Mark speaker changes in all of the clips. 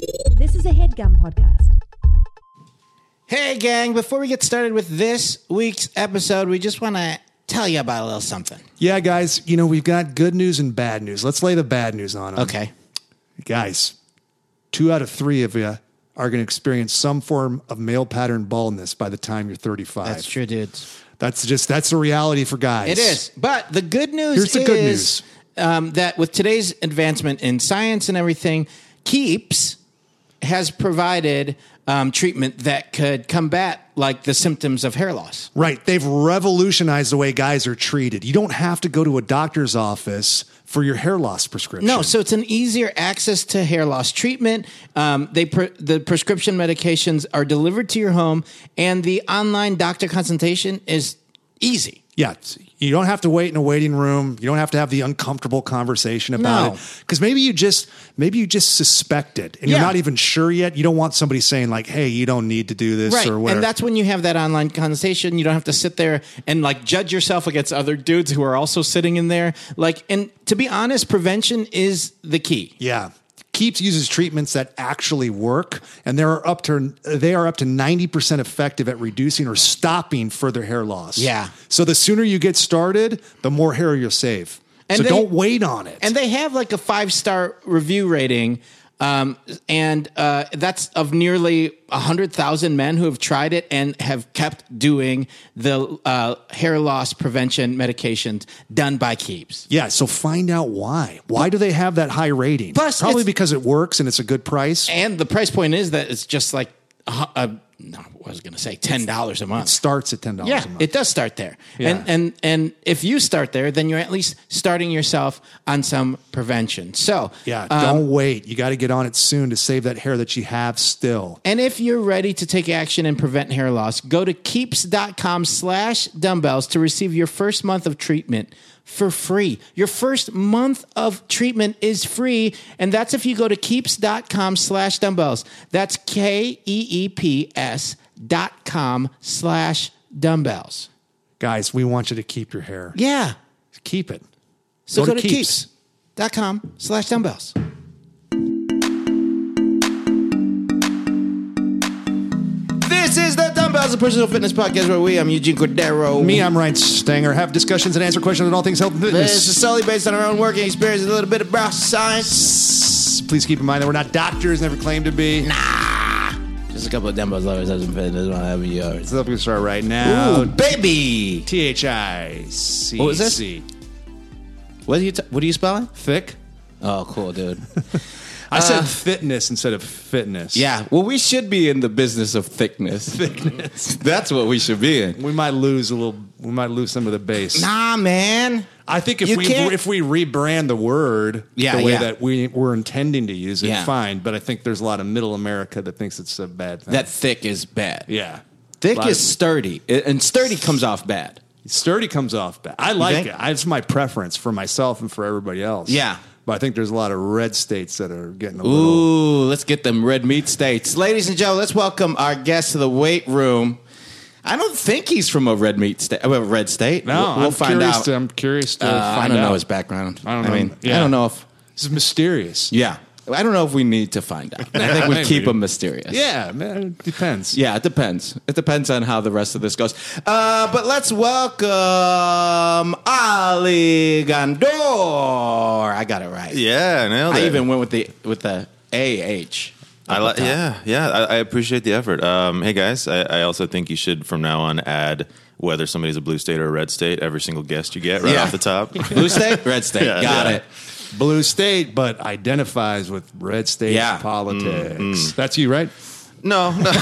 Speaker 1: a headgum podcast.
Speaker 2: Hey, gang, before we get started with this week's episode, we just want to tell you about a little something.
Speaker 3: Yeah, guys, you know, we've got good news and bad news. Let's lay the bad news on 'em.
Speaker 2: Okay.
Speaker 3: Guys, two out of three of you are going to experience some form of male pattern baldness by the time you're 35.
Speaker 2: That's true, dudes.
Speaker 3: That's just, that's the reality for guys.
Speaker 2: It is. But the good news
Speaker 3: Here's the
Speaker 2: is
Speaker 3: good news.
Speaker 2: Um, that with today's advancement in science and everything, Keeps has provided um, treatment that could combat like the symptoms of hair loss.
Speaker 3: Right. They've revolutionized the way guys are treated. You don't have to go to a doctor's office for your hair loss prescription.
Speaker 2: No, so it's an easier access to hair loss treatment. Um, they pre- the prescription medications are delivered to your home, and the online doctor consultation is easy.
Speaker 3: Yeah, it's- you don't have to wait in a waiting room. You don't have to have the uncomfortable conversation about
Speaker 2: No.
Speaker 3: it because maybe you just maybe you just suspect it and
Speaker 2: Yeah.
Speaker 3: you're not even sure yet. You don't want somebody saying like, "Hey, you don't need to do this"
Speaker 2: Right,
Speaker 3: or whatever.
Speaker 2: and that's when you have that online conversation. You don't have to sit there and like judge yourself against other dudes who are also sitting in there. Like, and to be honest, prevention is the key.
Speaker 3: yeah. Keeps uses treatments that actually work, and they are up to they are up to ninety percent effective at reducing or stopping further hair loss.
Speaker 2: Yeah.
Speaker 3: So the sooner you get started, the more hair you'll save.
Speaker 2: And
Speaker 3: so
Speaker 2: they-
Speaker 3: don't wait on it.
Speaker 2: And they have like a five star review rating. Um, and uh, that's of nearly 100,000 men who have tried it and have kept doing the uh, hair loss prevention medications done by Keeps.
Speaker 3: Yeah, so find out why. Why do they have that high rating?
Speaker 2: Plus,
Speaker 3: probably
Speaker 2: it's-
Speaker 3: because it works and it's a good price.
Speaker 2: And the price point is that it's just like, uh, uh, no, I was going to say $10 a month.
Speaker 3: Starts at ten dollars
Speaker 2: Yeah,
Speaker 3: a month.
Speaker 2: it does start there.
Speaker 3: Yeah.
Speaker 2: And and and if you start there, then you're at least starting yourself on some prevention. So
Speaker 3: yeah,
Speaker 2: um,
Speaker 3: don't wait. You got to get on it soon to save that hair that you have still.
Speaker 2: and if you're ready to take action and prevent hair loss, go to keeps.com slash dumbbells to receive your first month of treatment for free. Your first month of treatment is free, and that's if you go to keeps.com slash dumbbells. That's E K-E-E-P-S dot com slash dumbbells.
Speaker 3: Guys, we want you to keep your hair.
Speaker 2: Yeah.
Speaker 3: Keep it.
Speaker 2: So go,
Speaker 3: Go
Speaker 2: to,
Speaker 3: to
Speaker 2: keeps. dot com slash dumbbells. This is the Dumbbells and Personal Fitness Podcast where we, I'm Eugene Cordero.
Speaker 3: Me, I'm Ryan Stanger. Have discussions and answer questions on all things health and
Speaker 2: This is
Speaker 3: fitness.
Speaker 2: solely based on our own working experience and a little bit of brass science.
Speaker 3: Please keep in mind that we're not doctors, never claimed to be.
Speaker 2: Just a couple of dumbbells lovers hasn't been this one every year.
Speaker 3: Let's help you start right
Speaker 2: Oh,
Speaker 3: now.
Speaker 2: baby!
Speaker 3: T H I C.
Speaker 2: What was this? What are you? T- what are you spelling?
Speaker 3: Thick.
Speaker 2: Oh, cool, dude.
Speaker 3: I
Speaker 2: Uh,
Speaker 3: said fitness instead of fitness.
Speaker 4: Yeah, well, we should be in the business of thickness. Thickness. That's what we should be in.
Speaker 3: We might lose a little. We might lose some of the base.
Speaker 2: nah, man.
Speaker 3: I think if
Speaker 2: You
Speaker 3: we
Speaker 2: can't-
Speaker 3: if we rebrand the word
Speaker 2: Yeah,
Speaker 3: the way
Speaker 2: yeah.
Speaker 3: that we were intending to use it,
Speaker 4: Yeah.
Speaker 3: fine. But I think there's a lot of middle America that thinks it's a bad thing.
Speaker 4: That thick is bad.
Speaker 3: yeah,
Speaker 4: Thick
Speaker 3: Lot
Speaker 4: is
Speaker 3: of-
Speaker 4: sturdy, I- and sturdy comes off bad.
Speaker 3: sturdy comes off bad. I like
Speaker 2: think?
Speaker 3: it. I- It's my preference for myself and for everybody else.
Speaker 4: Yeah.
Speaker 3: but I think there's a lot of red states that are getting a little.
Speaker 4: Ooh, let's get them red meat states.
Speaker 2: Ladies and gentlemen, let's welcome our guest to the weight room.
Speaker 4: I don't think he's from a red meat state. A red state.
Speaker 3: No,
Speaker 4: we'll, we'll
Speaker 3: I'm
Speaker 4: find
Speaker 3: curious
Speaker 4: out.
Speaker 3: To, I'm curious to
Speaker 4: Uh,
Speaker 3: find
Speaker 4: I don't
Speaker 3: out.
Speaker 4: know his background.
Speaker 3: I don't know.
Speaker 4: mean,
Speaker 3: Yeah.
Speaker 4: I don't know if.
Speaker 3: This is mysterious.
Speaker 4: Yeah, I don't know if we need to find out. I think we
Speaker 3: Maybe.
Speaker 4: keep them mysterious.
Speaker 3: Yeah, man, it depends.
Speaker 4: Yeah, it depends. It depends on how the rest of this goes. Uh, but let's welcome Ali Gondor. I got it right.
Speaker 5: Yeah,
Speaker 3: Oh,
Speaker 5: nailed
Speaker 4: I
Speaker 5: it.
Speaker 4: even went with the with the AH.
Speaker 5: I li- yeah, yeah. I, I appreciate the effort. Um, hey guys, I, I also think you should from now on add whether somebody's a blue state or a red state every single guest you get right
Speaker 4: Yeah.
Speaker 5: off the top.
Speaker 4: Blue state, red state.
Speaker 5: Yeah,
Speaker 4: got
Speaker 5: yeah.
Speaker 4: it.
Speaker 3: blue state, but identifies with red state
Speaker 4: Yeah.
Speaker 3: politics.
Speaker 2: Mm,
Speaker 3: That's you, right?
Speaker 5: no, no.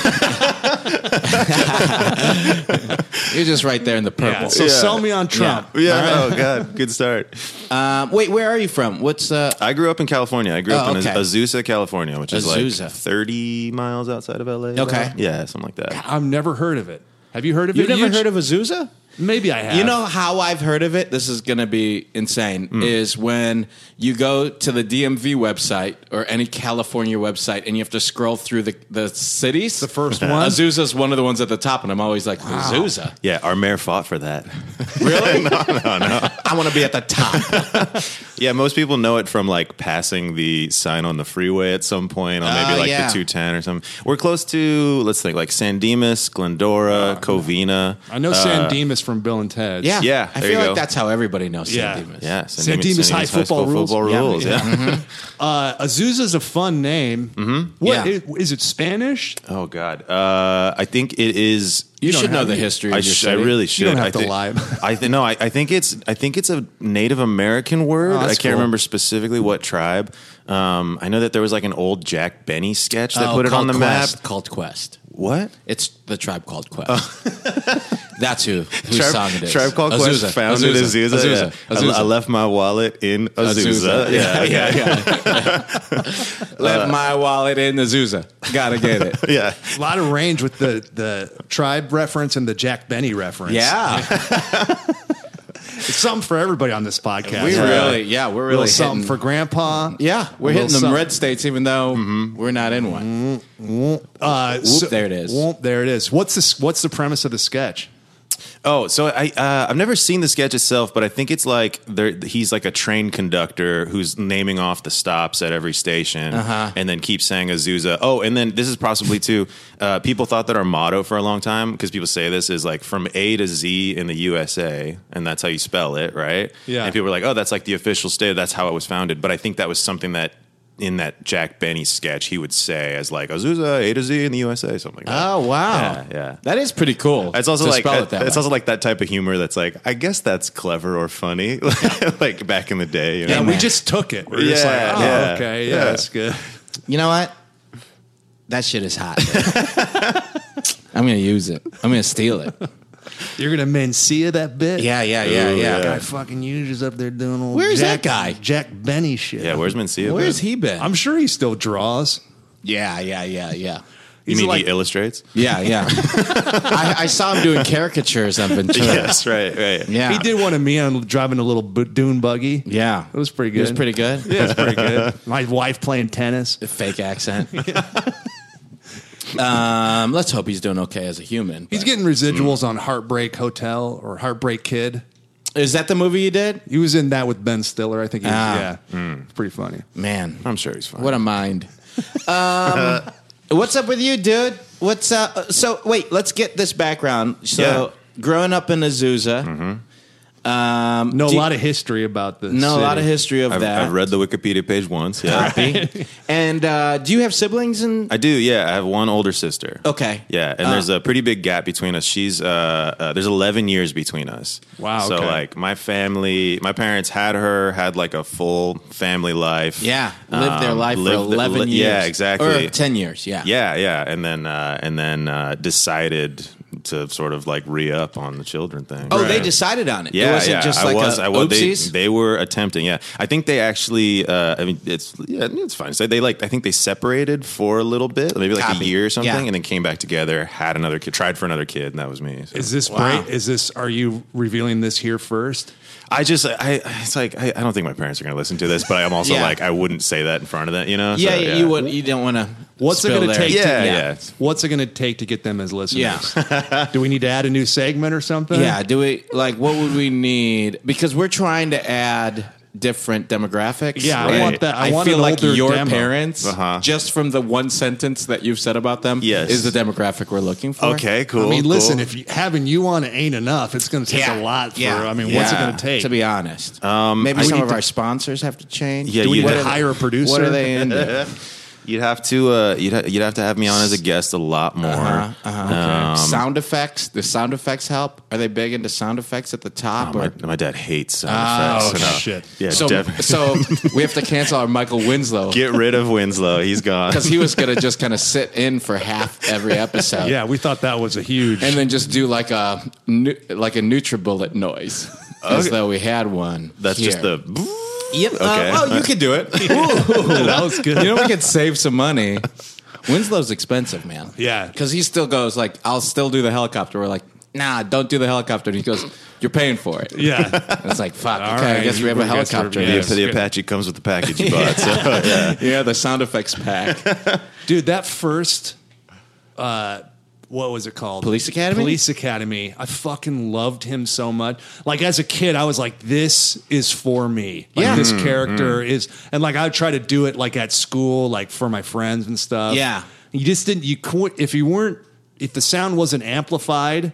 Speaker 4: You're just right there in the purple.
Speaker 3: So sell me on Trump.
Speaker 5: yeah. Oh god, good start.
Speaker 4: Um, wait, where are you from? What's uh?
Speaker 5: I grew up in California. I grew up
Speaker 4: Oh,
Speaker 5: in
Speaker 4: okay.
Speaker 5: Azusa, California, which is
Speaker 4: Azusa.
Speaker 5: like thirty miles outside of LA.
Speaker 4: Okay.
Speaker 5: yeah, something like that.
Speaker 3: I've never heard of it. Have you heard of
Speaker 4: You've
Speaker 3: it?
Speaker 4: never
Speaker 3: Huge?
Speaker 4: heard of Azusa?
Speaker 3: Maybe I have.
Speaker 2: You know how I've heard of it? This is going to be insane.
Speaker 5: Hmm.
Speaker 2: Is when you go to the DMV website or any California website and you have to scroll through the, the cities. The
Speaker 3: first
Speaker 5: Uh-huh.
Speaker 3: one?
Speaker 2: Azusa's one of the ones at the top, and I'm always like, Azusa?
Speaker 5: Yeah, our mayor fought for that.
Speaker 2: Really? no, no, no. I want to be at the top.
Speaker 5: yeah, most people know it from like passing the sign on the freeway at some point, or maybe
Speaker 2: Oh,
Speaker 5: like
Speaker 2: yeah.
Speaker 5: the 210 or something. We're close to, let's think, like San Dimas, Glendora, Covina.
Speaker 3: Oh, I know San Dimas from Bill and
Speaker 2: uh,
Speaker 3: Ted's.
Speaker 2: Yeah.
Speaker 5: Yeah,
Speaker 2: I feel
Speaker 5: there you
Speaker 2: like
Speaker 5: go.
Speaker 2: that's how everybody knows
Speaker 3: Yeah.
Speaker 2: San Dimas.
Speaker 5: Yeah,
Speaker 3: San Dimas High football rules.
Speaker 5: football
Speaker 3: Yeah.
Speaker 5: rules. Yeah.
Speaker 3: Uh, Azusa's a fun name. Mm-hmm. What
Speaker 2: Yeah.
Speaker 3: is it Spanish?
Speaker 5: Oh God, uh, I think it is.
Speaker 2: You,
Speaker 3: don't
Speaker 2: should know
Speaker 3: have-
Speaker 2: the history
Speaker 5: I,
Speaker 2: of your
Speaker 5: sh- I
Speaker 2: city.
Speaker 5: really should.
Speaker 3: don't have
Speaker 5: I
Speaker 3: to
Speaker 5: thi-
Speaker 3: lie.
Speaker 5: I think no. I, I think it's. I think it's a Native American word.
Speaker 3: Oh,
Speaker 5: I
Speaker 3: that's cool.
Speaker 5: can't remember specifically what tribe. Um, I know that there was like an old Jack Benny sketch that
Speaker 2: Oh,
Speaker 5: put it on
Speaker 2: called
Speaker 5: the
Speaker 2: Quest,
Speaker 5: map.
Speaker 2: Called Quest.
Speaker 5: What?
Speaker 2: It's the tribe called Quest. That's who whose
Speaker 5: Oh. Tribe,
Speaker 2: song it is.
Speaker 5: Tribe Called
Speaker 2: Azusa.
Speaker 5: Quest founded
Speaker 2: Azusa.
Speaker 5: Azusa.
Speaker 2: Azusa.
Speaker 5: yeah. I-
Speaker 2: Azusa.
Speaker 5: I, left my wallet in Azusa. Yeah, yeah,
Speaker 2: yeah, yeah. Left my wallet in Azusa. Gotta get it.
Speaker 5: yeah.
Speaker 3: A lot of range with the the tribe reference and the Jack Benny reference.
Speaker 2: Yeah,
Speaker 3: it's something for everybody on this podcast.
Speaker 2: we
Speaker 3: Yeah.
Speaker 2: really, yeah, we're
Speaker 3: A little
Speaker 2: really
Speaker 3: something
Speaker 2: hitting.
Speaker 3: for Grandpa.
Speaker 2: yeah, we're
Speaker 3: A
Speaker 2: hitting them
Speaker 3: little something.
Speaker 2: red states, even though
Speaker 5: Mm-hmm.
Speaker 2: we're not in one.
Speaker 3: Uh, so-
Speaker 2: there it is.
Speaker 3: Whoop, there it is. What's this? What's the premise of the sketch?
Speaker 5: Oh, so I uh, I've never seen the sketch itself, but I think it's like there, he's like a train conductor who's naming off the stops at every station, and then keeps saying Azusa. Oh, and then this is possibly too. Uh, people thought that our motto for a long time because people say this is like from A to Z in the USA, and that's how you spell it, right?
Speaker 3: Yeah.
Speaker 5: And people were like, oh, that's like the official state. That's how it was founded. But I think that was something that. In that Jack Benny sketch, he would say as like Azusa A to Z in the USA, something like that.
Speaker 2: Oh wow,
Speaker 5: Yeah, yeah.
Speaker 2: that is pretty cool.
Speaker 5: It's also
Speaker 2: to
Speaker 5: like
Speaker 2: spell it that
Speaker 5: it's
Speaker 2: way.
Speaker 5: also like that type of humor that's like I guess that's clever or funny like back in the day. You know?
Speaker 3: And we just took it. We're just like,
Speaker 5: Yeah,
Speaker 3: oh,
Speaker 5: yeah,
Speaker 3: okay, yeah,
Speaker 5: yeah.
Speaker 3: that's good.
Speaker 2: You know what? That shit is hot. I'm gonna use it. I'm gonna steal it.
Speaker 3: You're gonna Mencia that bit.
Speaker 2: Yeah, yeah, yeah,
Speaker 5: Ooh,
Speaker 2: yeah.
Speaker 5: yeah.
Speaker 3: guy fucking huge is up there doing all.
Speaker 2: Where's
Speaker 3: Jack,
Speaker 2: that guy?
Speaker 3: Jack Benny shit.
Speaker 5: yeah, where's Mencia?
Speaker 2: Where's
Speaker 5: been?
Speaker 2: he been?
Speaker 3: I'm sure he still draws.
Speaker 2: yeah, yeah, yeah, yeah.
Speaker 5: You
Speaker 3: He's
Speaker 5: mean
Speaker 3: like-
Speaker 5: he illustrates?
Speaker 2: Yeah, yeah. I, I saw him doing caricatures on Ventura.
Speaker 5: yes, right, right.
Speaker 2: Yeah.
Speaker 3: He did one of me on driving a little bo- dune buggy.
Speaker 2: Yeah.
Speaker 3: it was pretty good.
Speaker 2: It was pretty good.
Speaker 3: Yeah, it's pretty good. My wife playing tennis.
Speaker 2: Fake accent. um, let's hope he's doing okay as a human.
Speaker 3: He's
Speaker 2: but-
Speaker 3: getting residuals
Speaker 2: Mm.
Speaker 3: on Heartbreak Hotel or Heartbreak Kid.
Speaker 2: Is that the movie you did?
Speaker 3: He was in that with Ben Stiller. I think. He was,
Speaker 2: Ah.
Speaker 3: yeah, It's pretty funny.
Speaker 2: Man,
Speaker 5: I'm sure he's fine.
Speaker 2: what a mind. Um, what's up with you, dude? What's up? So wait, let's get this background. So
Speaker 5: Yeah. Mm-hmm.
Speaker 2: growing up in Azusa, um,
Speaker 3: Know
Speaker 2: do
Speaker 3: a
Speaker 2: you-
Speaker 3: lot of history about this.
Speaker 2: know a lot
Speaker 3: city.
Speaker 2: of history of
Speaker 5: I've,
Speaker 2: that.
Speaker 5: I've read the Wikipedia page once. Yeah,
Speaker 2: Copy. and uh, do you have siblings? And
Speaker 5: I do. Yeah, I have one older sister.
Speaker 2: Okay.
Speaker 5: Yeah, and
Speaker 2: Uh.
Speaker 5: there's a pretty big gap between us. She's uh, uh there's 11 years between us.
Speaker 3: Wow,
Speaker 5: So
Speaker 3: okay.
Speaker 5: like my family, my parents had her, had like a full family life.
Speaker 2: yeah, lived their
Speaker 5: Um,
Speaker 2: life for
Speaker 5: lived the-
Speaker 2: eleven
Speaker 5: li-
Speaker 2: years.
Speaker 5: Yeah, exactly.
Speaker 2: Or ten years. Yeah.
Speaker 5: Yeah, yeah, and then uh, and then uh, decided to sort of like re up on the children thing.
Speaker 2: Oh, they decided on it.
Speaker 5: Yeah,
Speaker 2: it wasn't
Speaker 5: yeah.
Speaker 2: just
Speaker 5: I
Speaker 2: like
Speaker 5: was,
Speaker 2: a
Speaker 5: I was. They,
Speaker 2: oopsies.
Speaker 5: they were attempting. Yeah, I think they actually. Uh, I mean, it's yeah, it's fine. So they like. I think they separated for a little bit, maybe like
Speaker 2: Copy.
Speaker 5: a year or something,
Speaker 2: Yeah.
Speaker 5: and then came back together. Had another kid. Tried for another kid, and that was me. so.
Speaker 3: Is this
Speaker 2: Wow.
Speaker 3: break? Is this? Are you revealing this here first?
Speaker 5: I just. I. It's like I, I don't think my parents are going to listen to this, but I'm also
Speaker 2: Yeah.
Speaker 5: like I wouldn't say that in front of them. You know.
Speaker 2: yeah,
Speaker 5: So,
Speaker 2: yeah, you would. You don't want to.
Speaker 3: What's it gonna take to-
Speaker 5: Yeah, yeah.
Speaker 3: What's it going to take to get them as listeners? Do we need to add a new segment or something?
Speaker 2: Yeah, do we like what would we need? Because we're trying to add different demographics.
Speaker 3: Yeah, I
Speaker 2: and
Speaker 3: want that- I want
Speaker 2: feel
Speaker 3: an
Speaker 2: like
Speaker 3: older
Speaker 2: your
Speaker 3: demo.
Speaker 2: parents,
Speaker 5: Uh-huh.
Speaker 2: just from the one sentence that you've said about them,
Speaker 5: Yes.
Speaker 2: is the demographic we're looking for.
Speaker 5: Okay.
Speaker 3: I
Speaker 5: Cool.
Speaker 3: mean,
Speaker 5: cool.
Speaker 3: listen, if you, having you on ain't enough, it's going to take
Speaker 2: Yeah.
Speaker 3: a lot. For,
Speaker 2: Yeah.
Speaker 3: I mean, what's it
Speaker 2: Yeah.
Speaker 3: going to take?
Speaker 2: To be honest, um, maybe some of our sponsors have to change.
Speaker 5: Yeah,
Speaker 2: Do we
Speaker 5: you
Speaker 2: need
Speaker 5: have-
Speaker 2: to
Speaker 3: Hire a
Speaker 2: What
Speaker 3: producer?
Speaker 2: are they into?
Speaker 5: You'd have to uh, you'd ha- you'd have to have me on as a guest a lot more.
Speaker 2: Uh-huh.
Speaker 5: Um,
Speaker 2: sound effects. The sound effects help. Are they big into sound effects at the top?
Speaker 5: Oh, My,
Speaker 2: or
Speaker 5: my dad hates sound
Speaker 3: Oh,
Speaker 5: effects. so no.
Speaker 3: shit.
Speaker 5: Yeah,
Speaker 2: Ah, so,
Speaker 5: definitely.
Speaker 2: so we have to cancel our Michael Winslow
Speaker 5: Get rid of Winslow. He's gone.
Speaker 2: because he was going to just kind of sit in for half every episode.
Speaker 3: yeah, we thought that was a huge.
Speaker 2: and then just do like a nu- like a NutriBullet noise, as
Speaker 5: Okay.
Speaker 2: though we had one.
Speaker 5: That's just
Speaker 2: here.
Speaker 5: the.
Speaker 2: Yep. uh,
Speaker 5: Okay.
Speaker 2: oh, you could do it. that was good. You know, we could save some money. Winslow's expensive, man.
Speaker 3: Yeah.
Speaker 2: because he still goes like, "I'll still do the helicopter." We're like, nah, don't do the helicopter. And he goes, you're paying for it.
Speaker 3: Yeah.
Speaker 2: And it's like, fuck, okay,
Speaker 3: All
Speaker 2: I
Speaker 3: right,
Speaker 2: guess
Speaker 3: you
Speaker 2: we have a
Speaker 3: really guys are-
Speaker 2: helicopter.
Speaker 3: yeah.
Speaker 5: The, the Apache comes with the package you bought. So yeah.
Speaker 2: Yeah, the sound effects pack.
Speaker 3: Dude, that first, uh, what was it called?
Speaker 2: Police Academy?
Speaker 3: Police Academy. I fucking loved him so much. Like as a kid, I was like, "This is for me." Like,
Speaker 6: Yeah.
Speaker 3: this character is, and like I would try to do it like at school, like for my friends and stuff.
Speaker 2: Yeah.
Speaker 3: you just didn't. You couldn't if you weren't if the sound wasn't amplified, it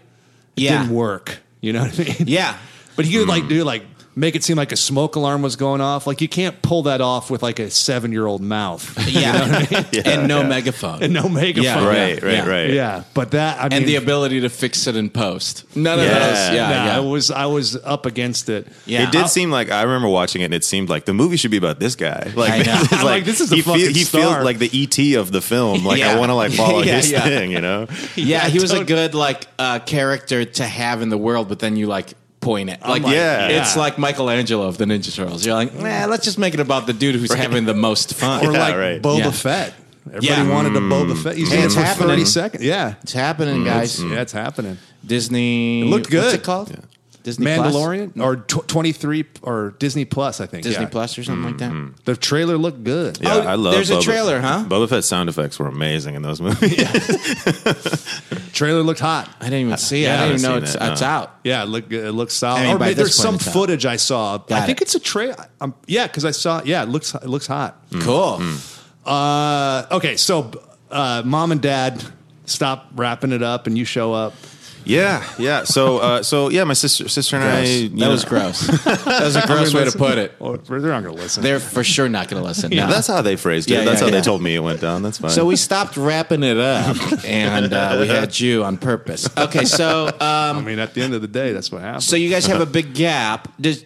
Speaker 2: Yeah.
Speaker 3: didn't work. You know what I mean?
Speaker 2: Yeah.
Speaker 3: But he could like do like make it seem like a smoke alarm was going off. Like you can't pull that off with like a seven year old mouth.
Speaker 2: Yeah. and no megaphone.
Speaker 3: And no megaphone.
Speaker 2: Yeah,
Speaker 5: right, right,
Speaker 2: Yeah.
Speaker 5: right.
Speaker 3: Yeah, but that I mean,
Speaker 2: and the ability to fix it in post. None of
Speaker 5: Yeah.
Speaker 2: those. Yeah,
Speaker 3: nah,
Speaker 2: yeah.
Speaker 3: I was I was up against it.
Speaker 2: Yeah.
Speaker 5: It did
Speaker 2: I'll-
Speaker 5: seem like I remember watching it, and it seemed like the movie should be about this guy. Like,
Speaker 2: I know.
Speaker 5: This is
Speaker 3: I'm like, this is a
Speaker 5: he
Speaker 3: fucking
Speaker 5: he
Speaker 3: star.
Speaker 5: feels like the ET of the film. Like
Speaker 2: Yeah.
Speaker 5: I want to like follow
Speaker 2: Yeah,
Speaker 5: his
Speaker 2: yeah.
Speaker 5: thing, you know?
Speaker 2: yeah, he was a
Speaker 3: don't-
Speaker 2: good like uh, character to have in the world, but then you like point it. Like,
Speaker 5: like, Yeah.
Speaker 2: it's
Speaker 3: yeah.
Speaker 2: like Michelangelo of the Ninja Turtles. You're like, nah, let's just make it about the dude who's having the most fun.
Speaker 3: Or
Speaker 5: Yeah,
Speaker 3: like
Speaker 5: right.
Speaker 3: Boba
Speaker 2: Yeah.
Speaker 3: Fett. Everybody
Speaker 2: Yeah. Mm.
Speaker 3: wanted a Boba Fett. He's
Speaker 6: Hey,
Speaker 3: in it
Speaker 6: it's
Speaker 3: for
Speaker 6: happening.
Speaker 3: thirty seconds. Yeah,
Speaker 6: It's happening, guys.
Speaker 2: Mm.
Speaker 3: yeah, it's happening.
Speaker 2: Disney.
Speaker 3: Mm-hmm. looked
Speaker 2: What's
Speaker 3: good.
Speaker 2: it called? Disney Plus?
Speaker 3: Mandalorian or tw- twenty three or Disney Plus. I think
Speaker 2: Disney
Speaker 3: yeah.
Speaker 2: Plus or something like that.
Speaker 3: The trailer looked good.
Speaker 5: Yeah,
Speaker 2: Oh,
Speaker 5: I love.
Speaker 2: there's a
Speaker 5: Boba-
Speaker 2: trailer, huh?
Speaker 5: Boba Fett's sound effects were amazing in those movies.
Speaker 3: Trailer looked hot.
Speaker 2: I didn't even see it.
Speaker 5: Yeah,
Speaker 2: I
Speaker 5: I
Speaker 2: didn't even
Speaker 5: haven't
Speaker 2: know
Speaker 5: seen
Speaker 2: it's,
Speaker 5: that,
Speaker 2: it's
Speaker 5: no.
Speaker 2: out.
Speaker 3: Yeah, it looked it looks solid.
Speaker 2: I mean,
Speaker 3: or
Speaker 2: by
Speaker 3: maybe there's
Speaker 2: this point
Speaker 3: some
Speaker 2: it's out.
Speaker 3: footage I saw. I
Speaker 2: Got
Speaker 3: think
Speaker 2: it.
Speaker 3: it's a trailer. Um, yeah, because I saw. Yeah, it looks it looks hot.
Speaker 2: Cool.
Speaker 3: Uh, okay, so uh, mom and dad stop wrapping it up, and you show up.
Speaker 5: yeah, yeah. So, uh, so yeah, my sister, sister and I. you
Speaker 2: Gross. That
Speaker 5: know-
Speaker 2: was gross. that was a gross way to put it.
Speaker 3: Eh, Or they're not going to listen.
Speaker 2: They're for sure not going to listen.
Speaker 5: Yeah,
Speaker 2: no.
Speaker 5: that's how they phrased it.
Speaker 2: Yeah,
Speaker 5: that's
Speaker 2: yeah,
Speaker 5: how
Speaker 2: yeah.
Speaker 5: they told me it went down. That's fine.
Speaker 2: So we stopped wrapping it up, and uh, we had you on purpose. Okay, so um,
Speaker 3: I mean, at the end of the day, that's what happened.
Speaker 2: so you guys have a big gap. Does,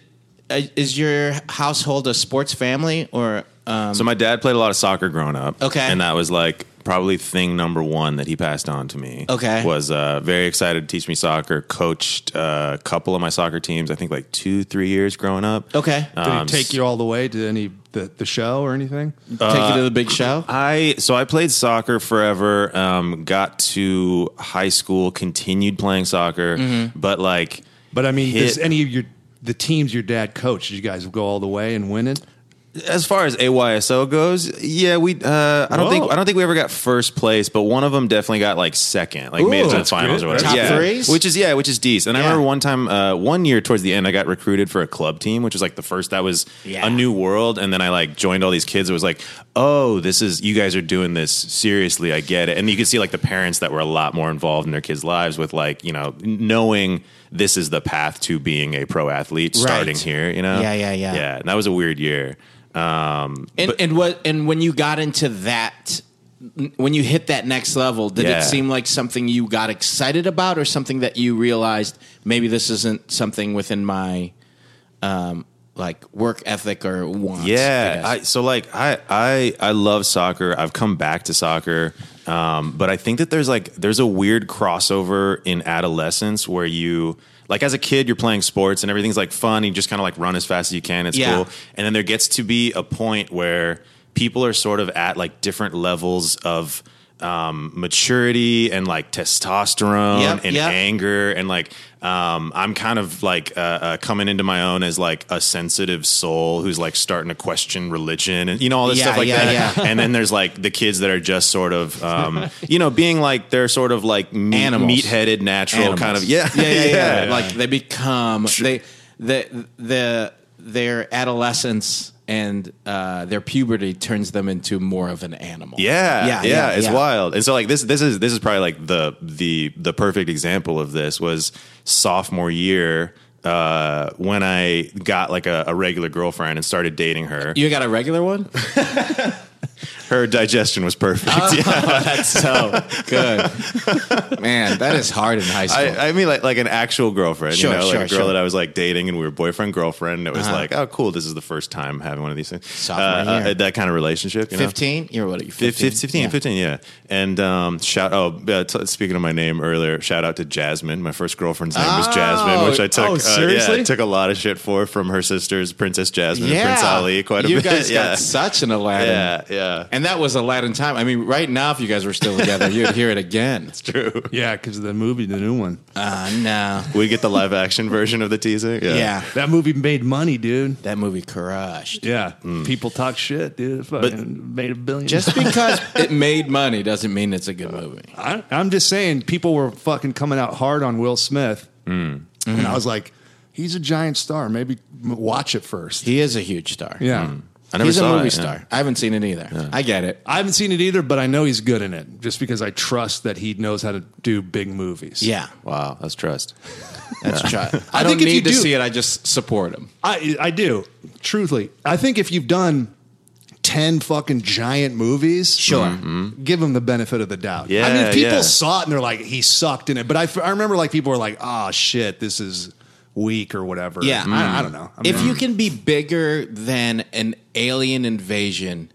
Speaker 2: uh, is your household a sports family or? Um,
Speaker 5: So my dad played a lot of soccer growing up.
Speaker 2: Okay.
Speaker 5: And that was like probably thing number one that he passed on to me.
Speaker 2: Okay.
Speaker 5: Was uh, very excited to teach me soccer. Coached uh, a couple of my soccer teams, I think like two, three years growing up.
Speaker 2: okay,
Speaker 3: Did
Speaker 5: Um,
Speaker 3: he take you all the way to any the, the show or anything?
Speaker 2: take you to the big show.
Speaker 5: I so I played soccer forever. Um, got to high school, continued playing soccer,
Speaker 2: Mm-hmm.
Speaker 5: but like,
Speaker 3: But I mean,
Speaker 5: hit-
Speaker 3: does any of your the teams your dad coached? Did you guys go all the way and win it?
Speaker 5: as far as AYSO goes, yeah, we. Uh, I don't
Speaker 3: Whoa.
Speaker 5: think I don't think we ever got first place, but one of them definitely got like second, like made it to the
Speaker 3: that's
Speaker 5: finals
Speaker 3: good.
Speaker 5: or whatever.
Speaker 2: Top
Speaker 5: yeah.
Speaker 2: threes?
Speaker 5: which is yeah, which is decent. And
Speaker 2: Yeah.
Speaker 5: I remember one time, uh, one year towards the end, I got recruited for a club team, which was like the first that was
Speaker 2: Yeah.
Speaker 5: a new world. And then I like joined all these kids. It was like, oh, this is you guys are doing this seriously. I get it. And you could see like the parents that were a lot more involved in their kids' lives with like you know knowing this is the path to being a pro athlete starting here. You know,
Speaker 2: Yeah, yeah, yeah.
Speaker 5: yeah. And that was a weird year. Um,
Speaker 2: and
Speaker 5: but-
Speaker 2: and what and when you got into that. When you hit that next level, did
Speaker 5: Yeah.
Speaker 2: it seem like something you got excited about, or something that you realized maybe this isn't something within my um, like work ethic or wants?
Speaker 5: Yeah.
Speaker 2: I
Speaker 5: I,
Speaker 2: guess?
Speaker 5: so like I I I love soccer. I've come back to soccer. Um, but I think that there's like there's a weird crossover in adolescence where you like as a kid you're playing sports and everything's like fun. You just kind of like run as fast as you can. It's
Speaker 2: Yeah.
Speaker 5: cool. And then there gets to be a point where people are sort of at like different levels of um, maturity and like testosterone
Speaker 2: Yep,
Speaker 5: um, and
Speaker 2: yep.
Speaker 5: anger and like um, I'm kind of like uh, uh, coming into my own as like a sensitive soul who's like starting to question religion and you know all this
Speaker 2: Yeah,
Speaker 5: stuff like
Speaker 2: yeah,
Speaker 5: that.
Speaker 2: yeah.
Speaker 5: And then there's like the kids that are just sort of um, you know being like they're sort of like meat,
Speaker 2: Animals.
Speaker 5: meat-headed natural
Speaker 2: Animals.
Speaker 5: kind of yeah
Speaker 2: yeah, yeah, yeah. Like they become they the the their adolescence and uh, their puberty turns them into more of an animal.
Speaker 5: Yeah, yeah, it's
Speaker 2: yeah.
Speaker 5: wild. And so like this this is this is probably like the the the perfect example of this was sophomore year uh, when I got like a, a regular girlfriend and started dating her.
Speaker 2: You got a regular one?
Speaker 5: Her digestion was perfect. yeah.
Speaker 2: That's so good. Man, that is hard in high school.
Speaker 5: I, I mean, like like an actual girlfriend,
Speaker 2: Sure,
Speaker 5: you know,
Speaker 2: sure,
Speaker 5: like a girl
Speaker 2: sure. Uh-huh.
Speaker 5: that I was like dating, and we were boyfriend girlfriend. And it was like, oh, cool, this is the first time having one of these things.
Speaker 2: Sophomore
Speaker 5: Uh,
Speaker 2: year.
Speaker 5: uh, that kind of relationship. You know?
Speaker 2: 15? You're what are you?
Speaker 5: 15,
Speaker 2: 15?
Speaker 5: 15,
Speaker 2: Yeah.
Speaker 5: 15, yeah. And um, shout oh, uh, t- speaking of my name earlier, shout out to Jasmine. My first girlfriend's name was Jasmine, which I took
Speaker 3: oh,
Speaker 5: uh,
Speaker 3: seriously?
Speaker 5: yeah, I took a lot of shit for from her sisters, Princess Jasmine
Speaker 2: Yeah.
Speaker 5: and Prince Ali, quite a
Speaker 2: you
Speaker 5: bit.
Speaker 2: guys
Speaker 5: yeah.
Speaker 2: got such an Aladdin.
Speaker 5: yeah, yeah.
Speaker 2: And that was Aladdin time. I mean, right now, if you guys were still together, you'd hear it again. It's true.
Speaker 3: Yeah, because the movie, the new one.
Speaker 2: Uh, no.
Speaker 5: We get the live action version of the teaser. Yeah.
Speaker 2: Yeah.
Speaker 3: That movie made money, dude.
Speaker 2: That movie crushed.
Speaker 3: Yeah, people talk shit, dude. It Fucking made a billion.
Speaker 2: Just because it made money doesn't mean it's a good movie.
Speaker 3: I, I'm just saying, people were fucking coming out hard on Will Smith, and I was like, he's a giant star. Maybe m- watch it first.
Speaker 2: He is a huge star.
Speaker 3: Yeah,
Speaker 5: I never
Speaker 2: He's a
Speaker 5: saw
Speaker 2: movie
Speaker 5: it, yeah.
Speaker 2: star. I haven't seen it either. I get it.
Speaker 3: I haven't seen it either, but I know he's good in it. Just because I trust that he knows how to do big movies.
Speaker 2: Yeah.
Speaker 5: Wow, that's trust.
Speaker 2: That's true. I,
Speaker 3: I
Speaker 2: don't
Speaker 3: think if you
Speaker 2: need to
Speaker 3: do-
Speaker 2: see it. I just support him.
Speaker 3: I I do. Truthfully, I think if you've done ten fucking giant movies, mm-hmm.
Speaker 6: Sure.
Speaker 3: give him the benefit of the doubt. I
Speaker 5: Yeah,
Speaker 3: mean, people
Speaker 5: yeah.
Speaker 3: saw it and they're like, he sucked in it. But I, f- I remember like people were like, oh shit, this is weak or whatever.
Speaker 6: Yeah.
Speaker 5: Mm.
Speaker 3: I, I don't know. I
Speaker 6: If
Speaker 3: mean,
Speaker 6: you
Speaker 2: You can be bigger than an alien invasion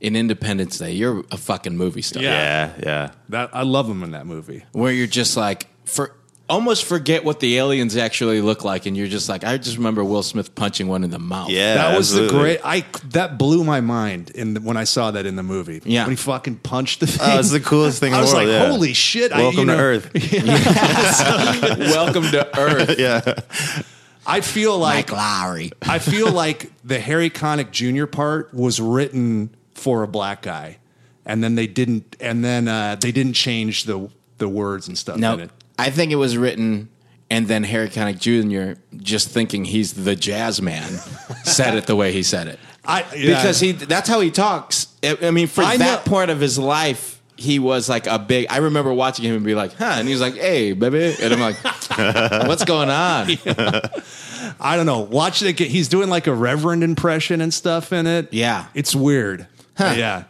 Speaker 2: in Independence Day. You're a fucking movie star.
Speaker 5: Yeah, yeah.
Speaker 3: that I love him in that movie.
Speaker 2: Where you're just like for almost forget what the aliens actually look like, and you're just like, I just remember Will Smith punching one in the mouth.
Speaker 5: Yeah,
Speaker 3: that was
Speaker 5: absolutely.
Speaker 3: the great. I that blew my mind in the, when I saw that in the movie.
Speaker 2: Yeah.
Speaker 3: when he fucking punched the. Thing.
Speaker 5: Oh, it's the coolest thing in
Speaker 3: I
Speaker 5: the
Speaker 3: was
Speaker 5: world.
Speaker 3: like,
Speaker 5: yeah.
Speaker 3: holy shit! I,
Speaker 5: Welcome
Speaker 3: you
Speaker 5: to
Speaker 3: know,
Speaker 5: Earth.
Speaker 2: Welcome to Earth.
Speaker 5: yeah.
Speaker 3: I feel like
Speaker 6: Lowry.
Speaker 3: I feel like the Harry Connick Jr. part was written for a black guy, and then they didn't, and then uh, they didn't change the the words and stuff. in
Speaker 2: No,
Speaker 3: it.
Speaker 2: I think it was written, and then Harry Connick Jr. just thinking he's the jazz man said it the way he said it
Speaker 3: I yeah.
Speaker 2: because he that's how he talks. I, I mean, for
Speaker 3: I
Speaker 2: that
Speaker 3: know-
Speaker 2: point of his life. He was like a big. I remember watching him and be like, "Huh," and he was like, "Hey, baby," and I'm like, "What's going on?"
Speaker 3: I don't know. Watch it. again. He's doing like a reverend impression and stuff in it.
Speaker 2: Yeah.
Speaker 3: it's weird. Yeah.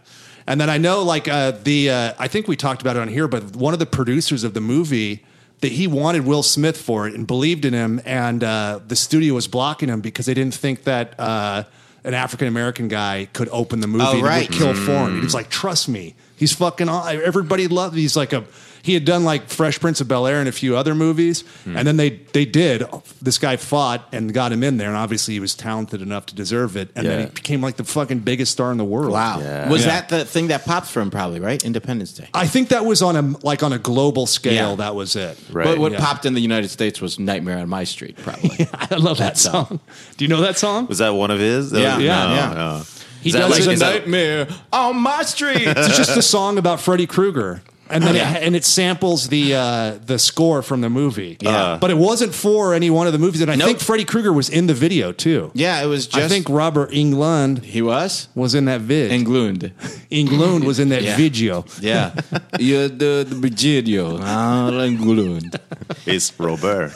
Speaker 3: And then I know, like uh, the, uh, I think we talked about it on here, but one of the producers of the movie that he wanted Will Smith for it and believed in him, and uh, the studio was blocking him because they didn't think that uh, an African American guy could open the movie
Speaker 6: Oh,
Speaker 3: and it
Speaker 6: right.
Speaker 3: would kill Foreign. He was like, "Trust me, he's fucking. aw- Everybody loved. He's like a." He had done like Fresh Prince of Bel Air and a few other movies, and then they they did. This guy fought and got him in there, and obviously he was talented enough to deserve it. And then
Speaker 5: Yeah.
Speaker 3: he became like the fucking biggest star in the world.
Speaker 6: Wow.
Speaker 5: Yeah.
Speaker 6: Was
Speaker 3: Yeah. Uh,
Speaker 6: that the thing that pops for him, probably, right? Independence Day.
Speaker 3: I think that was on a like on a global scale.
Speaker 6: Yeah.
Speaker 3: That was it.
Speaker 5: Right.
Speaker 2: But what
Speaker 3: yeah.
Speaker 2: popped in the United States was "Nightmare on My Street," probably.
Speaker 3: I love that song. Do you know that song?
Speaker 5: Was that one of his? That
Speaker 2: Yeah,
Speaker 5: was-
Speaker 2: yeah,
Speaker 5: no,
Speaker 2: yeah.
Speaker 5: no.
Speaker 3: He
Speaker 5: Is that
Speaker 3: does
Speaker 5: like-
Speaker 3: it
Speaker 5: is that-
Speaker 2: nightmare on my street.
Speaker 3: It's just a song about Freddy Krueger. And then
Speaker 2: Yeah.
Speaker 3: it, and it samples the uh, the score from the movie.
Speaker 5: Yeah. Uh.
Speaker 3: But it wasn't for any one of the movies. And I
Speaker 2: Nope.
Speaker 3: think Freddy Krueger was in the video too.
Speaker 2: yeah, it was just.
Speaker 3: I think Robert Englund
Speaker 2: he was
Speaker 3: was in that vid.
Speaker 2: Englund.
Speaker 3: Englund was in that
Speaker 2: Yeah.
Speaker 3: video.
Speaker 2: Yeah, you're the the Virgilio. Ah, Englund.
Speaker 5: It's Robert.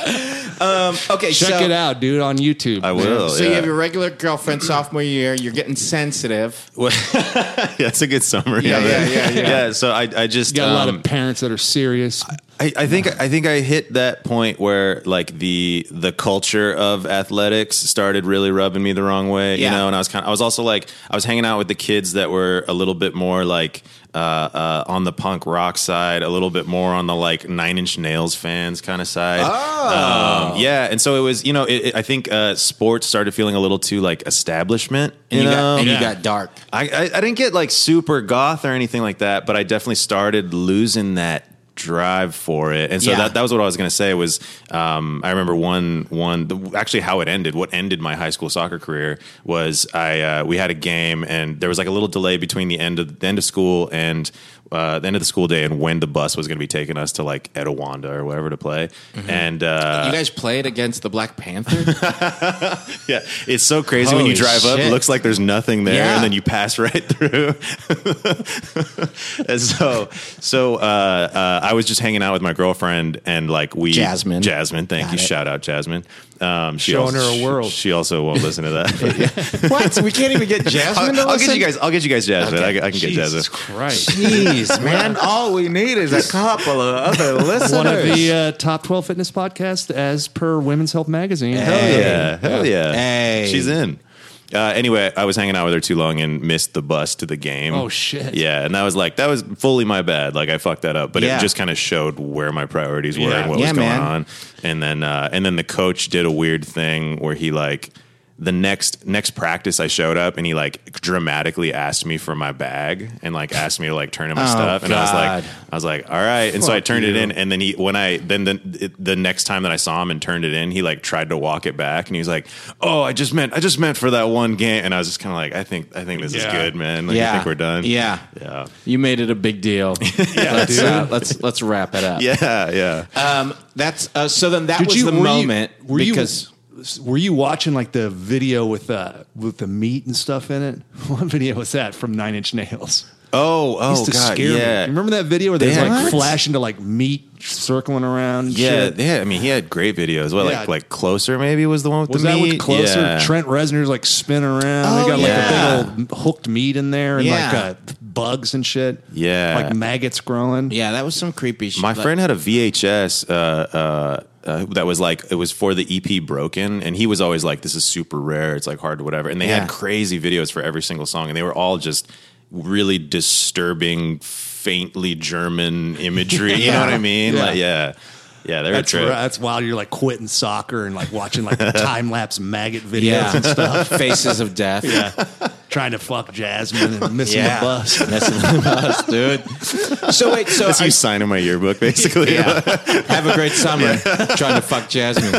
Speaker 2: Okay,
Speaker 3: Check
Speaker 2: so,
Speaker 3: it out, dude, on YouTube.
Speaker 5: I will.
Speaker 2: So
Speaker 5: yeah.
Speaker 2: you have your regular girlfriend sophomore year. You're getting sensitive.
Speaker 5: Yeah, that's a good summary.
Speaker 2: Yeah,
Speaker 5: of it.
Speaker 2: yeah, yeah, yeah.
Speaker 5: so I, I just
Speaker 3: You got a lot
Speaker 5: um,
Speaker 3: of parents that are serious.
Speaker 5: I, I think I think I hit that point where like the the culture of athletics started really rubbing me the wrong way, you
Speaker 2: Yeah.
Speaker 5: know. And I was kind of I was also like I was hanging out with the kids that were a little bit more like uh, uh, on the punk rock side, a little bit more on the like Nine Inch Nails fans kind of side. Oh, um, yeah. And so it was, you know, it, it- I think uh, sports started feeling a little too like establishment, you,
Speaker 2: And you,
Speaker 5: know.
Speaker 2: got, and you
Speaker 3: Yeah.
Speaker 2: got dark.
Speaker 5: I, I, I didn't get like super goth or anything like that, but I definitely started losing that drive for it. And so
Speaker 2: Yeah.
Speaker 5: that, that was what I was going to say was, um, I remember one, one, the, actually how it ended, what ended my high school soccer career was I, uh, we had a game and there was like a little delay between the end of the end of school and, uh, the end of the school day and when the bus was going to be taking us to like Etowanda or wherever to play. And, uh,
Speaker 2: Mm-hmm. You guys played against the Black Panther.
Speaker 5: yeah, it's so crazy when
Speaker 2: Holy
Speaker 5: you drive up. It
Speaker 2: shit.
Speaker 5: looks like there's nothing there,
Speaker 2: Yeah.
Speaker 5: and then you pass right through. and so, so uh, uh, I was just hanging out with my girlfriend, and like we
Speaker 2: Jasmine.
Speaker 5: Jasmine, thank you,
Speaker 2: it.
Speaker 5: shout out Jasmine. Um, she
Speaker 3: Showing
Speaker 5: also-
Speaker 3: her a world.
Speaker 5: She also won't listen to that.
Speaker 2: what? We can't even get Jasmine.
Speaker 5: I'll, I'll get you guys. I'll get you guys Jasmine. I, I can get
Speaker 3: Jesus
Speaker 5: Jasmine.
Speaker 3: Christ.
Speaker 2: Jeez, man! All we need is a couple of other listeners.
Speaker 3: One of the uh, top 12 fitness podcasts as per Women's Health Magazine.
Speaker 5: Hell yeah. Hell yeah.
Speaker 2: Hey.
Speaker 5: She's in. Uh, anyway, I was hanging out with her too long and missed the bus to the game.
Speaker 3: Oh, shit.
Speaker 5: Yeah, and that was like that was fully my bad. Like I fucked that up, but
Speaker 2: Yeah.
Speaker 5: it just kind of showed where my priorities were
Speaker 3: Yeah.
Speaker 5: and what
Speaker 2: Yeah,
Speaker 5: was going
Speaker 2: man.
Speaker 5: on. And then uh, and then the coach did a weird thing where he like the next next practice I showed up and he like dramatically asked me for my bag and like asked me to like turn in
Speaker 3: Oh,
Speaker 5: my stuff and I was
Speaker 2: God.
Speaker 5: like I was like all right and so I turned it in and then he when I then the it- the next time that I saw him and turned it in he like tried to walk it back and he was like oh I just meant I just meant for that one game and I was just kind of like I think I think this is
Speaker 3: Yeah.
Speaker 5: good man like, I think we're done
Speaker 2: Yeah.
Speaker 5: yeah
Speaker 2: You made it a big deal. yeah, let's, uh, let's let's wrap it up.
Speaker 5: yeah yeah
Speaker 2: Um, that's uh, so then that
Speaker 3: Did
Speaker 2: was
Speaker 3: you-
Speaker 2: the
Speaker 3: were you-
Speaker 2: moment
Speaker 3: were you-
Speaker 2: because
Speaker 3: Were you watching like the video with uh, with the meat and stuff in it? What video was that from Nine Inch Nails?
Speaker 5: oh oh
Speaker 3: Used to
Speaker 5: god
Speaker 3: scare me.
Speaker 5: yeah
Speaker 3: You remember that video where there's
Speaker 5: They
Speaker 3: like
Speaker 5: had- What?
Speaker 3: flash into like meat circling around? and
Speaker 5: yeah,
Speaker 3: shit?
Speaker 5: yeah. I mean, he had great videos. What,
Speaker 3: Yeah.
Speaker 5: like, like closer maybe was the one with
Speaker 3: Was
Speaker 5: the
Speaker 3: that
Speaker 5: meat.
Speaker 3: with closer?
Speaker 5: Yeah.
Speaker 3: Trent Reznor's like spinning around. they
Speaker 2: Oh,
Speaker 3: got
Speaker 2: yeah.
Speaker 3: like a big old hooked meat in there and like
Speaker 2: Yeah.
Speaker 3: uh, bugs and shit.
Speaker 5: Yeah.
Speaker 3: like maggots growing.
Speaker 2: yeah, that was some creepy shit.
Speaker 5: My
Speaker 2: Like-
Speaker 5: friend had a VHS uh, uh, uh, that was like it was for the EP Broken, and he was always like, "This is super rare. It's like hard to whatever." And they
Speaker 2: Yeah.
Speaker 5: had crazy videos for every single song, and they were all just really disturbing, faintly German imagery. You know what I mean?
Speaker 3: Yeah.
Speaker 5: Like, yeah, yeah, they're
Speaker 3: That's
Speaker 5: a trip.
Speaker 3: right. That's wild. You're like quitting soccer and like watching like time lapse maggot videos
Speaker 2: yeah,
Speaker 3: and stuff,
Speaker 2: faces of death. Yeah.
Speaker 3: trying to fuck Jasmine and missing
Speaker 2: Yeah.
Speaker 3: the bus.
Speaker 2: Missing the bus, dude. So wait, so
Speaker 5: That's
Speaker 2: I,
Speaker 5: you signing my yearbook, basically.
Speaker 2: yeah. have a great summer trying to fuck Jasmine.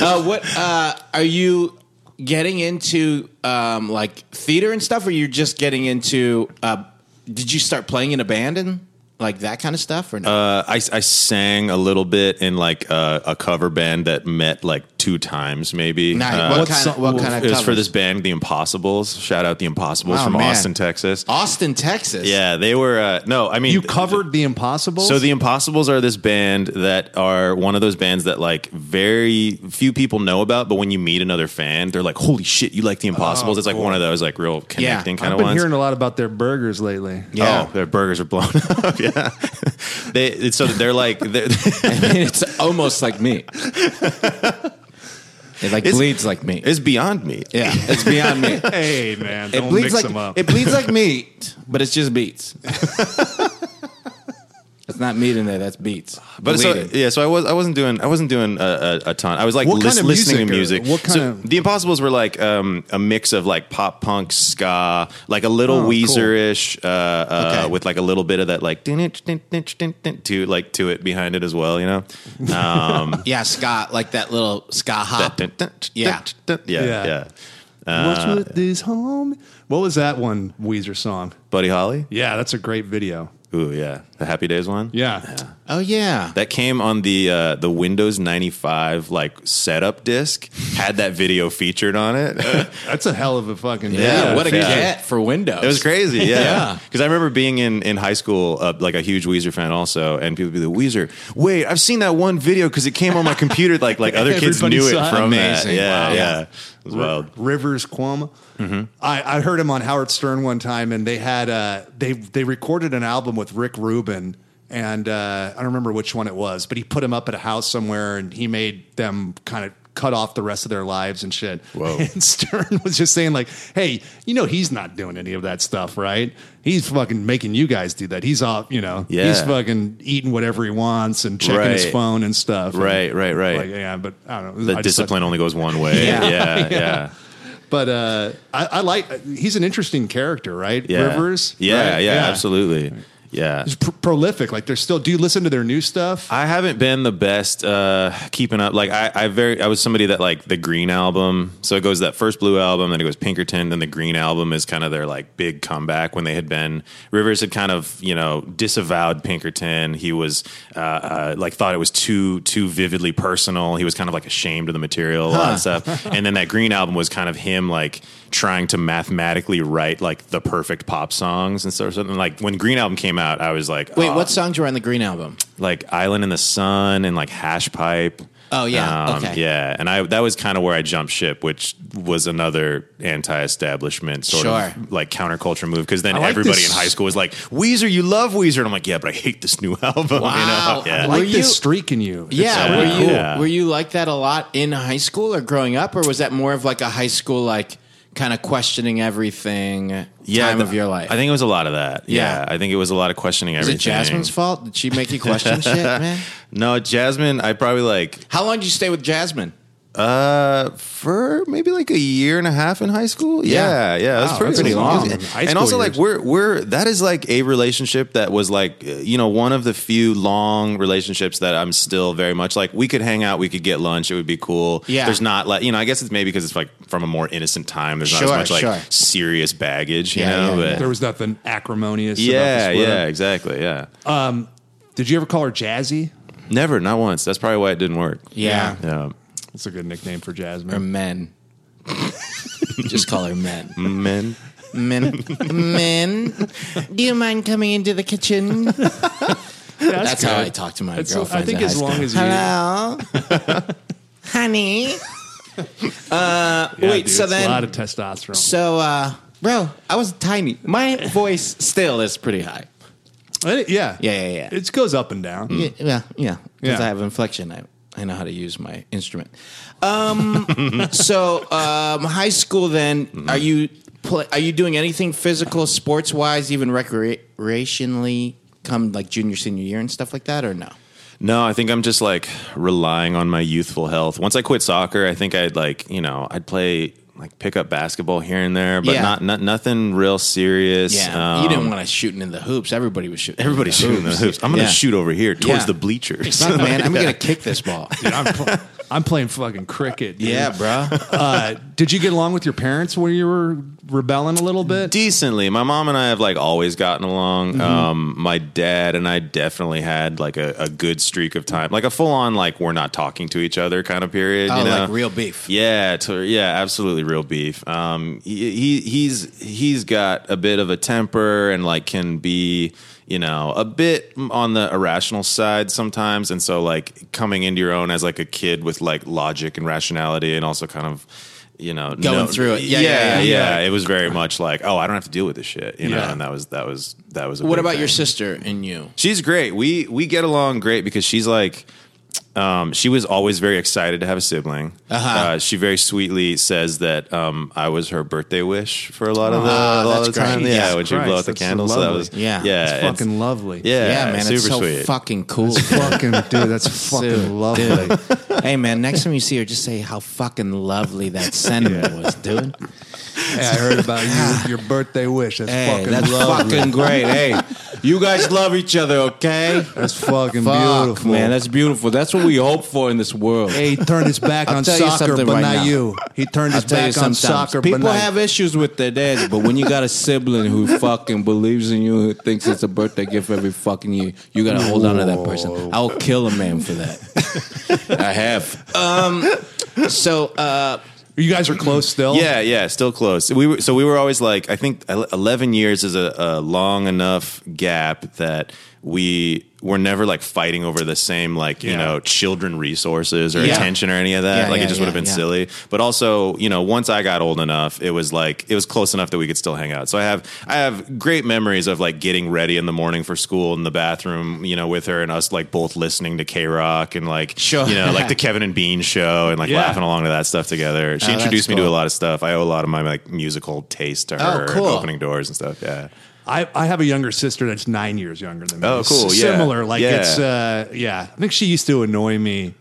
Speaker 2: Uh, what uh, are you getting into? Um, like theater and stuff, or you're just getting into? Uh, did you start playing in a band and like that kind of stuff, or no?
Speaker 5: Uh, I, I sang a little bit in like a, a cover band that met like two times, maybe.
Speaker 2: Nice.
Speaker 5: Uh,
Speaker 2: what kind
Speaker 3: what's
Speaker 2: of
Speaker 3: so-
Speaker 2: what
Speaker 3: well,
Speaker 5: it
Speaker 2: kind of
Speaker 5: was for
Speaker 2: covers?
Speaker 5: this band, The Impossibles. Shout out The Impossibles
Speaker 2: Oh,
Speaker 5: from
Speaker 2: man.
Speaker 5: Austin, Texas.
Speaker 2: Austin, Texas.
Speaker 5: Yeah, they were. Uh, no, I mean
Speaker 3: You covered the impossible.
Speaker 5: So the Impossibles are this band that are one of those bands that like very few people know about, but when you meet another fan, they're like, "Holy shit, you like the
Speaker 2: Oh,
Speaker 5: Impossibles!" it's like one of those like real connecting kind
Speaker 3: I've
Speaker 5: of
Speaker 3: been
Speaker 5: ones.
Speaker 3: hearing a lot about their burgers lately.
Speaker 5: Oh, their burgers are blown up. yeah, they it's- so they're like they're,
Speaker 2: it's almost like me. It like
Speaker 5: It's-
Speaker 2: bleeds like me.
Speaker 5: it's beyond me.
Speaker 2: yeah, it's beyond me.
Speaker 3: Hey man,
Speaker 2: It
Speaker 3: don't
Speaker 2: bleeds
Speaker 3: mix
Speaker 2: like
Speaker 3: them up.
Speaker 2: it bleeds like meat, but it's just beets. it's not meat in there. That's beats.
Speaker 5: But so yeah, so I was I wasn't doing I wasn't doing a, a, a ton. I was like
Speaker 3: What
Speaker 5: lis-
Speaker 3: kind of
Speaker 5: listening to
Speaker 3: music
Speaker 5: music.
Speaker 3: or- what kind
Speaker 5: so
Speaker 3: of-
Speaker 5: the Impossibles were like um, a mix of like pop punk, ska, like a little
Speaker 3: Oh,
Speaker 5: Weezer-ish, uh, uh,
Speaker 2: Okay.
Speaker 5: with like a little bit of that like din- din- din- din- din- to like to it behind it as well. You know, um,
Speaker 2: yeah, Scott, like that little ska
Speaker 5: that
Speaker 2: hop.
Speaker 5: dun- dun- dun-
Speaker 2: Yeah.
Speaker 5: dun- yeah,
Speaker 3: Yeah.
Speaker 5: yeah.
Speaker 3: What's with this home? What was that one Weezer song?
Speaker 5: Buddy Holly.
Speaker 3: Yeah, that's a great video.
Speaker 5: Ooh, yeah, the Happy Days one.
Speaker 3: Yeah,
Speaker 2: Oh yeah,
Speaker 5: That came on the uh, the Windows 95 like setup disc. Had that video featured on it.
Speaker 3: that's a hell of a fucking
Speaker 2: yeah.
Speaker 3: video.
Speaker 2: what a
Speaker 5: yeah.
Speaker 2: get for Windows.
Speaker 5: It was crazy,
Speaker 2: Yeah.
Speaker 5: yeah. Because I remember being in, in high school, uh, like a huge Weezer fan, also, and people would be like, "Weezer, wait, I've seen that one video because it came on my computer." Like, like other kids
Speaker 3: Everybody
Speaker 5: knew it
Speaker 3: saw it.
Speaker 5: from
Speaker 2: Amazing.
Speaker 5: that. Yeah,
Speaker 2: Wow.
Speaker 5: yeah, it was wild. Mm-hmm.
Speaker 3: Rivers Cuomo. I, I heard him on Howard Stern one time, and they had uh, they they recorded an album with Rick Rubin, and uh, I don't remember which one it was, but he put him up at a house somewhere, and he made them kind of cut off the rest of their lives and shit.
Speaker 5: Whoa.
Speaker 3: And Stern was just saying like, "Hey, you know he's not doing any of that stuff, right? He's fucking making you guys do that. He's off, you know.
Speaker 5: Yeah.
Speaker 3: He's fucking eating whatever he wants and checking his
Speaker 5: Right.
Speaker 3: phone and stuff. And,
Speaker 5: Right, right, right.
Speaker 3: Like, yeah, but I don't know.
Speaker 5: the
Speaker 3: I just thought-
Speaker 5: discipline only goes one way.
Speaker 2: Yeah.
Speaker 5: yeah, yeah.
Speaker 3: but uh, I, I like he's an interesting character, right?
Speaker 5: Yeah.
Speaker 3: Rivers,
Speaker 5: Yeah,
Speaker 3: right?
Speaker 5: yeah, absolutely. Yeah.
Speaker 3: He's pr- prolific. Like they're still. Do you listen to their new stuff?
Speaker 5: I haven't been the best uh, keeping up. Like I, I very, I was somebody that like the Green album. So it goes that first Blue album, then it goes Pinkerton, then the Green album is kind of their like big comeback when they had been Rivers had kind of you know disavowed Pinkerton. He was uh, uh, like thought it was too too vividly personal. He was kind of like ashamed of the material, a lot of stuff. and then that Green album was kind of him like trying to mathematically write like the perfect pop songs and stuff. And like when Green album came out, I was like, "Oh,
Speaker 2: Wait,
Speaker 5: "Aw,
Speaker 2: what songs were on the Green album?
Speaker 5: like Island in the Sun and like Hash Pipe. Um,
Speaker 2: Oh, yeah. Okay.
Speaker 5: yeah, and I that was kind of where I jumped ship, which was another anti-establishment sort
Speaker 2: Sure.
Speaker 5: of like counterculture move. Because then
Speaker 3: like
Speaker 5: everybody
Speaker 3: this-
Speaker 5: in high school was like, "Weezer, you love Weezer," and I'm like, "Yeah, but I hate this new album."
Speaker 2: Wow.
Speaker 5: You know? Yeah.
Speaker 3: like
Speaker 2: were
Speaker 3: this
Speaker 2: you-
Speaker 3: streak in you. It's-
Speaker 2: Yeah,
Speaker 5: uh,
Speaker 2: were you
Speaker 5: yeah.
Speaker 2: were you like that a lot in high school or growing up, or was that more of like a high school like kind of questioning everything time
Speaker 5: th-
Speaker 2: of your life?
Speaker 5: I think it was a lot of that. Yeah,
Speaker 2: Yeah.
Speaker 5: I think it was a lot of questioning
Speaker 2: is
Speaker 5: everything.
Speaker 2: it Jasmine's fault? Did she make you question shit, man?
Speaker 5: No, Jasmine. I probably like
Speaker 2: How long did you stay with Jasmine?
Speaker 5: Uh, for maybe like a year and a half in high school. Yeah, yeah, that's
Speaker 2: Wow,
Speaker 5: pretty,
Speaker 2: that's pretty long.
Speaker 5: And,
Speaker 3: High
Speaker 5: and
Speaker 3: school
Speaker 5: also, like
Speaker 3: years.
Speaker 5: we're we're that is like a relationship that was like uh, you know one of the few long relationships that I'm still very much like we could hang out, we could get lunch, it would be cool.
Speaker 2: Yeah.
Speaker 5: there's not like you know I guess it's maybe because it's like from a more innocent time. There's
Speaker 2: Sure,
Speaker 5: not as much like
Speaker 2: sure.
Speaker 5: serious baggage, you
Speaker 2: Yeah,
Speaker 5: know.
Speaker 2: yeah,
Speaker 5: but-
Speaker 3: There was nothing acrimonious. about
Speaker 5: yeah,
Speaker 3: the split
Speaker 5: yeah,
Speaker 3: up.
Speaker 5: exactly. Yeah.
Speaker 3: Did you ever call her Jazzy?
Speaker 5: Never, not once. That's probably why it didn't work.
Speaker 2: Yeah.
Speaker 5: Yeah.
Speaker 3: That's a good nickname for
Speaker 2: Or
Speaker 3: Jasmine.
Speaker 2: men. Just call her men.
Speaker 5: Men.
Speaker 2: Men. Men. Do you mind coming into the kitchen? That's, how I talk to my
Speaker 3: That's-
Speaker 2: girlfriends.
Speaker 3: I think
Speaker 2: in high
Speaker 3: as
Speaker 2: school.
Speaker 3: long as you-
Speaker 2: Hello. Honey.
Speaker 3: Yeah,
Speaker 7: Wait,
Speaker 3: dude,
Speaker 7: so
Speaker 3: it's a
Speaker 7: then-
Speaker 3: lot of testosterone.
Speaker 2: So, uh, bro, I was tiny. My voice still is pretty high.
Speaker 3: Uh, yeah,
Speaker 2: Yeah, yeah, yeah.
Speaker 3: It goes up and down.
Speaker 2: Yeah, yeah, yeah. Because
Speaker 3: Yeah.
Speaker 2: I have inflection, I I know how to use my instrument. Um, so um, high school. Then are you play, are you doing anything physical, sports wise, even recreationally? Come like junior, senior year and stuff like that, or no?
Speaker 5: No, I think I'm just like relying on my youthful health. Once I quit soccer, I think I'd like, you know, I'd play like pick up basketball here and there, but
Speaker 2: Yeah.
Speaker 5: not, not nothing real serious.
Speaker 2: Yeah, you didn't
Speaker 5: Um,
Speaker 2: want to shooting in the hoops. Everybody was shooting.
Speaker 5: everybody shooting the hoops. I'm going to
Speaker 2: Yeah.
Speaker 5: shoot over here towards
Speaker 2: Yeah.
Speaker 5: the bleachers.
Speaker 2: Fuck, man, I'm gonna kick this ball.
Speaker 3: Dude, I'm, pl- I'm playing fucking cricket. dude.
Speaker 2: yeah, bro.
Speaker 3: Uh, did you get along with your parents when you were rebelling a little bit?
Speaker 5: decently. My mom and I have like always gotten along.
Speaker 2: Mm-hmm.
Speaker 5: Um, my dad and I definitely had like a, a good streak of time, like a full on like we're not talking to each other kind of period.
Speaker 2: Oh,
Speaker 5: you know?
Speaker 2: like real beef.
Speaker 5: Yeah, to, yeah, absolutely real beef. Um, he, he he's he's got a bit of a temper and like can be you know a bit on the irrational side sometimes, and so like coming into your own as like a kid with like logic and rationality, and also kind of. You know,
Speaker 2: Going through it. Yeah, yeah, yeah.
Speaker 5: yeah, it was very much like, oh, I don't have to deal with this shit, you know.
Speaker 3: Yeah.
Speaker 5: And that was that was that was. A
Speaker 2: What
Speaker 5: big
Speaker 2: about
Speaker 5: thing.
Speaker 2: your sister and you?
Speaker 5: She's great. We we get along great because she's like, um, she was always very excited to have a sibling.
Speaker 2: Uh-huh.
Speaker 5: Uh, she very sweetly says that um, I was her birthday wish for a lot of the,
Speaker 2: Ah,
Speaker 5: a lot of
Speaker 2: that's
Speaker 5: the time.
Speaker 2: great.
Speaker 5: Yeah,
Speaker 2: Jesus
Speaker 5: when she blow
Speaker 3: Christ,
Speaker 5: out the
Speaker 3: that's
Speaker 5: candles, so that
Speaker 3: lovely.
Speaker 5: was
Speaker 2: Yeah.
Speaker 5: yeah,
Speaker 3: It's fucking lovely.
Speaker 5: yeah,
Speaker 2: Yeah, man,
Speaker 5: super
Speaker 2: it's so
Speaker 5: sweet.
Speaker 2: fucking cool.
Speaker 3: fucking dude, that's fucking
Speaker 2: Dude.
Speaker 3: lovely.
Speaker 2: hey man, next time you see her, just say how fucking lovely that sentiment was, dude.
Speaker 3: Hey, I heard about you, your birthday wish. That's
Speaker 2: Hey,
Speaker 3: fucking
Speaker 2: that's
Speaker 3: lovely.
Speaker 2: fucking great. Hey, you guys love each other, okay?
Speaker 3: that's fucking
Speaker 2: Fuck,
Speaker 3: beautiful.
Speaker 2: man, that's beautiful. That's what we hope for in this world.
Speaker 3: hey, he turned his back
Speaker 2: I'll
Speaker 3: on
Speaker 2: tell you
Speaker 3: soccer,
Speaker 2: something
Speaker 3: but
Speaker 2: right
Speaker 3: not
Speaker 2: now.
Speaker 3: you. He turned his back on
Speaker 2: sometimes
Speaker 3: soccer,
Speaker 2: people
Speaker 3: but not
Speaker 2: have issues with their dads, but when you got a sibling who fucking believes in you, who thinks it's a birthday gift every fucking year, you gotta hold on to that person. I will kill a man for that. I have. Um. So, uh,
Speaker 3: you guys are close still.
Speaker 5: Yeah, yeah, still close. We were so we were always like, I think ele- eleven years is a, a long enough gap that we were never like fighting over the same like you
Speaker 3: Yeah.
Speaker 5: know children resources or
Speaker 2: Yeah.
Speaker 5: attention or any of that.
Speaker 2: Yeah,
Speaker 5: like
Speaker 2: yeah,
Speaker 5: it just would have
Speaker 2: yeah,
Speaker 5: been
Speaker 2: yeah.
Speaker 5: silly. But also, you know, once I got old enough, it was like it was close enough that we could still hang out. So I have I have great memories of like getting ready in the morning for school in the bathroom, you know, with her and us like both listening to K Rock and like
Speaker 2: Sure.
Speaker 5: you know like the Kevin and Bean show and like
Speaker 3: Yeah.
Speaker 5: laughing along to that stuff together. She
Speaker 2: Oh,
Speaker 5: introduced me
Speaker 2: that's
Speaker 5: to a
Speaker 2: cool. Oh,
Speaker 5: lot of stuff. I owe a lot of my like musical taste to her, and
Speaker 2: cool.
Speaker 5: opening doors and stuff. Yeah,
Speaker 3: I, I have a younger sister that's nine years younger than me.
Speaker 5: Oh,
Speaker 3: It's
Speaker 5: cool, yeah.
Speaker 3: Similar, like
Speaker 5: Yeah.
Speaker 3: it's uh, yeah. I think she used to annoy me.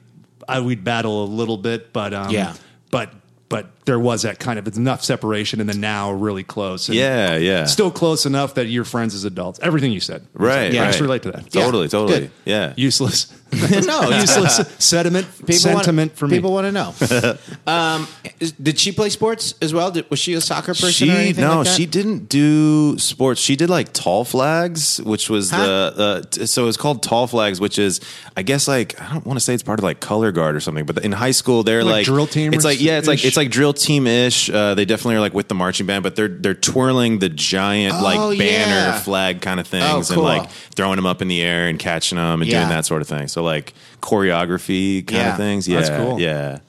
Speaker 3: I we'd battle a little bit, but um,
Speaker 2: Yeah.
Speaker 3: but but there was that kind of enough separation, and then now we're really close. And
Speaker 5: yeah, yeah.
Speaker 3: still close enough that you're friends as adults. Everything you said,
Speaker 5: Right,
Speaker 3: I just
Speaker 5: right.
Speaker 3: relate to that.
Speaker 5: totally, totally.
Speaker 2: Good.
Speaker 5: Yeah,
Speaker 3: Useless,
Speaker 2: no,
Speaker 3: useless sediment, sentiment
Speaker 2: want,
Speaker 3: for me.
Speaker 2: People want to know. um, is- did she play sports as well? Did, was she a soccer person?
Speaker 5: She
Speaker 2: or anything
Speaker 5: no,
Speaker 2: like that?
Speaker 5: she didn't do sports. She did like tall flags, which was
Speaker 2: Huh?
Speaker 5: the uh, t- so it's called tall flags, which is I guess like I don't want to say it's part of like color guard or something, but in high school they're
Speaker 3: Like
Speaker 5: like,
Speaker 3: drill team
Speaker 5: It's
Speaker 3: or
Speaker 5: like yeah, it's like
Speaker 3: ish?
Speaker 5: it's like drill team ish. Uh, they definitely are like with the marching band, but they're they're twirling the giant
Speaker 2: Oh,
Speaker 5: like banner
Speaker 2: yeah. Oh,
Speaker 5: flag kind of things
Speaker 2: cool.
Speaker 5: and like throwing them up in the air and catching them and
Speaker 2: Yeah.
Speaker 5: doing that sort of thing. So like choreography kind
Speaker 2: Yeah.
Speaker 5: of things. Yeah,
Speaker 3: That's cool.
Speaker 5: yeah,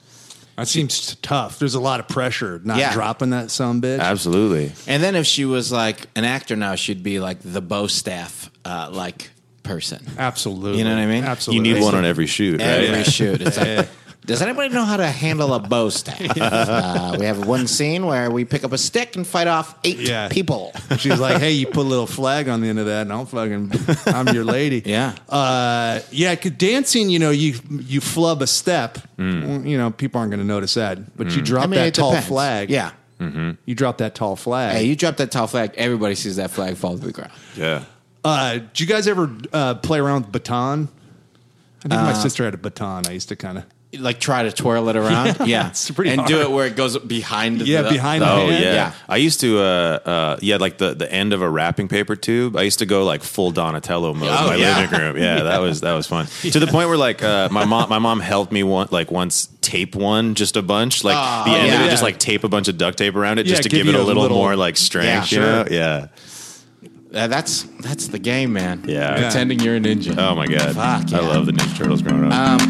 Speaker 3: that seems tough. There's a lot of pressure not
Speaker 2: Yeah.
Speaker 3: dropping that some bitch.
Speaker 5: absolutely.
Speaker 2: And then if she was like an actor now, she'd be like the Bo Staff uh, like person.
Speaker 3: Absolutely,
Speaker 2: You know what I mean?
Speaker 3: Absolutely,
Speaker 5: You need one on every shoot, right?
Speaker 2: Every shoot, it's like
Speaker 6: Does anybody know how to handle a bow staff? uh, we have one scene where we pick up a stick and fight off eight
Speaker 3: Yeah.
Speaker 6: people.
Speaker 3: She's like, "Hey, you put a little flag on the end of that, and I'm fucking, I'm your lady."
Speaker 6: Yeah.
Speaker 3: uh, yeah. 'cause dancing, you know, you you flub a step,
Speaker 2: Mm.
Speaker 3: well, you know, people aren't going to notice that. But you drop
Speaker 6: I mean,
Speaker 3: that
Speaker 6: it
Speaker 3: tall
Speaker 6: depends.
Speaker 3: flag, Hmm.
Speaker 6: Yeah.
Speaker 3: You drop that tall flag.
Speaker 2: Hey, you drop that tall flag, everybody sees that flag fall to the ground.
Speaker 5: Yeah.
Speaker 3: uh, do you guys ever uh, play around with baton? I think
Speaker 2: Uh,
Speaker 3: my sister had a baton. I used to kind of.
Speaker 2: Like try to twirl it around. yeah.
Speaker 3: It's pretty
Speaker 2: and do
Speaker 3: hard.
Speaker 2: it where it goes behind
Speaker 3: Yeah,
Speaker 2: the
Speaker 3: behind the
Speaker 5: Oh
Speaker 3: hand.
Speaker 5: yeah.
Speaker 2: Yeah.
Speaker 5: I used to, uh, uh, yeah, like the, the end of a wrapping paper tube. I used to go like full Donatello mode
Speaker 2: Oh,
Speaker 5: in my
Speaker 2: yeah.
Speaker 5: living room. Yeah, that was that was fun. To the point where like uh, my mom, my mom helped me one like once tape one just a bunch like
Speaker 2: Ah,
Speaker 5: the end of
Speaker 3: yeah.
Speaker 5: it, just like tape a bunch of duct tape around it
Speaker 3: Yeah,
Speaker 5: just to
Speaker 3: give
Speaker 5: give, it
Speaker 3: you
Speaker 5: a
Speaker 3: a
Speaker 5: little,
Speaker 3: little-
Speaker 5: more like strength.
Speaker 2: Yeah,
Speaker 5: you
Speaker 2: sure.
Speaker 5: know? Yeah.
Speaker 2: Uh, that's that's the game, man.
Speaker 5: Yeah.
Speaker 2: Pretending you're a ninja.
Speaker 5: Oh my god.
Speaker 2: Fuck,
Speaker 5: I
Speaker 2: yeah.
Speaker 5: love the Ninja Turtles growing up.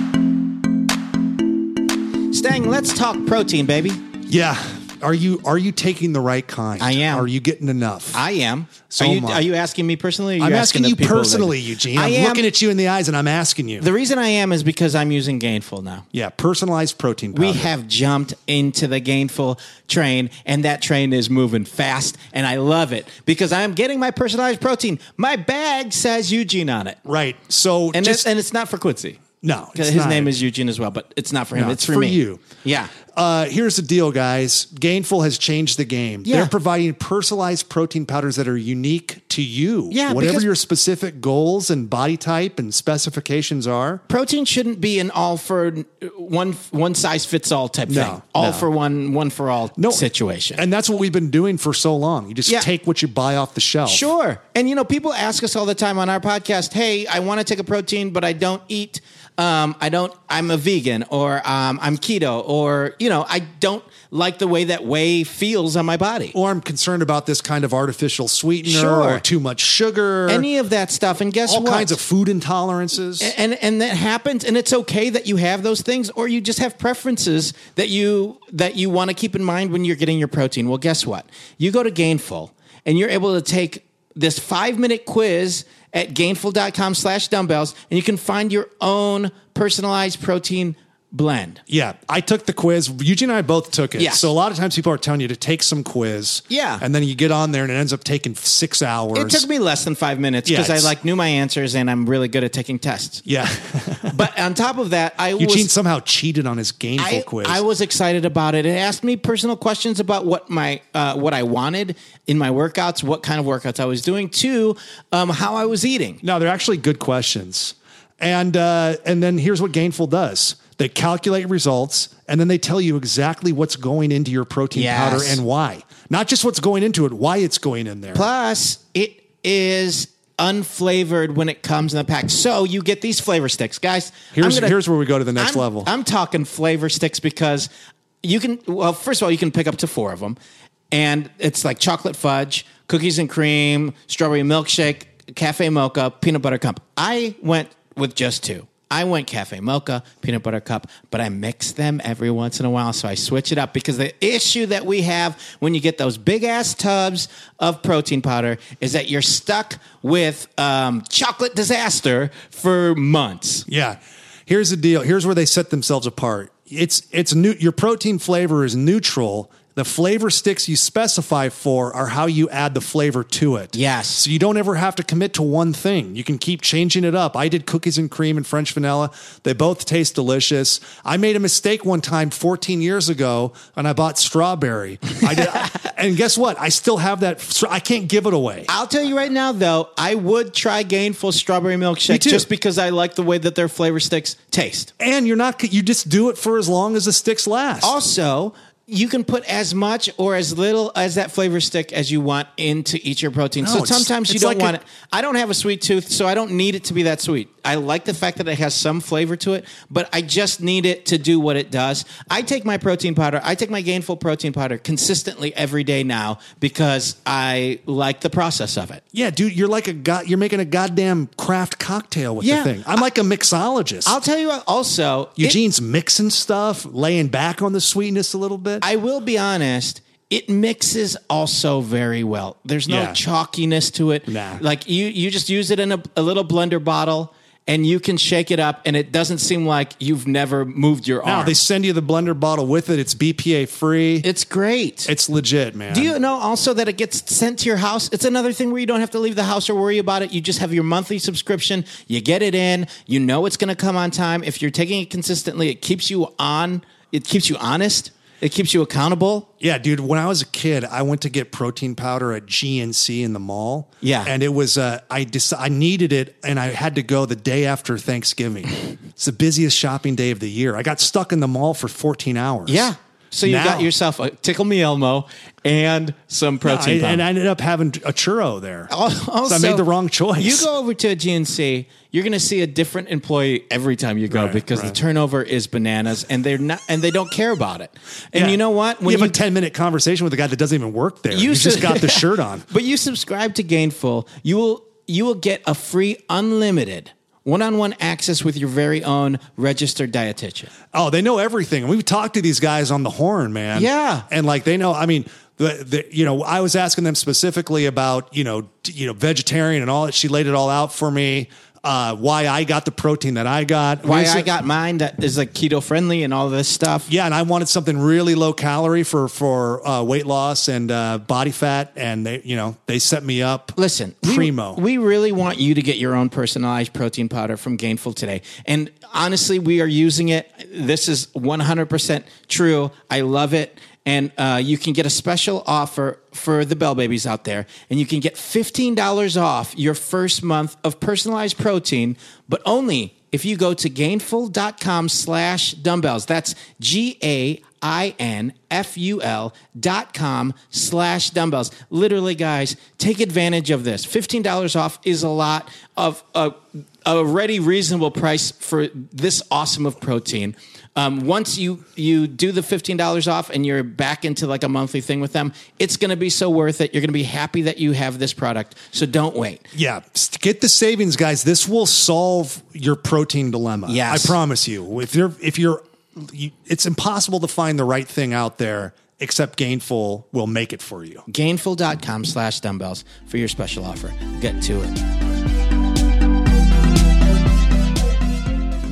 Speaker 3: Oh.
Speaker 6: Stang, let's talk protein, baby.
Speaker 3: Yeah. Are you are you taking the right kind?
Speaker 6: I am.
Speaker 3: Are you getting enough?
Speaker 6: I am.
Speaker 3: So
Speaker 6: are, you,
Speaker 3: am I.
Speaker 6: are you asking me personally? Or are
Speaker 3: I'm
Speaker 6: you
Speaker 3: asking,
Speaker 6: the
Speaker 3: you
Speaker 6: people that-
Speaker 3: personally, Eugene.
Speaker 6: I
Speaker 3: I'm
Speaker 6: am-
Speaker 3: looking at you in the eyes and I'm asking you.
Speaker 6: The reason I am is because I'm using Gainful now.
Speaker 3: yeah, personalized protein powder.
Speaker 6: We have jumped into the Gainful train, and that train is moving fast, and I love it because I'm getting my personalized protein. My bag says Eugene on it.
Speaker 3: right. So
Speaker 6: And,
Speaker 3: just
Speaker 6: it's, and it's not for Quincy.
Speaker 3: no. it's
Speaker 6: His
Speaker 3: not.
Speaker 6: name is Eugene as well, but it's not for him.
Speaker 3: No,
Speaker 6: it's
Speaker 3: it's
Speaker 6: for,
Speaker 3: for
Speaker 6: me.
Speaker 3: you.
Speaker 6: Yeah.
Speaker 3: Uh, here's the deal, guys. Gainful has changed the game.
Speaker 6: Yeah.
Speaker 3: They're providing personalized protein powders that are unique to you.
Speaker 6: Yeah,
Speaker 3: whatever
Speaker 6: because-
Speaker 3: your specific goals and body type and specifications are.
Speaker 6: Protein shouldn't be an all for one one size fits all type
Speaker 3: No,
Speaker 6: thing. All
Speaker 3: no.
Speaker 6: for one, one for all
Speaker 3: No
Speaker 6: situation.
Speaker 3: and that's what we've been doing for so long. You just
Speaker 6: Yeah.
Speaker 3: take what you buy off the shelf.
Speaker 6: Sure. And you know, people ask us all the time on our podcast, "Hey, I want to take a protein, but I don't eat. Um, I don't. I'm a vegan, or um, I'm keto, or you know, I don't like the way that whey feels on my body.
Speaker 3: Or I'm concerned about this kind of artificial sweetener
Speaker 6: Sure.
Speaker 3: or too much sugar.
Speaker 6: Any of that stuff. And guess
Speaker 3: all
Speaker 6: what? Eh.
Speaker 3: kinds of food intolerances.
Speaker 6: and and that happens and it's okay that you have those things or you just have preferences that you that you want to keep in mind when you're getting your protein well guess what you go to gainful and you're able to take this five minute quiz at gainful.com slash dumbbells and you can find your own personalized protein blend
Speaker 3: Yeah, I took the quiz. Eugene and I both took it.
Speaker 6: Yes.
Speaker 3: So a lot of times people are telling you to take some quiz.
Speaker 6: Yeah.
Speaker 3: And then you get on there and it ends up taking six hours.
Speaker 6: it took me less than five minutes
Speaker 3: Yeah,
Speaker 6: because i
Speaker 3: it's-
Speaker 6: like knew my answers and i'm really good at taking tests
Speaker 3: Yeah.
Speaker 6: but on top of that i
Speaker 3: Eugene
Speaker 6: was
Speaker 3: somehow cheated on his gainful
Speaker 6: I,
Speaker 3: quiz.
Speaker 6: I was excited about it. It asked me personal questions about what my uh, what I wanted in my workouts, what kind of workouts I was doing, to um, how I was eating.
Speaker 3: no, they're actually good questions. And uh, and then here's what Gainful does. They calculate results and then they tell you exactly what's going into your protein
Speaker 6: Yes.
Speaker 3: powder and why. Not just what's going into it, why it's going in there.
Speaker 6: Plus, it is unflavored when it comes in the pack, so you get these flavor sticks, guys. I'm
Speaker 3: Here's-
Speaker 6: gonna-
Speaker 3: here's where we go to the next
Speaker 6: I'm-
Speaker 3: level.
Speaker 6: I'm talking flavor sticks because you can. Well, first of all, you can pick up to four of them, and it's like chocolate fudge, cookies and cream, strawberry milkshake, cafe mocha, peanut butter cup. I went with just two. I went cafe mocha, peanut butter cup, but I mix them every once in a while, so I switch it up because the issue that we have when you get those big ass tubs of protein powder is that you're stuck with um, chocolate disaster for months.
Speaker 3: Yeah. Here's the deal. Here's where they set themselves apart. It's it's new your protein flavor is neutral. The flavor sticks you specify for are how you add the flavor to it.
Speaker 6: Yes.
Speaker 3: So you don't ever have to commit to one thing. You can keep changing it up. I did cookies and cream and French vanilla. They both taste delicious. I made a mistake one time 14 years ago and I bought strawberry. I did, and guess what? I still have that. str- I can't give it away.
Speaker 6: I'll tell you right now, though, I would try Gainful Strawberry
Speaker 3: Me
Speaker 6: Milkshake
Speaker 3: too.
Speaker 6: just because I like the way that their flavor sticks taste.
Speaker 3: And you're not, you just do it for as long as the sticks last.
Speaker 6: Also, you can put as much or as little as that flavor stick as you want into each your protein. so
Speaker 3: it's-
Speaker 6: sometimes you
Speaker 3: it's
Speaker 6: don't
Speaker 3: like
Speaker 6: want
Speaker 3: a-
Speaker 6: it. I don't have a sweet tooth, so I don't need it to be that sweet. I like the fact that it has some flavor to it, but I just need it to do what it does. I take my protein powder, I take my gainful protein powder consistently every day now because I like the process of it.
Speaker 3: Yeah, dude, you're like a god. You're making a goddamn craft cocktail with
Speaker 6: Yeah.
Speaker 3: the thing. I'm like a mixologist.
Speaker 6: I'll tell you what, also, it-
Speaker 3: Eugene's mixing stuff, laying back on the sweetness a little bit.
Speaker 6: I will be honest. It mixes also very well. There's no
Speaker 3: Yeah.
Speaker 6: chalkiness to it.
Speaker 3: Nah.
Speaker 6: Like you, you just use it in a, a little blender bottle, and you can shake it up, and it doesn't seem like you've never moved your
Speaker 3: Now
Speaker 6: arm.
Speaker 3: Oh, they send you the blender bottle with it. It's BPA free.
Speaker 6: it's great.
Speaker 3: it's legit, man.
Speaker 6: Do you know also that it gets sent to your house? It's another thing where you don't have to leave the house or worry about it. You just have your monthly subscription. You get it in. You know it's going to come on time. If you're taking it consistently, it keeps you on. It keeps you honest. It keeps you accountable.
Speaker 3: Yeah, dude. When I was a kid, I went to get protein powder at GNC in the mall.
Speaker 6: Yeah.
Speaker 3: and it was uh, I dec- I needed it, and I had to go the day after Thanksgiving. it's the busiest shopping day of the year. I got stuck in the mall for 14 hours.
Speaker 6: Yeah. So you
Speaker 3: Now-
Speaker 6: got yourself a tickle me Elmo and some protein.
Speaker 3: I-
Speaker 6: powder.
Speaker 3: and I ended up having a churro there.
Speaker 6: Also,
Speaker 3: so I made the wrong choice.
Speaker 6: You go over to a GNC, you're going to see a different employee every time you go
Speaker 3: Right,
Speaker 6: because
Speaker 3: right.
Speaker 6: the turnover is bananas, and they're not, and they don't care about it. And
Speaker 3: Yeah.
Speaker 6: you know what?
Speaker 3: you have
Speaker 6: you-
Speaker 3: a 10 minute conversation with a guy that doesn't even work there. You,
Speaker 6: should-
Speaker 3: just got the shirt on.
Speaker 6: but you subscribe to Gainful, you will you will get a free unlimited one-on-one access with your very own registered dietitian.
Speaker 3: Oh, they know everything. We've talked to these guys on the horn, man.
Speaker 6: Yeah.
Speaker 3: and like they know. I mean, the, the you know, I was asking them specifically about you know, d- you know, vegetarian and all that. She laid it all out for me. Uh, why I got the protein that I got.
Speaker 6: Why
Speaker 3: Where's
Speaker 6: I
Speaker 3: it-
Speaker 6: got mine that is like keto friendly and all this stuff.
Speaker 3: Yeah, and I wanted something really low calorie for for uh, weight loss and uh, body fat, and they you know they set me up.
Speaker 6: Listen, we-
Speaker 3: primo.
Speaker 6: We, really want you to get your own personalized protein powder from Gainful today. And honestly, we are using it. This is 100% true. I love it. And uh, you can get a special offer for the Bell Babies out there. And you can get $15 off your first month of personalized protein, but only if you go to gainful.com slash dumbbells. That's G A I-N-F-U-L dot com slash dumbbells. Literally, guys, take advantage of this. $15 off is a lot of a already reasonable price for this awesome of protein. Um, once you you do the $15 off and you're back into like a monthly thing with them, it's going to be so worth it. You're going to be happy that you have this product. So don't wait.
Speaker 3: Yeah, st- get the savings, guys. This will solve your protein dilemma.
Speaker 6: Yes.
Speaker 3: I promise you. If you're, if you're, you, it's impossible to find the right thing out there. Except Gainful will make it for you.
Speaker 6: Gainful.com slash dumbbells for your special offer. Get to it.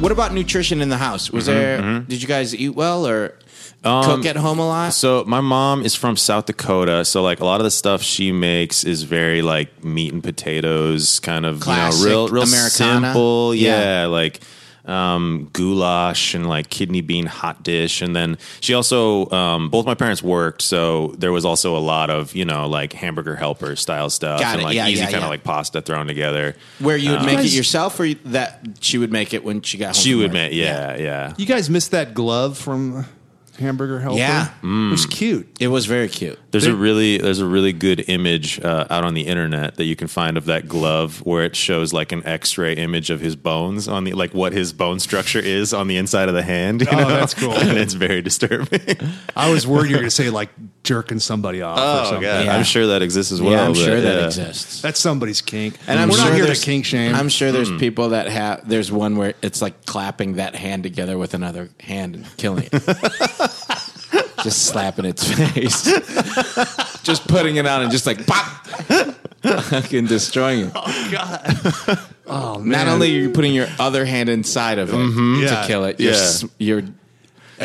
Speaker 6: What about nutrition in the house? Was
Speaker 3: Mm-hmm,
Speaker 6: there, did you guys eat well or
Speaker 3: Um,
Speaker 6: cook at home a lot?
Speaker 5: So my mom is from South Dakota, so like a lot of the stuff she makes is very like meat and potatoes, kind of
Speaker 6: Classic
Speaker 5: you know, real real
Speaker 6: Americana.
Speaker 5: simple,
Speaker 6: Yeah.
Speaker 5: yeah, like um, goulash and like kidney bean hot dish, and then she also um, both my parents worked, so there was also a lot of you know like hamburger helper style stuff
Speaker 6: Got
Speaker 5: and
Speaker 6: it.
Speaker 5: like
Speaker 6: Yeah,
Speaker 5: easy
Speaker 6: yeah,
Speaker 5: kind of
Speaker 6: yeah.
Speaker 5: like pasta thrown together.
Speaker 6: Where you would make it
Speaker 3: guys-
Speaker 6: yourself or that she would make it when she got home?
Speaker 5: She
Speaker 6: from
Speaker 5: would
Speaker 6: work?
Speaker 5: make yeah, yeah.
Speaker 3: You guys missed that glove from Hamburger Helper.
Speaker 6: Yeah. Mm.
Speaker 3: it was cute.
Speaker 6: It was very cute.
Speaker 5: There's a really there's a really good image uh, out on the internet that you can find of that glove where it shows like an X-ray image of his bones on the like what his bone structure is on the inside of the hand. you
Speaker 3: Oh,
Speaker 5: know?
Speaker 3: that's cool.
Speaker 5: and it's very disturbing.
Speaker 3: I was worried you were going to say like jerking somebody off or something.
Speaker 6: Yeah.
Speaker 5: I'm sure that exists as well.
Speaker 6: yeah, I'm
Speaker 5: but,
Speaker 6: sure that
Speaker 5: yeah.
Speaker 6: exists.
Speaker 3: That's somebody's kink.
Speaker 6: And I'm
Speaker 3: we're
Speaker 6: sure
Speaker 3: not here to
Speaker 6: there's-
Speaker 3: kink shame.
Speaker 6: I'm sure there's people that have. There's one where it's like clapping that hand together with another hand and killing it, just slapping its face, just putting it on and just like pop, fucking destroying it.
Speaker 3: oh,
Speaker 6: Not
Speaker 3: man. Mm-hmm.
Speaker 6: only are you putting your other hand inside of it
Speaker 3: Yeah.
Speaker 6: to kill it, you're,
Speaker 5: Yeah.
Speaker 6: s- you're
Speaker 3: And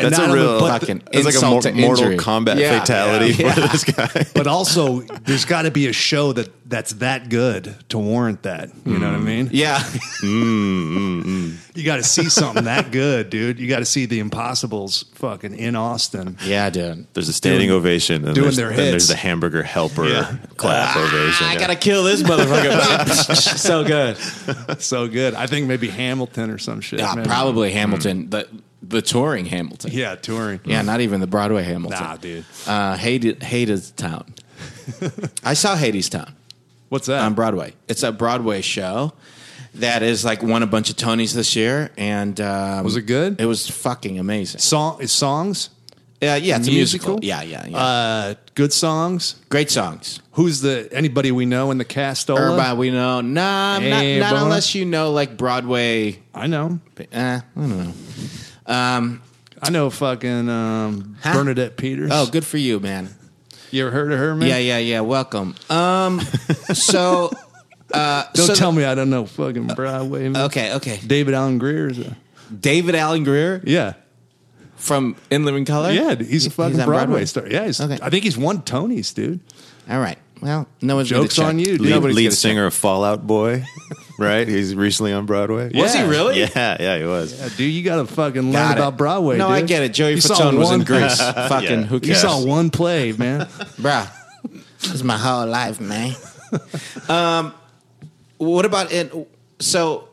Speaker 5: That's
Speaker 3: not
Speaker 5: a
Speaker 3: only-
Speaker 5: real
Speaker 3: but-
Speaker 6: fucking
Speaker 5: It's like a
Speaker 6: insult
Speaker 5: mor-
Speaker 6: to
Speaker 5: Mortal
Speaker 6: injury.
Speaker 5: Kombat
Speaker 6: Yeah.
Speaker 5: fatality for this guy.
Speaker 3: but also there's got to be a show that that's that good to warrant that. You know what I mean?
Speaker 6: yeah.
Speaker 3: You got to see something that good, dude. You got to see the Impossibles fucking in Austin.
Speaker 6: Yeah, dude.
Speaker 5: There's a standing ovation and
Speaker 3: doing
Speaker 5: there's,
Speaker 3: their
Speaker 5: then there's
Speaker 3: hits.
Speaker 5: the hamburger helper
Speaker 3: Yeah.
Speaker 5: clap ovation.
Speaker 6: I
Speaker 5: yeah.
Speaker 6: gotta kill this motherfucker. so good.
Speaker 3: So good. I think maybe Hamilton or some shit.
Speaker 6: Yeah,
Speaker 3: man.
Speaker 6: Ah,
Speaker 3: Mm.
Speaker 6: probably Hamilton, the the touring Hamilton.
Speaker 3: Yeah, touring.
Speaker 6: Yeah, not even the Broadway Hamilton.
Speaker 3: Nah, dude.
Speaker 6: Uh, Hades, Hades Town. I saw Hades Town
Speaker 3: What's that?
Speaker 6: on Broadway. It's a Broadway show that is like won a bunch of Tonys this year, and um,
Speaker 3: Was it good?
Speaker 6: It was fucking amazing.
Speaker 3: Song is songs.
Speaker 6: Yeah, yeah, it's
Speaker 3: Musical?
Speaker 6: a musical. Yeah, yeah, yeah.
Speaker 3: Uh, good songs.
Speaker 6: Great songs.
Speaker 3: Who's the anybody we know in the cast?
Speaker 6: Everybody we know. Nah,
Speaker 3: Hey,
Speaker 6: not, not
Speaker 3: Bono.
Speaker 6: unless you know like Broadway.
Speaker 3: I know.
Speaker 6: Eh, I don't know. Um,
Speaker 3: I know fucking um,
Speaker 6: Huh?
Speaker 3: Bernadette Peters.
Speaker 6: oh, good for you, man.
Speaker 3: You ever heard of her, man?
Speaker 2: Uh,
Speaker 6: Yeah, yeah, yeah. Welcome. Um, so Oh.
Speaker 3: Don't
Speaker 2: so
Speaker 3: tell me I don't know fucking Broadway. man.
Speaker 2: Okay, okay.
Speaker 3: David Allen Greer is a,
Speaker 2: David Allen Greer
Speaker 3: yeah.
Speaker 2: from In Living Color.
Speaker 3: Yeah, he's a fucking
Speaker 6: on
Speaker 3: Broadway,
Speaker 6: Broadway?
Speaker 3: star. Yeah, he's,
Speaker 6: Okay.
Speaker 3: I think he's won Tony's, dude.
Speaker 6: All right. Well, no one's gonna
Speaker 3: Jokes
Speaker 6: check.
Speaker 3: on you, dude.
Speaker 5: lead,
Speaker 3: Nobody's
Speaker 5: lead
Speaker 3: gonna
Speaker 5: singer of Fallout Boy, right? He's recently on Broadway.
Speaker 3: Was he
Speaker 2: really?
Speaker 5: Yeah, yeah, he was.
Speaker 3: check. Dude, you gotta fucking learn
Speaker 2: Got it.
Speaker 3: about Broadway.
Speaker 2: No,
Speaker 3: dude.
Speaker 2: I get it. Joey
Speaker 3: You saw
Speaker 2: Fatone was in
Speaker 3: one-
Speaker 2: Greece. Fucking
Speaker 5: Yeah.
Speaker 2: who
Speaker 3: You
Speaker 2: cares?
Speaker 3: saw one play, man.
Speaker 6: bruh. This is my whole life, man. Um,
Speaker 2: What about it? So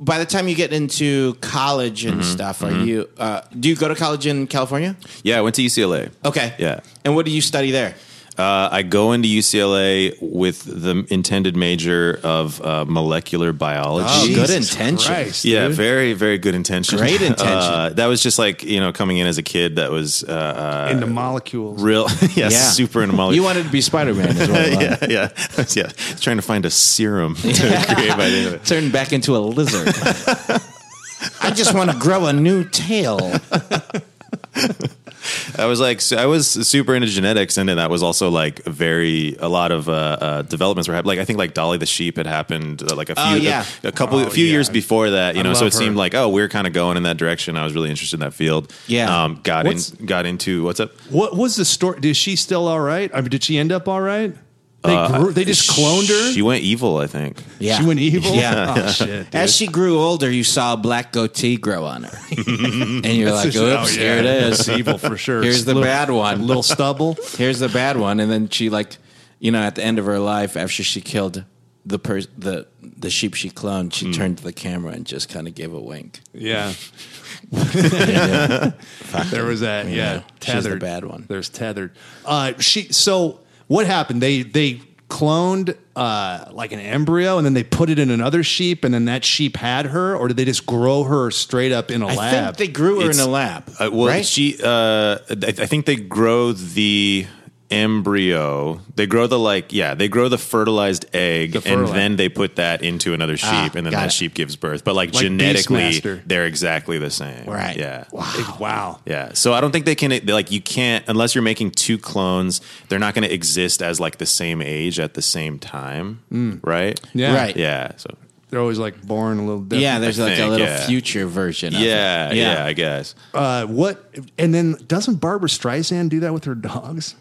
Speaker 2: by the time you get into college
Speaker 3: Mm-hmm,
Speaker 2: and stuff, are you? Uh, do you go to college in California?
Speaker 5: Yeah, I went to UCLA.
Speaker 2: Okay.
Speaker 5: Yeah.
Speaker 2: And what do you study there?
Speaker 5: Uh, I go into UCLA with the intended major of uh, molecular biology.
Speaker 2: Oh, good
Speaker 3: Jesus
Speaker 2: intention.
Speaker 3: Christ,
Speaker 5: Yeah,
Speaker 3: dude.
Speaker 5: very, very good intention.
Speaker 2: Great intention.
Speaker 5: Uh, that was just like you know coming in as a kid. That was uh,
Speaker 3: into molecules.
Speaker 5: real, yeah, super into molecular.
Speaker 2: You wanted to be Spider Man as well.
Speaker 5: yeah, yeah, yeah. Trying to find a serum to create my name.
Speaker 2: Turn back into a lizard.
Speaker 6: I just want to grow a new tail.
Speaker 5: I was like, so I was super into genetics, and then that was also like very a lot of uh, uh, developments were happening. Like I think like Dolly the sheep had happened uh, like a few,
Speaker 2: Oh, yeah.
Speaker 5: a, a couple,
Speaker 3: Oh,
Speaker 5: a few
Speaker 3: yeah.
Speaker 5: years before that. You know, so
Speaker 3: love
Speaker 5: it seemed
Speaker 3: her.
Speaker 5: like oh, we are kind of going in that direction. I was really interested in that field.
Speaker 2: Yeah.
Speaker 5: um, got
Speaker 3: What's-
Speaker 5: in, got into what's up?
Speaker 3: What was the story? Is she still all right? I mean, did she end up all right? They grew, they just cloned her.
Speaker 5: She went evil, I think.
Speaker 2: Uh, Yeah.
Speaker 3: She went evil.
Speaker 2: Yeah.
Speaker 3: Oh, shit. dude.
Speaker 2: As she grew older, you saw a black goatee grow on her, and you're like,
Speaker 3: That's
Speaker 2: "Oops,
Speaker 3: just- oh,
Speaker 2: here it
Speaker 3: yeah.
Speaker 2: is.
Speaker 3: It's evil for sure.
Speaker 2: Here's the
Speaker 3: Little-
Speaker 2: bad one.
Speaker 3: little stubble.
Speaker 2: Here's the bad one." And then she like, you know, at the end of her life, after she killed the per- the the sheep she cloned, she turned to the camera and just kind of gave a wink.
Speaker 3: Yeah. there was that. Yeah,
Speaker 2: She's the
Speaker 3: tethered.
Speaker 2: bad one.
Speaker 3: There's tethered. Uh, she. So what happened? They they cloned uh, like an embryo, and then they put it in another sheep, and then that sheep had her, or did they just grow her straight up in a
Speaker 2: I think
Speaker 3: lab?
Speaker 2: they grew her
Speaker 5: It's-
Speaker 2: in a lab.
Speaker 5: Uh, well,
Speaker 2: right?
Speaker 5: she, uh, I, I think they grow the embryo. They grow the like, yeah, they grow the fertilized egg,
Speaker 3: The
Speaker 5: and
Speaker 3: fertile
Speaker 5: then they put that into another sheep, and then
Speaker 2: Ah, got
Speaker 5: that
Speaker 2: it.
Speaker 5: sheep gives birth. But like,
Speaker 3: Like
Speaker 5: genetically,
Speaker 3: Beastmaster.
Speaker 5: they're exactly the same.
Speaker 2: Right.
Speaker 5: Yeah.
Speaker 3: Wow. wow.
Speaker 5: Yeah. So I don't think they can, they- like, you can't, unless you're making two clones, they're not going to exist as like the same age at the same time.
Speaker 2: Mm.
Speaker 5: Right.
Speaker 3: Yeah.
Speaker 2: Right.
Speaker 5: Yeah. So,
Speaker 3: They're always like born a little different.
Speaker 2: yeah, there's
Speaker 5: I
Speaker 2: like a
Speaker 5: think,
Speaker 2: little
Speaker 5: yeah.
Speaker 2: future version. Of
Speaker 5: yeah,
Speaker 2: it.
Speaker 5: yeah. I guess.
Speaker 3: Uh, what? And then doesn't Barbara Streisand do that with her dogs?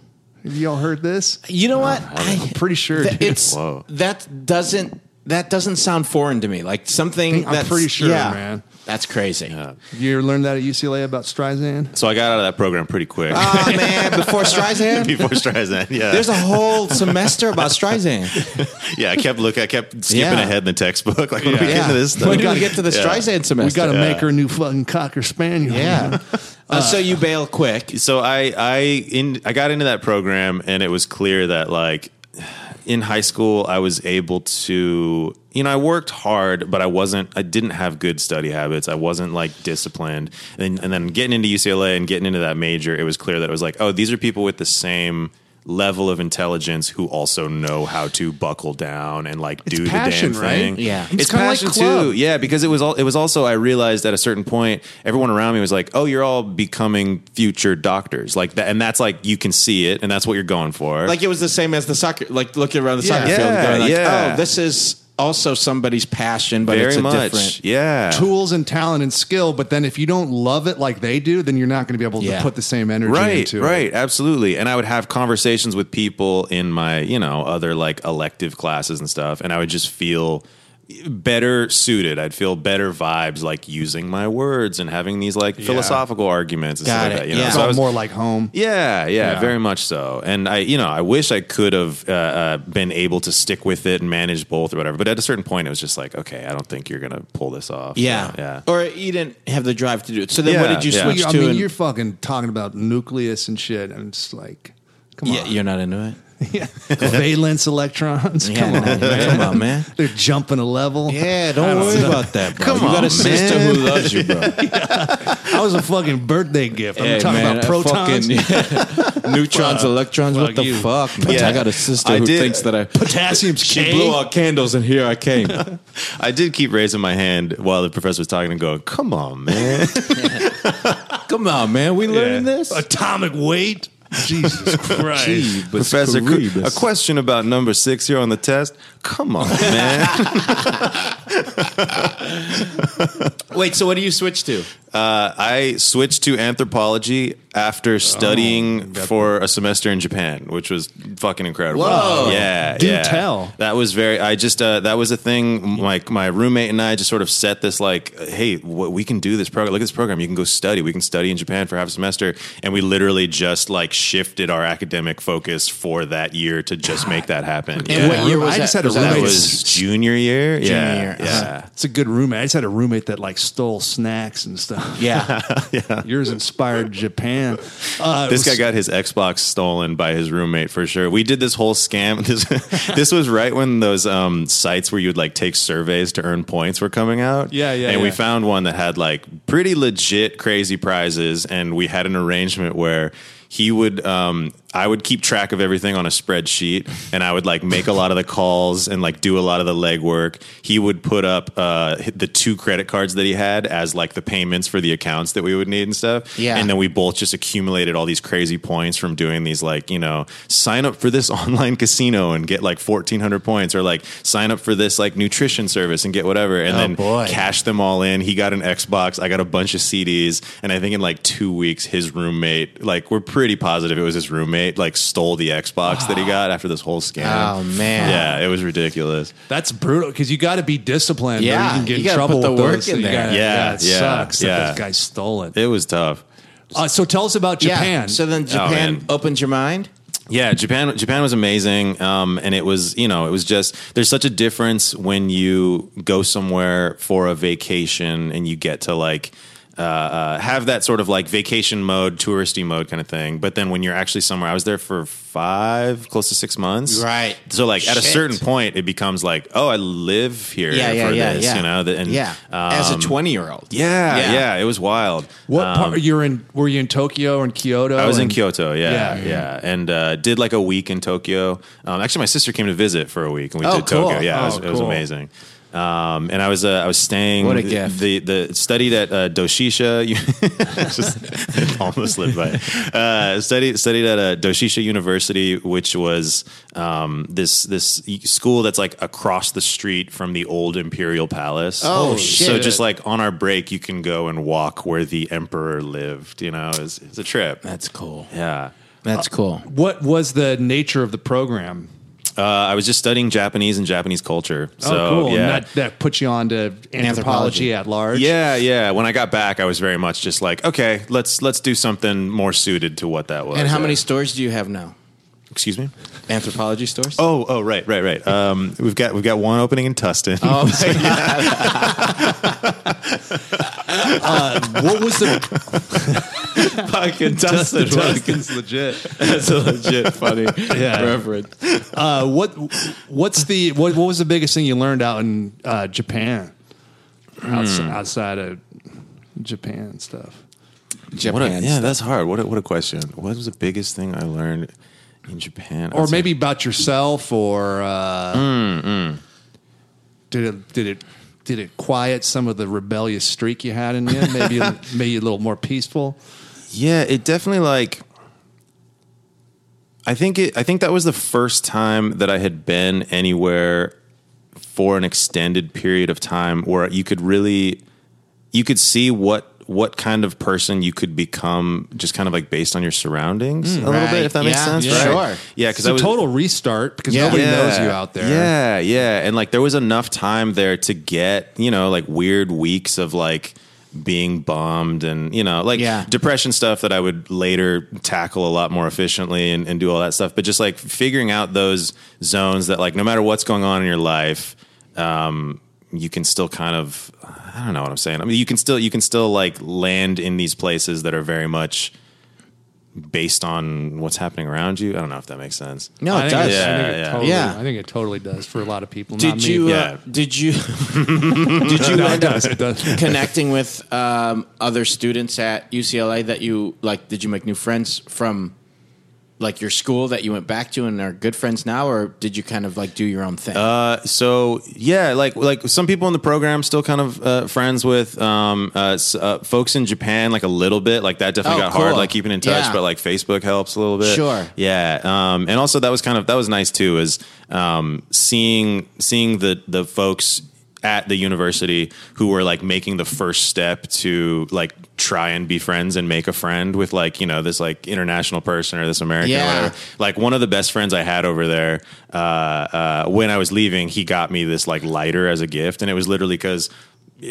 Speaker 3: Have y'all heard this?
Speaker 2: You know what?
Speaker 5: Oh,
Speaker 3: I'm pretty sure.
Speaker 2: Th-
Speaker 3: dude.
Speaker 2: it's
Speaker 5: Whoa.
Speaker 2: that doesn't that doesn't sound foreign to me. Like something.
Speaker 3: I'm
Speaker 2: that's,
Speaker 3: pretty sure,
Speaker 2: yeah.
Speaker 3: man.
Speaker 2: That's crazy.
Speaker 3: you ever learned that at UCLA about Streisand?
Speaker 5: So I got out of that program pretty quick.
Speaker 2: Oh man, before Streisand,
Speaker 5: Before Streisand, yeah.
Speaker 2: there's a whole semester about Streisand.
Speaker 5: Yeah, I kept looking. I kept skipping
Speaker 2: Yeah.
Speaker 5: ahead in the textbook. Like when we get
Speaker 2: Yeah.
Speaker 5: into this stuff,
Speaker 2: when do we get to the
Speaker 5: Yeah.
Speaker 2: Streisand
Speaker 3: We
Speaker 2: semester?
Speaker 3: got to make her a new fucking cocker spaniel.
Speaker 2: yeah. Uh, so you bail quick.
Speaker 5: So I, I, in, I got into that program, and it was clear that like in high school, I was able to, you know, I worked hard, but I wasn't. I didn't have good study habits. I wasn't like disciplined. And and then getting into UCLA and getting into that major, it was clear that it was like, oh, these are people with the same level of intelligence who also know how to buckle down and like do
Speaker 3: passion,
Speaker 5: the damn
Speaker 3: right?
Speaker 5: thing.
Speaker 6: Yeah.
Speaker 5: it's,
Speaker 3: kinda like
Speaker 5: passion
Speaker 3: club.
Speaker 5: too. Yeah, because it was all. It was also. I realized at a certain point, everyone around me was like, "Oh, you're all becoming future doctors." Like that, and that's like you can see it, and that's what you're going for.
Speaker 2: Like it was the same as the soccer. Like looking around the
Speaker 3: Yeah.
Speaker 2: soccer field, and
Speaker 5: Yeah,
Speaker 2: going like,
Speaker 5: yeah.
Speaker 2: "Oh, this is also somebody's passion, but
Speaker 5: very
Speaker 2: it's a
Speaker 5: much,
Speaker 2: different."
Speaker 5: yeah.
Speaker 3: Tools and talent and skill, but then if you don't love it like they do, then you're not going to be able
Speaker 2: Yeah.
Speaker 3: to put the same energy
Speaker 5: right,
Speaker 3: into it.
Speaker 5: Right, absolutely. And I would have conversations with people in my, you know, other like elective classes and stuff, and I would just feel better suited. I'd feel better vibes like using my words and having these like philosophical arguments and
Speaker 2: Got
Speaker 5: stuff
Speaker 2: it.
Speaker 5: like that. You know?
Speaker 2: Yeah.
Speaker 3: It's
Speaker 5: So I
Speaker 3: all
Speaker 5: was-
Speaker 3: more like home.
Speaker 5: Yeah, yeah,
Speaker 3: Yeah.
Speaker 5: very much so. And I, you know, I wish I could have uh, uh, been able to stick with it and manage both or whatever. But at a certain point, it was just like, okay, I don't think you're gonna pull this off.
Speaker 2: Yeah.
Speaker 5: So, yeah.
Speaker 2: Or you didn't have the drive to do it. So then, what
Speaker 5: Yeah,
Speaker 2: did you
Speaker 5: yeah.
Speaker 2: switch
Speaker 3: You- I
Speaker 2: to?
Speaker 3: mean,
Speaker 2: and-
Speaker 3: you're fucking talking about nucleus and shit. I'm just like, come
Speaker 2: yeah,
Speaker 3: on.
Speaker 2: you're not into it.
Speaker 3: Yeah. Valence electrons.
Speaker 2: Yeah,
Speaker 3: come on.
Speaker 2: no, come on, man.
Speaker 3: They're jumping a level.
Speaker 2: Yeah, don't worry about that, bro.
Speaker 5: Come
Speaker 2: you
Speaker 5: on,
Speaker 2: got a sister
Speaker 5: man.
Speaker 2: who loves you, bro.
Speaker 3: I was a fucking birthday gift. I'm
Speaker 2: Hey,
Speaker 3: talking
Speaker 2: man,
Speaker 3: about
Speaker 2: I
Speaker 3: protons.
Speaker 2: fucking- neutrons, electrons. what
Speaker 3: fuck
Speaker 2: the
Speaker 3: you.
Speaker 2: fuck, man?
Speaker 5: Yeah.
Speaker 2: I got a sister
Speaker 5: I
Speaker 2: who
Speaker 5: did-
Speaker 2: thinks that I
Speaker 3: Potassium's
Speaker 2: she
Speaker 3: K.
Speaker 2: blew out candles, and here I came.
Speaker 5: I did keep raising my hand while the professor was talking and going, "Come on, man."
Speaker 2: Come on, man. We learning
Speaker 3: Yeah.
Speaker 2: this?
Speaker 3: Atomic weight. Jesus Christ.
Speaker 5: Gee, Professor, Cr- a question about number six here on the test. Come on, man.
Speaker 2: Wait, so what do you switch to?
Speaker 5: Uh, I switched to anthropology
Speaker 3: Oh,
Speaker 5: after studying for a semester in Japan, which was fucking incredible.
Speaker 2: Whoa.
Speaker 5: Yeah,
Speaker 3: Do
Speaker 5: yeah.
Speaker 3: tell.
Speaker 5: That was very. I just uh, that was a thing. Like my roommate and I just sort of set this like, hey, what we can do this program. Look at this program. You can go study. We can study in Japan for half a semester, and we literally just like shifted our academic focus for that year to just make that happen.
Speaker 6: And what year was
Speaker 3: I just
Speaker 6: that?
Speaker 3: had a
Speaker 6: that
Speaker 5: That
Speaker 3: roommate-
Speaker 5: was junior year. yeah,
Speaker 6: year.
Speaker 5: yeah.
Speaker 3: It's a good roommate. I just had a roommate that like stole snacks and stuff.
Speaker 6: Yeah.
Speaker 3: Yours inspired Japan. Uh,
Speaker 5: This
Speaker 3: it
Speaker 5: guy
Speaker 3: was-
Speaker 5: got his Xbox stolen by his roommate for sure. We did this whole scam. This, this was right when those um, sites where you'd like take surveys to earn points were coming out.
Speaker 3: Yeah, yeah,
Speaker 5: And we
Speaker 3: yeah.
Speaker 5: found one that had like pretty legit crazy prizes, and we had an arrangement where he would um, I would keep track of everything on a spreadsheet, and I would like make a lot of the calls and like do a lot of the legwork. He would put up uh, the two credit cards that he had as like the payments for the accounts that we would need and stuff.
Speaker 6: Yeah.
Speaker 5: and then we both just accumulated all these crazy points from doing these like you know sign up for this online casino and get like fourteen hundred points, or like sign up for this like nutrition service and get whatever, and then
Speaker 6: Oh, boy.
Speaker 5: cashed them all in. He got an Xbox. I got a bunch of CDs. And I think in like two weeks, his roommate, like we're pretty positive it was his roommate, like stole the Xbox that he got after this whole scam.
Speaker 6: Oh, man.
Speaker 5: Yeah, it was ridiculous.
Speaker 3: that's brutal because you got to be disciplined.
Speaker 6: Yeah,
Speaker 3: or you can get
Speaker 6: you
Speaker 3: in
Speaker 6: gotta
Speaker 3: trouble
Speaker 6: put the
Speaker 3: with
Speaker 6: work
Speaker 3: those.
Speaker 6: in
Speaker 3: You
Speaker 6: there.
Speaker 3: gotta-
Speaker 5: Yeah,
Speaker 3: it
Speaker 5: yeah,
Speaker 3: sucks that
Speaker 5: yeah.
Speaker 3: this guy stole it.
Speaker 5: It was tough.
Speaker 3: Uh, so tell us about Japan.
Speaker 6: Yeah. So then Japan
Speaker 5: Oh, man.
Speaker 6: opened your mind?
Speaker 5: Yeah, Japan. Japan was amazing, um, and it was you know it was just there's such a difference when you go somewhere for a vacation and you get to like. Uh, uh, have that sort of like vacation mode, touristy mode kind of thing. But then when you're actually somewhere, I was there for five, close to six months.
Speaker 6: Right.
Speaker 5: So like at a
Speaker 6: Shit.
Speaker 5: certain point, it becomes like, oh, I live here
Speaker 6: Yeah, yeah,
Speaker 5: for
Speaker 6: yeah,
Speaker 5: this,
Speaker 6: yeah.
Speaker 5: you know. th- And
Speaker 6: yeah. As a
Speaker 5: um,
Speaker 6: 20 year old.
Speaker 5: yeah,
Speaker 6: Yeah.
Speaker 5: yeah, it was wild.
Speaker 3: what
Speaker 5: Um,
Speaker 3: part you're in? Were you in Tokyo or in Kyoto?
Speaker 5: I was in
Speaker 3: And-
Speaker 5: Kyoto, yeah,
Speaker 3: Yeah.
Speaker 5: yeah, and uh, did like a week in Tokyo. Um, actually, my sister came to visit for a week, and we
Speaker 6: Oh,
Speaker 5: did
Speaker 6: cool.
Speaker 5: Tokyo. Yeah,
Speaker 3: Oh,
Speaker 5: it, was, it was
Speaker 3: cool.
Speaker 5: amazing. Um, and I was uh, I was staying.
Speaker 6: What a gift.
Speaker 5: The the studied at uh, Doshisha. Just almost lived by. it. Uh, studied studied at uh, Doshisha University, which was um, this this school that's like across the street from the old Imperial Palace. So
Speaker 6: Oh, shit.
Speaker 5: just like on our break, you can go and walk where the emperor lived. You know, it's it's a trip.
Speaker 6: That's cool.
Speaker 5: Yeah.
Speaker 6: That's cool.
Speaker 3: What was the nature of the program?
Speaker 5: Uh, I was just studying Japanese and Japanese culture. So,
Speaker 3: oh, cool.
Speaker 5: Yeah.
Speaker 3: And that, that put you on to anthropology,
Speaker 6: Anthropology.
Speaker 3: at large.
Speaker 5: yeah, yeah. When I got back, I was very much just like, okay, let's let's do something more suited to what that was.
Speaker 6: And how many
Speaker 5: Uh,
Speaker 6: stores do you have now?
Speaker 5: Excuse me.
Speaker 6: Anthropology stores?
Speaker 5: Oh, oh, right, right, right. Um, we've got we've got one opening in Tustin.
Speaker 6: Oh, my God.
Speaker 3: What was the
Speaker 5: fucking Tustin.
Speaker 3: legit?
Speaker 5: That's a legit funny
Speaker 3: Yeah.
Speaker 5: reference.
Speaker 3: Uh, what What's the what, what was the biggest thing you learned out in uh, Japan? Outs- Outside of Japan stuff.
Speaker 5: What a,
Speaker 6: Japan.
Speaker 5: yeah, that's hard. What a, what a question. What was the biggest thing I learned in Japan?
Speaker 3: or maybe about yourself or uh, did it did it did it quiet some of the rebellious streak you had in you maybe maybe a little more peaceful
Speaker 5: Yeah, it definitely like I think it I think that was the first time that I had been anywhere for an extended period of time where you could really you could see what what kind of person you could become just kind of like based on your surroundings a little
Speaker 6: Mm, right.
Speaker 5: bit if that makes
Speaker 6: Yeah,
Speaker 5: sense
Speaker 6: yeah.
Speaker 5: right?
Speaker 6: sure.
Speaker 5: yeah
Speaker 3: it's
Speaker 5: because
Speaker 3: a
Speaker 5: I was
Speaker 3: total restart because
Speaker 6: Yeah.
Speaker 3: nobody knows you out there
Speaker 5: yeah, yeah. And like there was enough time there to get, you know, like weird weeks of like being bombed and, you know, like
Speaker 6: Yeah.
Speaker 5: depression stuff that I would later tackle a lot more efficiently and, and do all that stuff. But just like figuring out those zones that like no matter what's going on in your life, um, you can still kind of I don't know what I'm saying. I mean you can still you can still like land in these places that are very much based on what's happening around you. I don't know if that makes sense.
Speaker 6: No,
Speaker 3: I
Speaker 6: it
Speaker 3: think
Speaker 6: does.
Speaker 5: Yeah,
Speaker 3: I think it
Speaker 5: yeah.
Speaker 3: Totally,
Speaker 6: Yeah.
Speaker 3: I think it totally does for a lot of people. not
Speaker 6: Did
Speaker 3: me.
Speaker 6: you,
Speaker 5: Yeah.
Speaker 6: uh, did you? Did you
Speaker 3: No, it
Speaker 6: end up
Speaker 3: does. It does.
Speaker 6: connecting with um, other students at UCLA that you like? Did you make new friends from like your school that you went back to and are good friends now, or did you kind of like do your own thing?
Speaker 5: Uh, so yeah, like like some people in the program still kind of uh, friends with um, uh, s- uh, folks in Japan, like a little bit. Like that definitely
Speaker 6: Oh,
Speaker 5: got hard,
Speaker 6: cool.
Speaker 5: like keeping in touch.
Speaker 6: Yeah.
Speaker 5: But like Facebook helps a little bit.
Speaker 6: Sure.
Speaker 5: Yeah. Um, and also that was kind of that was nice too, is um, seeing seeing the the folks at the university who were like making the first step to like try and be friends and make a friend with like you know this like international person or this American
Speaker 6: Yeah.
Speaker 5: or whatever like one of the best friends I had over there. Uh, uh, when I was leaving, he got me this like lighter as a gift, and it was literally because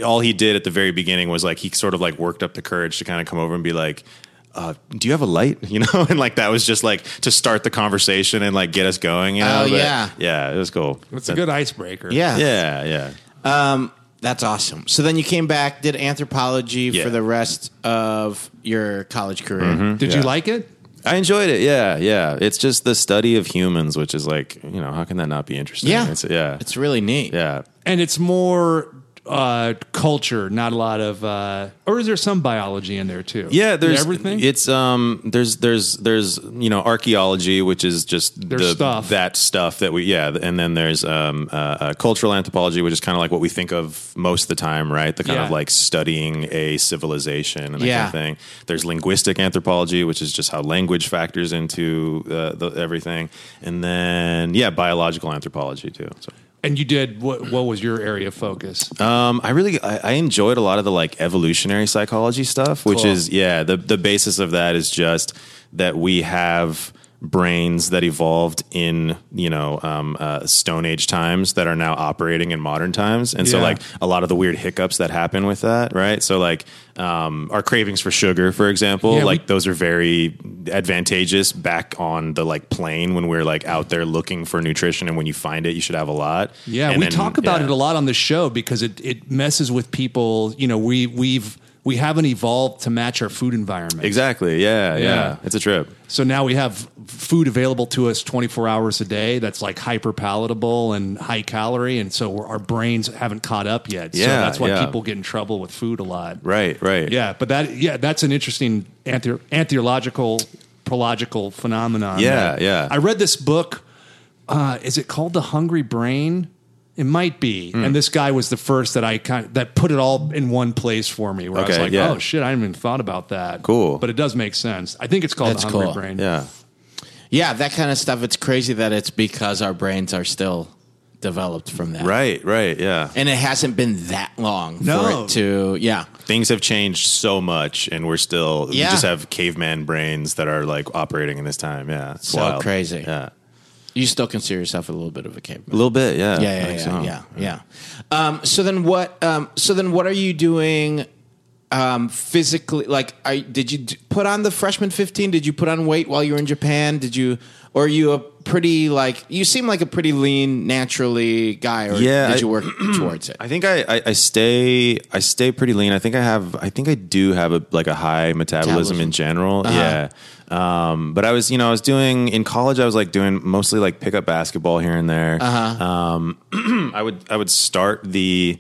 Speaker 5: all he did at the very beginning was like he sort of like worked up the courage to kind of come over and be like. Uh, do you have a light? You know, and like that was just like to start the conversation and like get us going. You know,
Speaker 6: Oh,
Speaker 5: But,
Speaker 6: yeah.
Speaker 5: yeah, it was cool.
Speaker 3: It's a good icebreaker.
Speaker 6: yeah,
Speaker 5: Yeah, yeah.
Speaker 6: that's awesome. So then you came back, did anthropology
Speaker 5: Yeah. Mm-hmm.
Speaker 6: for the rest of your college career.
Speaker 3: Did you like it?
Speaker 5: I enjoyed it. Yeah, yeah. It's just the study of humans, which is like you know, how can that not be interesting?
Speaker 6: Yeah,
Speaker 5: it's, yeah,
Speaker 6: it's really neat.
Speaker 5: yeah.
Speaker 3: And it's more uh, culture, not a lot of, uh, or is there some biology in there too?
Speaker 5: Yeah, there's
Speaker 3: everything.
Speaker 5: It's um, there's there's there's you know archaeology, which is just
Speaker 3: Their
Speaker 5: the,
Speaker 3: stuff.
Speaker 5: that stuff that we yeah, and then there's um, uh, uh, cultural anthropology, which is kind of like what we think of most of the time, right? The kind of
Speaker 3: Yeah.
Speaker 5: like studying a civilization and that kind
Speaker 6: Yeah.
Speaker 5: of thing. There's linguistic anthropology, which is just how language factors into uh, the, everything, and then yeah, biological anthropology too. So.
Speaker 3: and you did what? What was your area of focus?
Speaker 5: Um, I really I, I enjoyed a lot of the like evolutionary psychology stuff, which
Speaker 3: Cool.
Speaker 5: is yeah. The the basis of that is just that we have brains that evolved in you know um, uh, Stone Age times that are now operating in modern times, and so
Speaker 3: Yeah.
Speaker 5: like a lot of the weird hiccups that happen with that, right? So like um, our cravings for sugar, for example,
Speaker 3: Yeah, we-
Speaker 5: like those are very advantageous back on the like plane when we're like out there looking for nutrition, and when you find it, you should have a lot.
Speaker 3: Yeah,
Speaker 5: And
Speaker 3: we
Speaker 5: then-
Speaker 3: talk about
Speaker 5: yeah.
Speaker 3: it a lot on the show because it it messes with people. You know, we we've we haven't evolved to match our food environment.
Speaker 5: Exactly. Yeah, yeah.
Speaker 3: Yeah.
Speaker 5: It's a trip.
Speaker 3: So now we have food available to us 24 hours a day that's like hyper palatable and high calorie. And so we're, our brains haven't caught up yet. so
Speaker 5: Yeah,
Speaker 3: that's why
Speaker 5: yeah.
Speaker 3: people get in trouble with food a lot.
Speaker 5: Right, right.
Speaker 3: Yeah. But that, yeah, that's an interesting anthe- anthropological prological phenomenon.
Speaker 5: Yeah,
Speaker 3: that-
Speaker 5: yeah.
Speaker 3: I read this book. Uh, is it called The Hungry Brain? It might be. And this guy was the first that I kind of, that put it all in one place for me where I was
Speaker 5: Okay,
Speaker 3: like,
Speaker 5: yeah.
Speaker 3: oh shit, I hadn't even thought about that.
Speaker 5: Cool.
Speaker 3: But it does make sense. I think it's called
Speaker 6: That's
Speaker 3: The Hungry
Speaker 6: cool.
Speaker 3: Brain.
Speaker 5: Yeah.
Speaker 6: Yeah, that kind of stuff. It's crazy that it's because our brains are still developed from that.
Speaker 5: Right, right. Yeah.
Speaker 6: And it hasn't been that long for
Speaker 3: No.
Speaker 6: it to, yeah.
Speaker 5: Things have changed so much and we're still we
Speaker 6: Yeah.
Speaker 5: just have caveman brains that are like operating in this time. Yeah. It's
Speaker 6: So
Speaker 5: wild.
Speaker 6: crazy.
Speaker 5: Yeah.
Speaker 6: You still consider yourself a little bit of a caveman.
Speaker 5: A little bit, yeah.
Speaker 6: Yeah,
Speaker 5: I
Speaker 6: yeah, yeah,
Speaker 5: think so.
Speaker 6: yeah, yeah. Um, so then what? Um, so then what are you doing? Um, physically, like, are, did you d- put on the freshman fifteen? Did you put on weight while you were in Japan? Did you, or are you a pretty like? You seem like a pretty lean, naturally guy. Or
Speaker 5: Yeah,
Speaker 6: did
Speaker 5: I-
Speaker 6: you work towards it?
Speaker 5: I think I, I, I stay I stay pretty lean. I think I have I think I do have a like a high metabolism,
Speaker 6: Metabolism. Uh-huh.
Speaker 5: in general. Yeah. Um, but I was you know I was doing in college I was like doing mostly like pickup basketball here and there. Uh-huh. Um, I would I would start the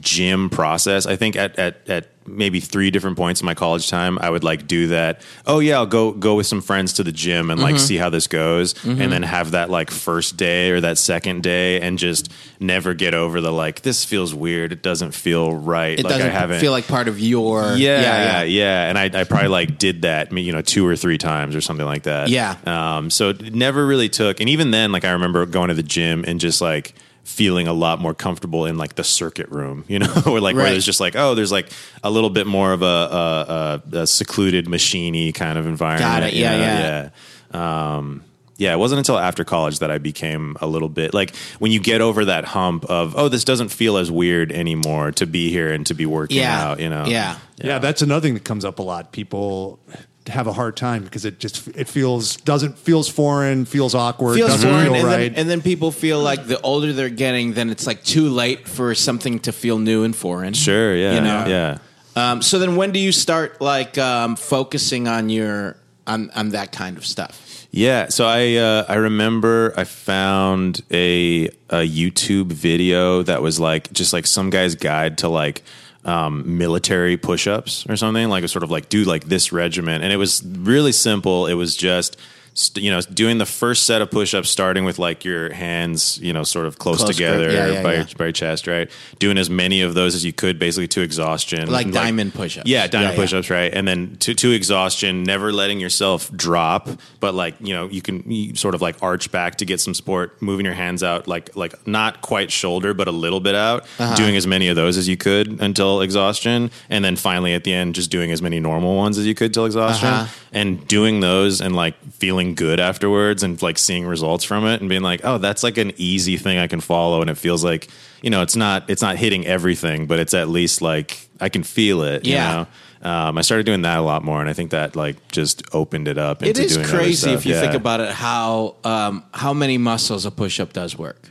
Speaker 5: gym process. I think at at at maybe three different points in my college time, I would like do that. Oh yeah, I'll go go with some friends to the gym and like
Speaker 6: Mm-hmm.
Speaker 5: see how this goes, and then have that like first day or that second day, and just never get over the like this feels weird. It doesn't feel right.
Speaker 6: it
Speaker 5: like
Speaker 6: doesn't
Speaker 5: I haven't
Speaker 6: feel like part of your.
Speaker 5: yeah, yeah, yeah, And I, I probably like did that, you know, two or three times or something like that.
Speaker 6: Yeah.
Speaker 5: Um, so it never really took. And even then, like I remember going to the gym and just like feeling a lot more comfortable in like the circuit room, you know, or like where
Speaker 6: Right.
Speaker 5: there's just like, oh, there's like a little bit more of a, a, a, a secluded machiney kind of environment.
Speaker 6: Got it.
Speaker 5: you
Speaker 6: Yeah,
Speaker 5: know?
Speaker 6: yeah.
Speaker 5: yeah um, yeah, it wasn't until after college that I became a little bit like when you get over that hump of oh, this doesn't feel as weird anymore to be here and to be working
Speaker 6: Yeah.
Speaker 5: out. You know,
Speaker 6: Yeah.
Speaker 3: Yeah. that's another thing that comes up a lot. People have a hard time because it just it feels doesn't feels foreign, feels awkward,
Speaker 6: feels
Speaker 3: doesn't
Speaker 6: foreign,
Speaker 3: feel
Speaker 6: and,
Speaker 3: right.
Speaker 6: then, and then people feel like the older they're getting, then it's like too late for something to feel new and foreign.
Speaker 5: sure, yeah,
Speaker 6: You know?
Speaker 5: yeah.
Speaker 6: Um, so then, when do you start like um, focusing on your on on that kind of stuff?
Speaker 5: Yeah, so I uh, I remember I found a a YouTube video that was like just like some guy's guide to like um, military push ups or something like a sort of like do like this regiment, and it was really simple. It was just st- you know, doing the first set of push-ups, starting with like your hands, you know, sort of close,
Speaker 6: Close grip.
Speaker 5: together
Speaker 6: Yeah, yeah,
Speaker 5: by
Speaker 6: yeah.
Speaker 5: Your, by your chest, right? Doing as many of those as you could, basically to exhaustion,
Speaker 6: Like diamond push-ups.
Speaker 5: Yeah, diamond
Speaker 6: Yeah, yeah.
Speaker 5: push-ups, right? And then to, to exhaustion, never letting yourself drop, but like you know, you can you sort of like arch back to get some support, moving your hands out, like like not quite shoulder, but a little bit out. Doing as many of those as you could until exhaustion, and then finally at the end, just doing as many normal ones as you could till exhaustion, and doing those and like feeling good afterwards, and like seeing results from it, and being like, oh, that's like an easy thing I can follow, and it feels like you know, it's not it's not hitting everything, but it's at least like I can feel it. you
Speaker 6: Yeah.
Speaker 5: know? Um, I started doing that a lot more, and I think that like just opened it up.
Speaker 2: It
Speaker 5: into
Speaker 2: is
Speaker 5: doing other
Speaker 2: crazy
Speaker 5: stuff.
Speaker 2: if you
Speaker 5: Yeah.
Speaker 2: think about it how um, how many muscles a push up does work.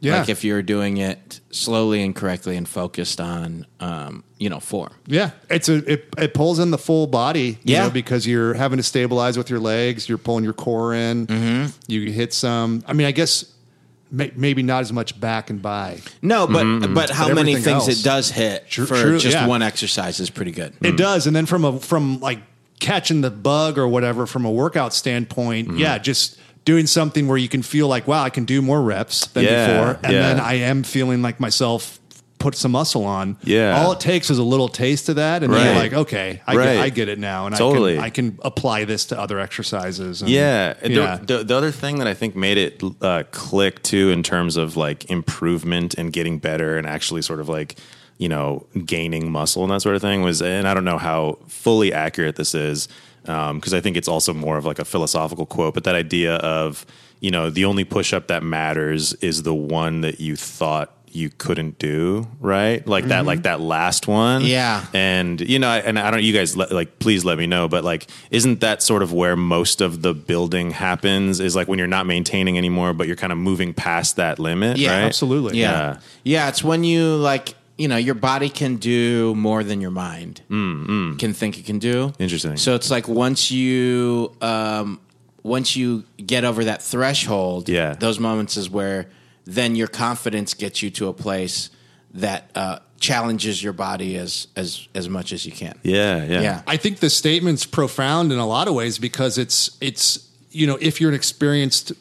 Speaker 3: Yeah.
Speaker 2: Like if you're doing it slowly and correctly and focused on um, you know form.
Speaker 3: Yeah, it's a it, it pulls in the full body. you
Speaker 2: Yeah.
Speaker 3: know, because you're having to stabilize with your legs. You're pulling your core in. You hit some. I mean, I guess may, maybe not as much back and by.
Speaker 2: No, but but how
Speaker 3: Mm-hmm. But
Speaker 2: many
Speaker 3: everything
Speaker 2: things
Speaker 3: else.
Speaker 2: it does hit
Speaker 3: True-
Speaker 2: for
Speaker 3: true,
Speaker 2: just
Speaker 3: yeah.
Speaker 2: one exercise is pretty good.
Speaker 5: Mm.
Speaker 3: It does, and then from a from like catching the bug or whatever from a workout standpoint,
Speaker 5: Mm.
Speaker 3: yeah, just doing something where you can feel like, wow, I can do more reps than
Speaker 5: Yeah,
Speaker 3: before, and
Speaker 5: yeah.
Speaker 3: then I am feeling like myself put some muscle on.
Speaker 5: Yeah.
Speaker 3: all it takes is a little taste of that, and then you're
Speaker 5: Right.
Speaker 3: like, okay, I,
Speaker 5: Right.
Speaker 3: get, I get it now, and
Speaker 5: Totally.
Speaker 3: I can I can apply this to other exercises. and-
Speaker 5: Yeah. The-
Speaker 3: yeah.
Speaker 5: The, the other thing that I think made it uh, click too, in terms of like improvement and getting better and actually sort of like, you know, gaining muscle and that sort of thing was, and I don't know how fully accurate this is, because I think it's also more of like a philosophical quote, but that idea of, you know, the only push up that matters is the one that you thought you couldn't do, right? Like that, like that last one.
Speaker 6: Yeah.
Speaker 5: And you know, and I don't. You guys le- like, please let me know. But like, isn't that sort of where most of the building happens? Is like when you're not maintaining anymore, but you're kind of moving past that limit.
Speaker 2: Yeah,
Speaker 5: right?
Speaker 3: absolutely.
Speaker 5: Yeah.
Speaker 2: Yeah. Yeah, it's when you like, you know, your body can do more than your mind can think it can do.
Speaker 5: Mm, Interesting.
Speaker 2: So it's like once you um once you get over that threshold,
Speaker 5: Yeah.
Speaker 2: those moments is where then your confidence gets you to a place that uh challenges your body as as as much as you can.
Speaker 5: Yeah. Yeah.
Speaker 2: Yeah.
Speaker 3: I think the statement's profound in a lot of ways because it's it's you know if you're an experienced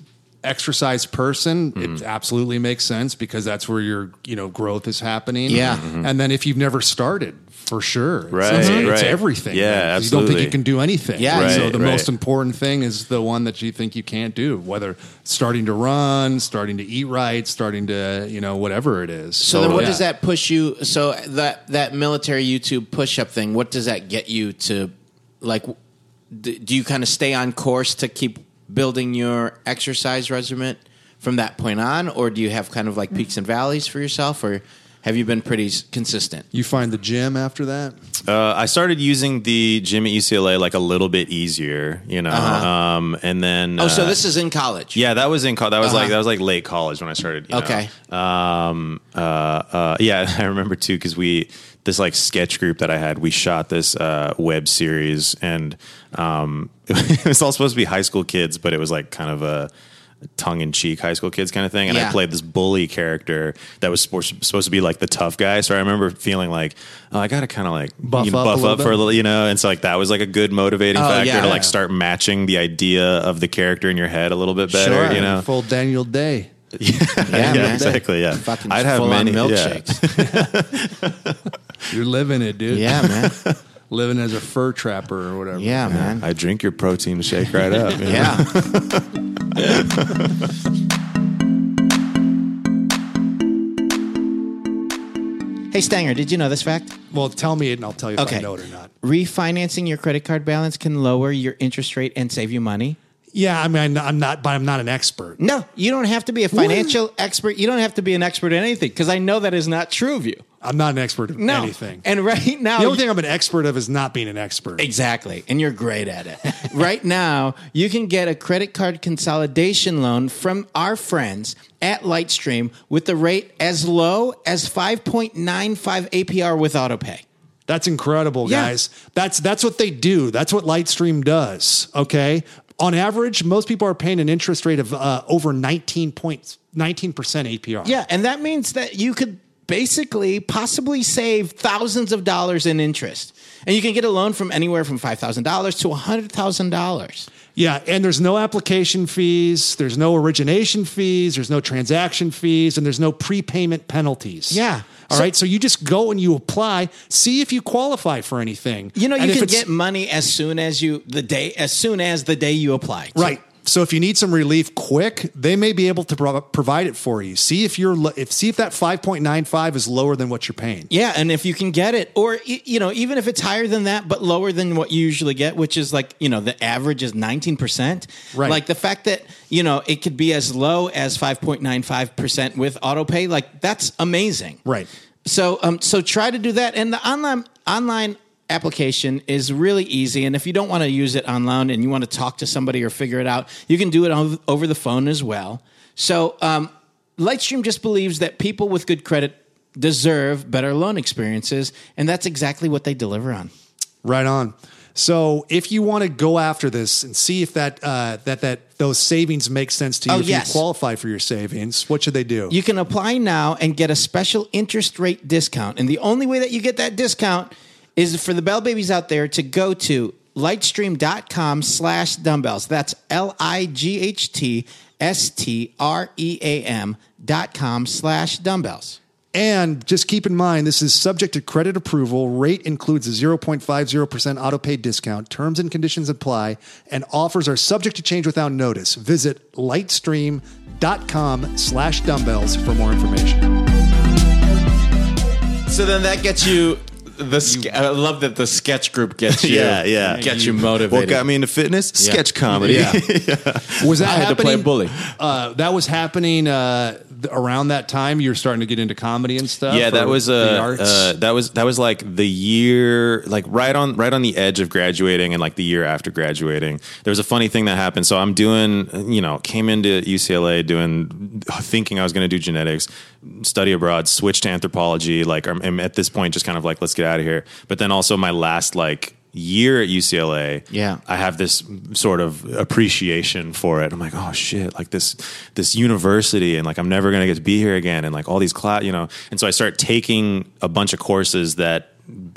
Speaker 3: exercise person,
Speaker 5: Mm-hmm.
Speaker 3: it absolutely makes sense because that's where your you know growth is happening.
Speaker 2: Yeah. Mhm.
Speaker 3: and then if you've never started, for sure,
Speaker 5: Mm-hmm. Right,
Speaker 3: it's, it's
Speaker 5: right.
Speaker 3: everything.
Speaker 5: Yeah,
Speaker 3: You don't think you
Speaker 5: absolutely.
Speaker 3: can do anything.
Speaker 2: Yeah. Right,
Speaker 3: so the
Speaker 5: right.
Speaker 3: most important thing is the one that you think you can't do, whether starting to run, starting to eat right, starting to you know whatever it is.
Speaker 2: So then, what
Speaker 3: Yeah.
Speaker 2: does that push you? So that that military YouTube push-up thing, what does that get you to? Like, d- do you kind of stay on course to keep building your exercise regimen from that point on, or do you have kind of like peaks and valleys for yourself, or have you been pretty s- consistent?
Speaker 3: You find the gym after that.
Speaker 5: Uh, I started using the gym at UCLA like a little bit easier, you know,
Speaker 2: Uh-huh.
Speaker 5: um, and then
Speaker 2: Oh, so
Speaker 5: uh,
Speaker 2: this is in college.
Speaker 5: Yeah, that was in college. That was like
Speaker 2: Uh-huh.
Speaker 5: that was like late college when I started. You
Speaker 2: Okay.
Speaker 5: Know. Um. Uh. uh yeah, I remember too because we this like sketch group that I had. We shot this uh, web series, and um, it was all supposed to be high school kids, but it was like kind of a tongue in cheek high school kids kind of thing. And
Speaker 2: Yeah.
Speaker 5: I played this bully character that was supposed supposed to be like the tough guy. So I remember feeling like oh, I got to kind of like
Speaker 3: Buff
Speaker 5: you know,
Speaker 3: up a
Speaker 5: buff
Speaker 3: little
Speaker 5: up for
Speaker 3: bit.
Speaker 5: a little, you know. And so like that was like a good motivating
Speaker 2: Oh,
Speaker 5: factor
Speaker 2: yeah.
Speaker 5: to like start matching the idea of the character in your head a little bit better.
Speaker 2: Sure.
Speaker 5: You know,
Speaker 3: full Daniel Day.
Speaker 2: yeah,
Speaker 5: yeah, exactly. Yeah,
Speaker 2: Fucking
Speaker 5: I'd have
Speaker 2: full-on
Speaker 5: many yeah.
Speaker 2: milkshakes.
Speaker 3: You're living it, dude.
Speaker 2: Yeah. man.
Speaker 3: living as a fur trapper or whatever.
Speaker 2: Yeah, man.
Speaker 5: I drink your protein shake right up. you know?
Speaker 2: yeah.
Speaker 6: Hey, Stanger, did you know this fact?
Speaker 3: Well, tell me it and I'll tell you if
Speaker 6: Okay.
Speaker 3: I know it or not.
Speaker 6: Refinancing your credit card balance can lower your interest rate and save you money.
Speaker 3: Yeah, I mean, I'm not, but I'm not an expert.
Speaker 6: No, you don't have to be a financial expert. You don't have to be an expert in anything because I know that is not true of you.
Speaker 3: I'm not an expert in
Speaker 6: No.
Speaker 3: anything.
Speaker 6: And right now,
Speaker 3: the only thing I'm an expert of is not being an expert.
Speaker 6: Exactly. And you're great at it. right now, you can get a credit card consolidation loan from our friends at Lightstream with the rate as low as 5.95 APR with autopay.
Speaker 3: That's incredible,
Speaker 6: Yeah.
Speaker 3: guys. That's that's what they do. That's what Lightstream does. Okay. On average, most people are paying an interest rate of uh, over 19 points, 19% APR.
Speaker 6: Yeah. And that means that you could basically possibly save thousands of dollars in interest. And you can get a loan from anywhere from $5,000 to $100,000.
Speaker 3: Yeah, and there's no application fees, there's no origination fees, there's no transaction fees, and there's no prepayment penalties.
Speaker 6: Yeah.
Speaker 3: all right.
Speaker 6: So-
Speaker 3: so, you just go and you apply, see if you qualify for anything.
Speaker 6: You know,
Speaker 3: And
Speaker 6: you
Speaker 3: if
Speaker 6: can
Speaker 3: it's-
Speaker 6: get money as soon as you the day as soon as the day you apply. So-
Speaker 3: Right. So if you need some relief quick, they may be able to pro- provide it for you. See if you're lo- if see if that 5.95 is lower than what you're paying.
Speaker 6: Yeah, and if you can get it, or y- you know, even if it's higher than that, but lower than what you usually get, which is like you know the average is nineteen percent.
Speaker 3: Right.
Speaker 6: Like the fact that you know it could be as low as five point nine five percent with autopay, like that's amazing.
Speaker 3: Right.
Speaker 6: So um, so try to do that, and the online online application is really easy. And if you don't want to use it online and you want to talk to somebody or figure it out, you can do it ov- over the phone as well. So um, Lightstream just believes that people with good credit deserve better loan experiences, and that's exactly what they deliver on.
Speaker 3: Right on. So if you want to go after this and see if that uh, that that those savings make sense to you,
Speaker 6: Oh,
Speaker 3: if
Speaker 6: yes.
Speaker 3: you qualify for your savings, what should they do?
Speaker 6: You can apply now and get a special interest rate discount. And the only way that you get that discount is for the Bell Babies out there to go to lightstream.com slash dumbbells. That's L I G H T S T R E A M dot com slash dumbbells.
Speaker 3: And just keep in mind, this is subject to credit approval. Rate includes a 0.50% auto pay discount. Terms and conditions apply, and offers are subject to change without notice. Visit lightstream.com slash dumbbells for more information.
Speaker 2: So then that gets you. The ske- I love that the sketch group gets you.
Speaker 5: Yeah, yeah.
Speaker 2: Gets you
Speaker 5: What
Speaker 2: motivated.
Speaker 5: got me into fitness? Sketch comedy.
Speaker 2: Yeah.
Speaker 3: Was that
Speaker 2: I had to play bully.
Speaker 3: Uh, that was happening uh, th- around that time. You're starting to get into comedy and stuff.
Speaker 5: Yeah,
Speaker 3: or
Speaker 5: that was
Speaker 3: the
Speaker 5: uh,
Speaker 3: arts?
Speaker 5: uh that was that was like the year like right on right on the edge of graduating and like the year after graduating. There was a funny thing that happened. So I'm doing, you know, came into UCLA doing thinking I was going to do genetics, study abroad, switched to anthropology, like I'm, I'm at this point just kind of like let's get out of here. But then also my last like year at UCLA,
Speaker 6: Yeah.
Speaker 5: I have this sort of appreciation for it. I'm like, oh shit, like this this university, and like I'm never gonna get to be here again, and like all these class, you know. And so I start taking a bunch of courses that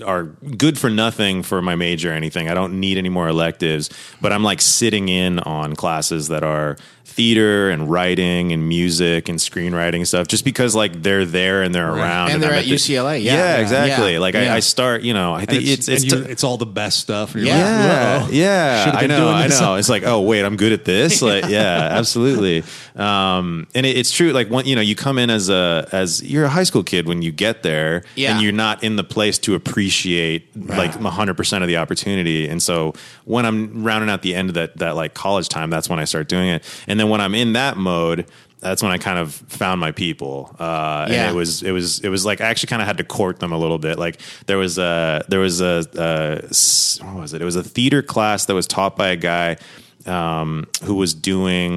Speaker 5: are good for nothing for my major or anything. I don't need any more electives, but I'm like sitting in on classes that are theater and writing and music and screenwriting and stuff just because like they're there and they're around
Speaker 2: And they're
Speaker 5: I'm
Speaker 2: at
Speaker 5: the-
Speaker 2: UCLA. Yeah.
Speaker 5: yeah
Speaker 2: Yeah.
Speaker 5: exactly
Speaker 2: Yeah.
Speaker 5: like
Speaker 2: Yeah.
Speaker 5: I, I start you know I think
Speaker 3: it's,
Speaker 5: it's it's,
Speaker 3: and you-
Speaker 5: t-
Speaker 3: it's all the best stuff. and you're like,
Speaker 5: yeah,
Speaker 3: "Uh-oh."
Speaker 5: yeah.
Speaker 3: Should've
Speaker 5: I
Speaker 3: been
Speaker 5: know,
Speaker 3: doing
Speaker 5: I
Speaker 3: this.
Speaker 5: know. It's like, oh wait, I'm good at this. Like, yeah, absolutely. Um, and it, it's true. Like, one, you know, you come in as a as you're a high school kid when you get there,
Speaker 6: Yeah.
Speaker 5: and you're not in the place to appreciate like 100 percent of the opportunity. And so when I'm rounding out the end of that that like college time, that's when I start doing it. And then when I'm in that mode. That's when I kind of found my people, uh,
Speaker 6: Yeah.
Speaker 5: and it was was- it was it was like I actually kind of had to court them a little bit. Like there was a there was a, uh s what was it? It was a theater class that was taught by a guy um, who was doing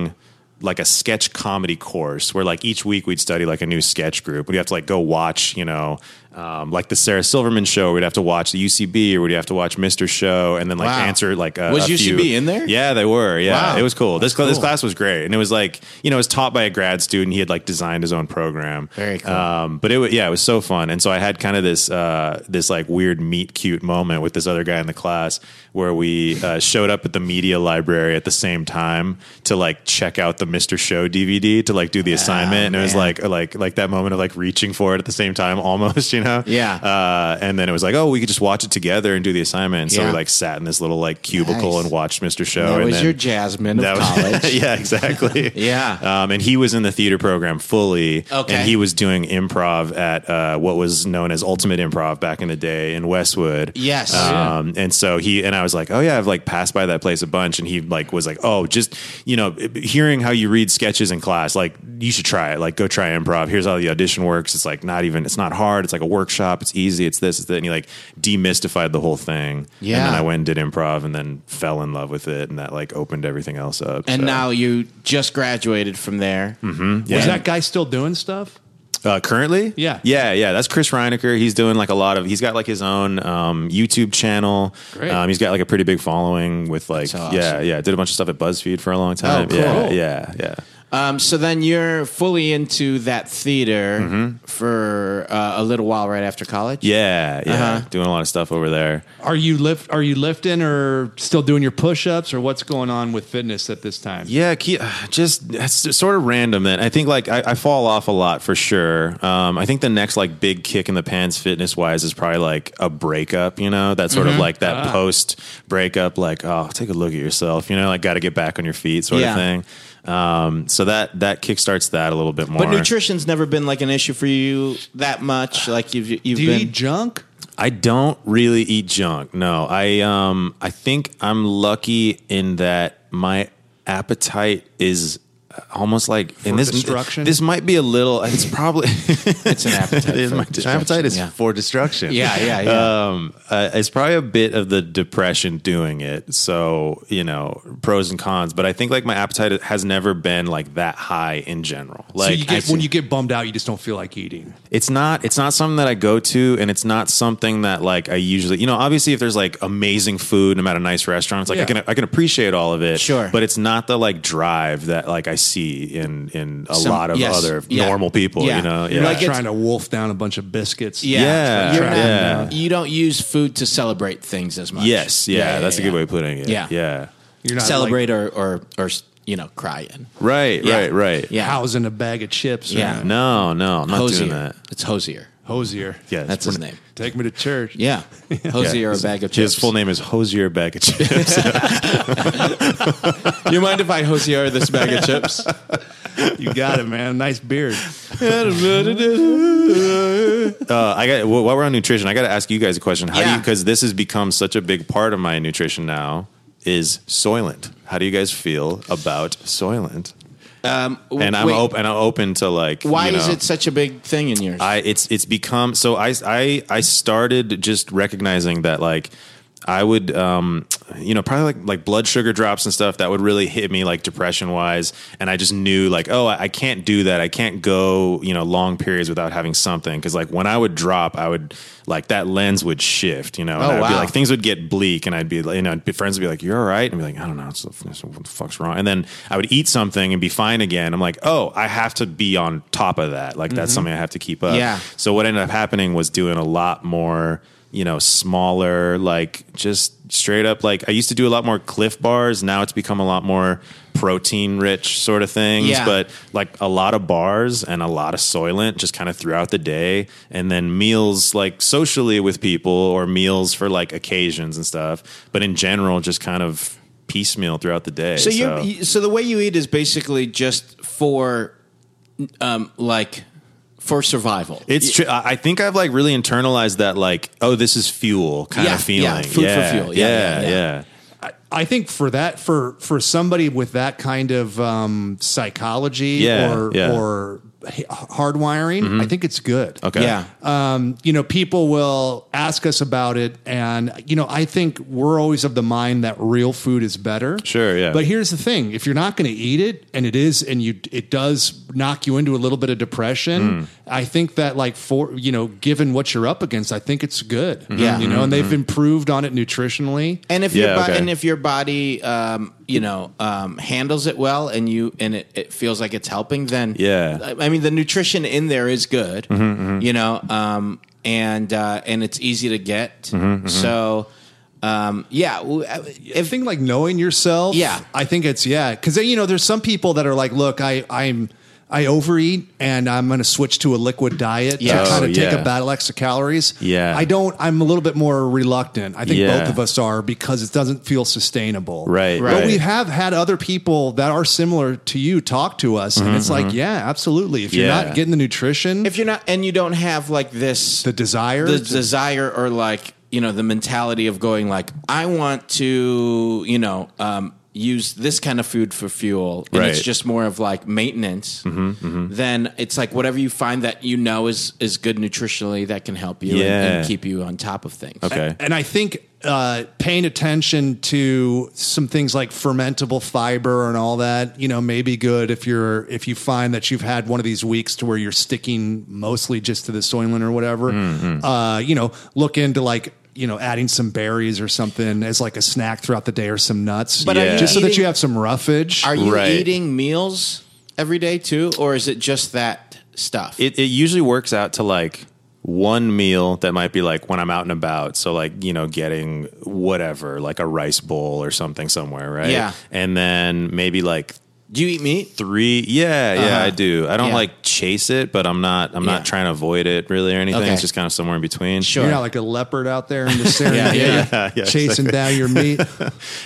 Speaker 5: like a sketch comedy course where like each week we'd study like a new sketch group. We'd have to like go watch you know. Um, like the Sarah Silverman show, we'd have to watch the UCB, or we'd have to watch Mr. Show, and then like
Speaker 2: Wow.
Speaker 5: answer like a,
Speaker 2: Was
Speaker 5: a few-
Speaker 2: UCB in there?
Speaker 5: Yeah, they were. Yeah,
Speaker 2: Wow.
Speaker 5: it was cool. This cl- this
Speaker 2: cool.
Speaker 5: class was great, and it was like you know it was taught by a grad student. He had like designed his own program.
Speaker 6: Very cool.
Speaker 5: Um, but it was yeah, it was so fun. And so I had kind of this uh, this like weird meet cute moment with this other guy in the class where we uh, showed up at the media library at the same time to like check out the Mister Show DVD to like do the assignment, and it was
Speaker 6: Ah, man.
Speaker 5: like like like that moment of like reaching for it at the same time almost, you know?
Speaker 6: Yeah.
Speaker 5: Uh, and then it was like, oh, we could just watch it together and do the assignment. And so
Speaker 6: Yeah.
Speaker 5: we like sat in this little like cubicle
Speaker 6: Nice.
Speaker 5: and watched Mister Show.
Speaker 6: That
Speaker 5: and
Speaker 6: was
Speaker 5: then-
Speaker 6: your Jasmine of college.
Speaker 5: yeah, exactly.
Speaker 6: Yeah.
Speaker 5: Um, and he was in the theater program fully.
Speaker 6: Okay.
Speaker 5: And he was doing improv at uh, what was known as Ultimate Improv back in the day in Westwood.
Speaker 6: Yes.
Speaker 5: Um, and so he and I was like, oh yeah, I've like passed by that place a bunch, and he like was like, oh, just you know, hearing how you read sketches in class, like you should try it. Like go try improv. Here's how the audition works. It's like not even, it's not hard. It's like a workshop. It's easy. It's this. It's that. And he like demystified the whole thing.
Speaker 6: Yeah.
Speaker 5: And then I went and did improv, and then fell in love with it, and that like opened everything else up.
Speaker 2: And
Speaker 5: so.
Speaker 2: now you just graduated from there.
Speaker 3: Was
Speaker 5: Yeah.
Speaker 3: that guy still doing stuff?
Speaker 5: Uh, currently,
Speaker 3: Yeah.
Speaker 5: yeah, yeah. That's Chris Reinecker. He's doing like a lot of. He's got like his own um, YouTube channel.
Speaker 3: Great.
Speaker 5: Um, he's got like a pretty big following with like,
Speaker 2: That's awesome.
Speaker 5: yeah, yeah. Did a bunch of stuff at BuzzFeed for a long time.
Speaker 3: Oh, cool.
Speaker 5: Yeah, yeah, yeah.
Speaker 6: Um, so then you're fully into that theater
Speaker 5: Mm-hmm.
Speaker 6: for uh, a little while right after college.
Speaker 5: Yeah, yeah.
Speaker 6: Uh-huh.
Speaker 5: Doing a lot of stuff over there.
Speaker 8: Are you lift? Are you lifting or still doing your push-ups or what's going on with fitness at this time?
Speaker 5: Yeah, key, just that's just sort of random. That I think like I, I fall off a lot for sure. Um, I think the next like big kick in the pants fitness wise is probably like a breakup. You know, that sort of
Speaker 6: Mm-hmm.
Speaker 5: like that
Speaker 6: Ah.
Speaker 5: post breakup, like oh, take a look at yourself. You know, like got to get back on your feet, sort
Speaker 6: Yeah.
Speaker 5: of thing. Um, so that that kickstarts that a little bit more.
Speaker 6: But nutrition's never been like an issue for you that much. Like you've you've
Speaker 8: Do you
Speaker 6: been
Speaker 8: eat junk?
Speaker 5: I don't really eat junk. No, I um I think I'm lucky in that my appetite is uh, almost like in this
Speaker 8: destruction?
Speaker 5: This might be a little. It's probably
Speaker 6: it's an appetite.
Speaker 5: It is
Speaker 6: for
Speaker 5: my
Speaker 6: destruction.
Speaker 5: appetite is
Speaker 6: yeah.
Speaker 5: for destruction.
Speaker 6: yeah, yeah, yeah.
Speaker 5: Um, uh, it's probably a bit of the depression doing it. So you know pros and cons, but I think like my appetite has never been like that high in general. Like
Speaker 8: so you get, when you get bummed out, you just don't feel like eating.
Speaker 5: it's not it's not something that I go to, and it's not something that like I usually you know. Obviously, if there's like amazing food and I'm at a nice restaurant, it's like
Speaker 8: Yeah.
Speaker 5: I can I can appreciate all of it.
Speaker 6: Sure.
Speaker 5: but it's not the like drive that like I see in in a
Speaker 6: Some-
Speaker 5: lot of
Speaker 6: yes.
Speaker 5: other
Speaker 6: Yeah.
Speaker 5: normal people.
Speaker 6: Yeah.
Speaker 5: You know,
Speaker 6: You're
Speaker 5: yeah.
Speaker 6: like,
Speaker 8: Like
Speaker 6: it's-
Speaker 8: trying to wolf down a bunch of biscuits.
Speaker 6: Yeah,
Speaker 5: Yeah,
Speaker 6: You're not-
Speaker 5: yeah.
Speaker 6: You don't use food to celebrate things as much.
Speaker 5: yes, yeah, that's a good
Speaker 6: yeah.
Speaker 5: way of putting it.
Speaker 6: Yeah.
Speaker 5: yeah,
Speaker 8: You're not
Speaker 6: Celebrate or, or or you know cry in.
Speaker 5: right,
Speaker 6: Yeah.
Speaker 5: right, right.
Speaker 8: like
Speaker 6: Yeah.
Speaker 8: housing a bag of chips.
Speaker 6: Yeah.
Speaker 8: Or
Speaker 5: No, no, I'm not
Speaker 6: Hosier.
Speaker 5: doing that.
Speaker 6: It's Hosier.
Speaker 8: Hosier.
Speaker 5: Yeah,
Speaker 6: That's his name.
Speaker 8: Take me to church.
Speaker 6: Yeah, Hosier or a bag of chips.
Speaker 5: His full name is Hosier Bag of Chips.
Speaker 6: You mind if I Hosier this bag of chips?
Speaker 8: You got it, man. Nice beard.
Speaker 5: Uh, I got wh- while we're on nutrition, I got to ask you guys a question. How do you
Speaker 6: Yeah.
Speaker 5: because this has become such a big part of my nutrition now is Soylent. How do you guys feel about Soylent? And I'm
Speaker 6: Wait,
Speaker 5: open and I'm open to like
Speaker 6: Why
Speaker 5: you
Speaker 6: is
Speaker 5: know-
Speaker 6: it such a big thing in yours?
Speaker 5: I it's it's become so I I I started just recognizing that like I would um you know probably like like blood sugar drops and stuff that would really hit me like depression wise and I just knew like oh I, I can't do that I can't go you know long periods without having something because like when I would drop I would like that lens would shift you know and
Speaker 6: Oh,
Speaker 5: I'd be
Speaker 6: wow.
Speaker 5: like things would get bleak and I'd be like you know be, friends would be like you're all right and I'd be like I don't know it's, it's- what the fuck's wrong and then I would eat something and be fine again I'm like oh I have to be on top of that like that's something I have to keep up
Speaker 6: Yeah.
Speaker 5: so what ended up happening was doing a lot more, you know, smaller, like just straight up like I used to do a lot more cliff bars. Now it's become a lot more protein rich sort of things.
Speaker 6: Yeah.
Speaker 5: But like a lot of bars and a lot of soylent just kind of throughout the day. And then meals like socially with people or meals for like occasions and stuff. But in general, just kind of piecemeal throughout the day.
Speaker 6: so you you- so the way you eat is basically just for um like for survival.
Speaker 5: It's true. I I think I've like really internalized that like, oh, this is fuel kind
Speaker 6: Yeah,
Speaker 5: of feeling.
Speaker 6: yeah, food for fuel. Yeah,
Speaker 5: Yeah,
Speaker 6: yeah,
Speaker 5: yeah.
Speaker 6: yeah.
Speaker 8: I, I think for that for for somebody with that kind of um, psychology
Speaker 5: Yeah,
Speaker 8: or
Speaker 5: yeah.
Speaker 8: or h- hardwiring, I think it's good.
Speaker 5: Okay.
Speaker 6: Yeah.
Speaker 8: um, you know, people will ask us about it. And, you know, I think we're always of the mind that real food is better.
Speaker 5: Sure, yeah.
Speaker 8: But here's the thing if you're not going to eat it and it is, and you, it does knock you into a little bit of
Speaker 5: Hmm.
Speaker 8: depression, I think that, like, for, you know, given what you're up against, I think it's good.
Speaker 5: Mm-hmm.
Speaker 6: Yeah.
Speaker 8: You know, and they've improved on it nutritionally.
Speaker 6: And if your
Speaker 5: Yeah,
Speaker 6: bo-
Speaker 5: okay.
Speaker 6: and if your body, um, you know, um, handles it well, and you and it, it feels like it's helping, then
Speaker 5: Yeah. Mm-hmm,
Speaker 6: I- I mean the nutrition in there is good, you know, um, and uh, and it's easy to get.
Speaker 5: Mm-hmm,
Speaker 6: So, um, yeah, w- I-
Speaker 8: I
Speaker 6: if
Speaker 8: think like knowing yourself.
Speaker 6: Yeah.
Speaker 8: I think it's yeah, because you know, there's some people that are like, look, I I'm I overeat and I'm going to switch to a liquid diet
Speaker 6: Yes.
Speaker 8: to kind of
Speaker 5: Oh,
Speaker 8: take
Speaker 5: yeah.
Speaker 8: a battle extra calories.
Speaker 5: Yeah.
Speaker 8: I don't. I'm a little bit more reluctant. I think
Speaker 5: Yeah.
Speaker 8: both of us are because it doesn't feel sustainable.
Speaker 5: Right,
Speaker 8: But
Speaker 5: right.
Speaker 8: we have had other people that are similar to you talk to us, and it's like, yeah, absolutely. If you're
Speaker 5: Mm-hmm, Yeah.
Speaker 8: not getting the nutrition,
Speaker 6: if you're not and you don't have like this
Speaker 8: the desire,
Speaker 6: the
Speaker 8: to-
Speaker 6: desire or like you know the mentality of going like I want to you know um, use this kind of food for fuel and it's
Speaker 5: Right. Mm-hmm,
Speaker 6: just more of like maintenance then it's like whatever you find that you know is is good nutritionally that can help you and- and,
Speaker 5: Yeah.
Speaker 6: keep you on top of things
Speaker 5: Okay.
Speaker 8: And I think uh, paying attention to some things like fermentable fiber and all that, you know, may be good if you're if you find that you've had one of these weeks to where you're sticking mostly just to the soylent or whatever. Uh, you know, look into like you know adding some berries or something as like a snack throughout the day or some nuts,
Speaker 6: But
Speaker 5: are you
Speaker 8: just so that
Speaker 6: eating-
Speaker 8: you have some roughage.
Speaker 6: are you
Speaker 5: Right.
Speaker 6: eating meals
Speaker 3: every day too, or is it just that stuff?
Speaker 5: It, it usually works out to like one meal that might be like when I'm out and about. So like, you know, getting whatever, like a rice bowl or something somewhere, right?
Speaker 3: Yeah.
Speaker 5: And then maybe like
Speaker 3: Do you eat meat?
Speaker 5: three yeah, yeah,
Speaker 3: Uh-huh.
Speaker 5: I do. I don't
Speaker 3: Yeah.
Speaker 5: like chase it, but I'm not I'm
Speaker 3: Yeah.
Speaker 5: not trying to avoid it really or anything.
Speaker 3: Okay.
Speaker 5: It's just kind of somewhere in between.
Speaker 3: Sure.
Speaker 8: You're not like a leopard out there in the Serengeti
Speaker 3: Yeah, yeah,
Speaker 5: yeah,
Speaker 8: chasing down your meat.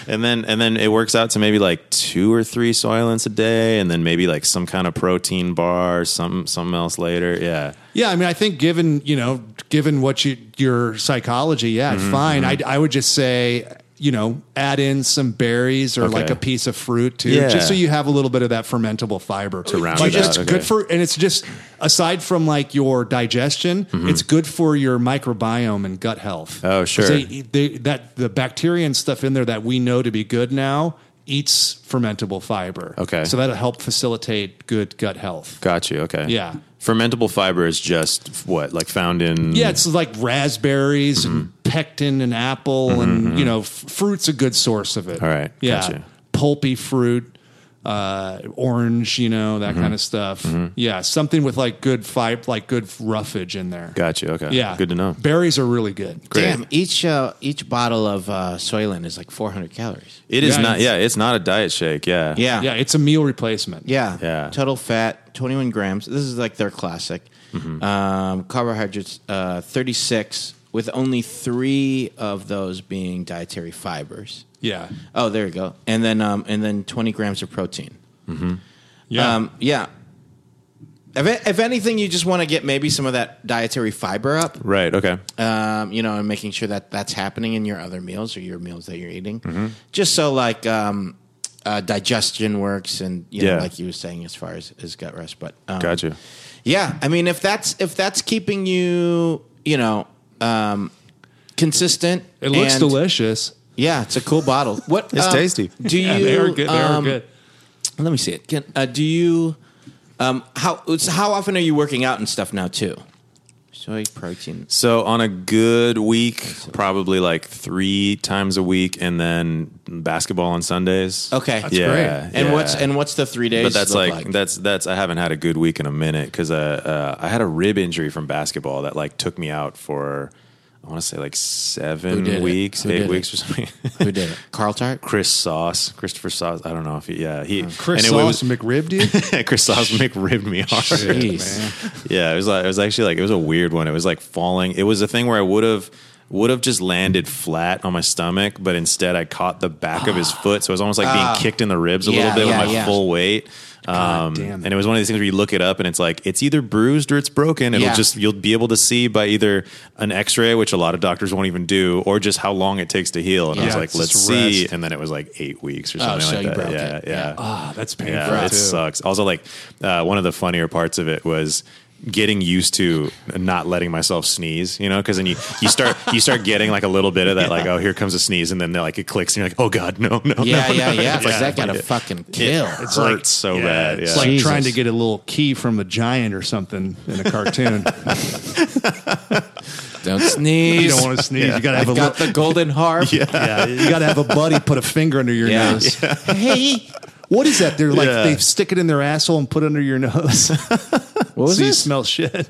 Speaker 5: And then and then it works out to maybe like two or three soylents a day and then maybe like some kind of protein bar, or something something else later. Yeah.
Speaker 8: Yeah, I mean, I think given you know, given what you your psychology, yeah,
Speaker 5: Mm-hmm,
Speaker 8: fine. I I would just say you know, add in some berries or
Speaker 5: Okay.
Speaker 8: like a piece of fruit too,
Speaker 5: Yeah.
Speaker 8: just so you have a little bit of that fermentable fiber to
Speaker 5: round
Speaker 8: like,
Speaker 5: it out,
Speaker 8: It's
Speaker 5: okay.
Speaker 8: good for, and it's just aside from like your digestion,
Speaker 5: Mm-hmm.
Speaker 8: it's good for your microbiome and gut health.
Speaker 5: Oh,
Speaker 8: 'Cause
Speaker 5: sure.
Speaker 8: they- they- that the bacteria and stuff in there that we know to be good now eats fermentable fiber.
Speaker 5: Okay.
Speaker 8: so that'll help facilitate good gut health.
Speaker 5: Got you. Okay.
Speaker 8: Yeah.
Speaker 5: Fermentable fiber is just what, like found in
Speaker 8: Yeah, it's like raspberries
Speaker 5: Mm-hmm.
Speaker 8: and pectin and apple and you know, f- fruit's a good source of it.
Speaker 5: All right,
Speaker 8: yeah,
Speaker 5: gotcha.
Speaker 8: pulpy fruit, uh, orange, you know,
Speaker 5: Mm-hmm.
Speaker 8: that kind of stuff. Yeah, something with like good fiber, like good roughage in there.
Speaker 5: Got you. Okay.
Speaker 8: Yeah,
Speaker 5: Good to know.
Speaker 8: Berries are really good.
Speaker 5: Great.
Speaker 6: Damn, each uh, each bottle of uh, Soylent is like 400 calories.
Speaker 5: It is
Speaker 8: Yeah,
Speaker 5: not.
Speaker 8: it's-
Speaker 5: Yeah, it's not a diet shake. Yeah.
Speaker 6: Yeah.
Speaker 8: Yeah, it's a meal replacement.
Speaker 6: Yeah.
Speaker 5: Yeah.
Speaker 6: Total fat, 21 grams. This is like their classic.
Speaker 5: Mm-hmm.
Speaker 6: Um, carbohydrates, uh, 36, with only three of those being dietary fibers.
Speaker 8: yeah,
Speaker 6: Oh, there you go. And then, um, and then 20 grams of protein.
Speaker 8: yeah.
Speaker 6: Um, yeah. If, if anything, you just want to get maybe some of that dietary fiber up,
Speaker 5: Right. Okay.
Speaker 6: um, you know, and making sure that that's happening in your other meals or your meals that you're eating,
Speaker 5: Mm-hmm.
Speaker 6: just so like um, uh, digestion works and you know,
Speaker 5: Yeah.
Speaker 6: like you were saying, as far as, as gut rest. But um,
Speaker 5: Got you.
Speaker 6: Yeah, I mean, if that's if that's keeping you, you know, um, consistent,
Speaker 8: it looks
Speaker 6: and-
Speaker 8: delicious.
Speaker 6: Yeah, it's a cool bottle. What
Speaker 5: It's
Speaker 6: um,
Speaker 5: tasty.
Speaker 6: Do you?
Speaker 8: Yeah, they are good. They are
Speaker 6: um,
Speaker 8: good.
Speaker 6: Let me see it. Can, uh, do you? Um, how it's, how often are you working out and stuff now too? Soy protein.
Speaker 5: So on a good week, probably like three times a week, and then basketball on Sundays.
Speaker 6: Okay. That's
Speaker 5: yeah.
Speaker 8: great.
Speaker 6: And
Speaker 5: yeah.
Speaker 6: what's and what's the three days?
Speaker 5: but that's
Speaker 6: look
Speaker 5: like, that's that's I haven't had a good week in a minute because uh, uh, I had a rib injury from basketball that like took me out for I want to say like
Speaker 6: did
Speaker 5: seven
Speaker 6: it?
Speaker 5: weeks,
Speaker 6: Who did
Speaker 5: eight
Speaker 6: it?
Speaker 5: weeks or something.
Speaker 6: who did it? Carl Tart.
Speaker 5: Chris Sauce, Christopher Sauce. I don't know if he, yeah, he
Speaker 8: Chris
Speaker 5: and it
Speaker 8: Sauce McRib, dude.
Speaker 5: was Chris Sauce McRibbed me hard. Yeah, it was like it was actually like it was a weird one. It was like falling. It was a thing where I would have would have just landed flat on my stomach, but instead I caught the back of his foot, so it was almost like being kicked in the ribs a
Speaker 6: Ah. Yeah,
Speaker 5: little bit
Speaker 6: yeah,
Speaker 5: with my
Speaker 6: yeah.
Speaker 5: full weight. Um,
Speaker 8: damn it.
Speaker 5: and it was one of these things where you look it up and it's like it's either bruised or it's broken. It'll
Speaker 6: Yeah.
Speaker 5: just you'll be able to see by either an X-ray, which a lot of doctors won't even do, or just how long it takes to heal. And I was
Speaker 8: Yeah,
Speaker 5: like,
Speaker 8: just
Speaker 5: let's see.
Speaker 8: rest.
Speaker 5: And then it was like eight weeks or something
Speaker 6: Oh, so
Speaker 5: like
Speaker 6: you
Speaker 5: that.
Speaker 6: broke
Speaker 5: yeah,
Speaker 6: it.
Speaker 5: yeah,
Speaker 8: Ah, that's painful.
Speaker 5: yeah, it
Speaker 8: too.
Speaker 5: sucks. Also, like uh, one of the funnier parts of it was getting used to not letting myself sneeze. You know, because then you you start you start getting like a little bit of that, like oh here comes a sneeze, and then like it clicks, and you're like oh god, no, no, no,
Speaker 6: Yeah, yeah,
Speaker 5: no.
Speaker 6: yeah.
Speaker 5: It's like,
Speaker 6: Because that got to fucking kill.
Speaker 5: it hurts
Speaker 8: like-
Speaker 5: so
Speaker 8: yeah,
Speaker 5: bad.
Speaker 8: It's
Speaker 5: yeah.
Speaker 8: like
Speaker 6: Jesus.
Speaker 8: trying to get a little key from a giant or something in a cartoon.
Speaker 6: Don't sneeze.
Speaker 8: you don't want to sneeze. You gotta have a
Speaker 6: I've got
Speaker 8: little,
Speaker 6: the golden harp.
Speaker 8: yeah, you gotta have a buddy put a finger under your
Speaker 6: Yeah.
Speaker 8: nose. Hey, what is that? They're like
Speaker 5: Yeah.
Speaker 8: they stick it in their asshole and put it under your nose.
Speaker 6: What was
Speaker 8: so you
Speaker 6: this?
Speaker 8: smell shit.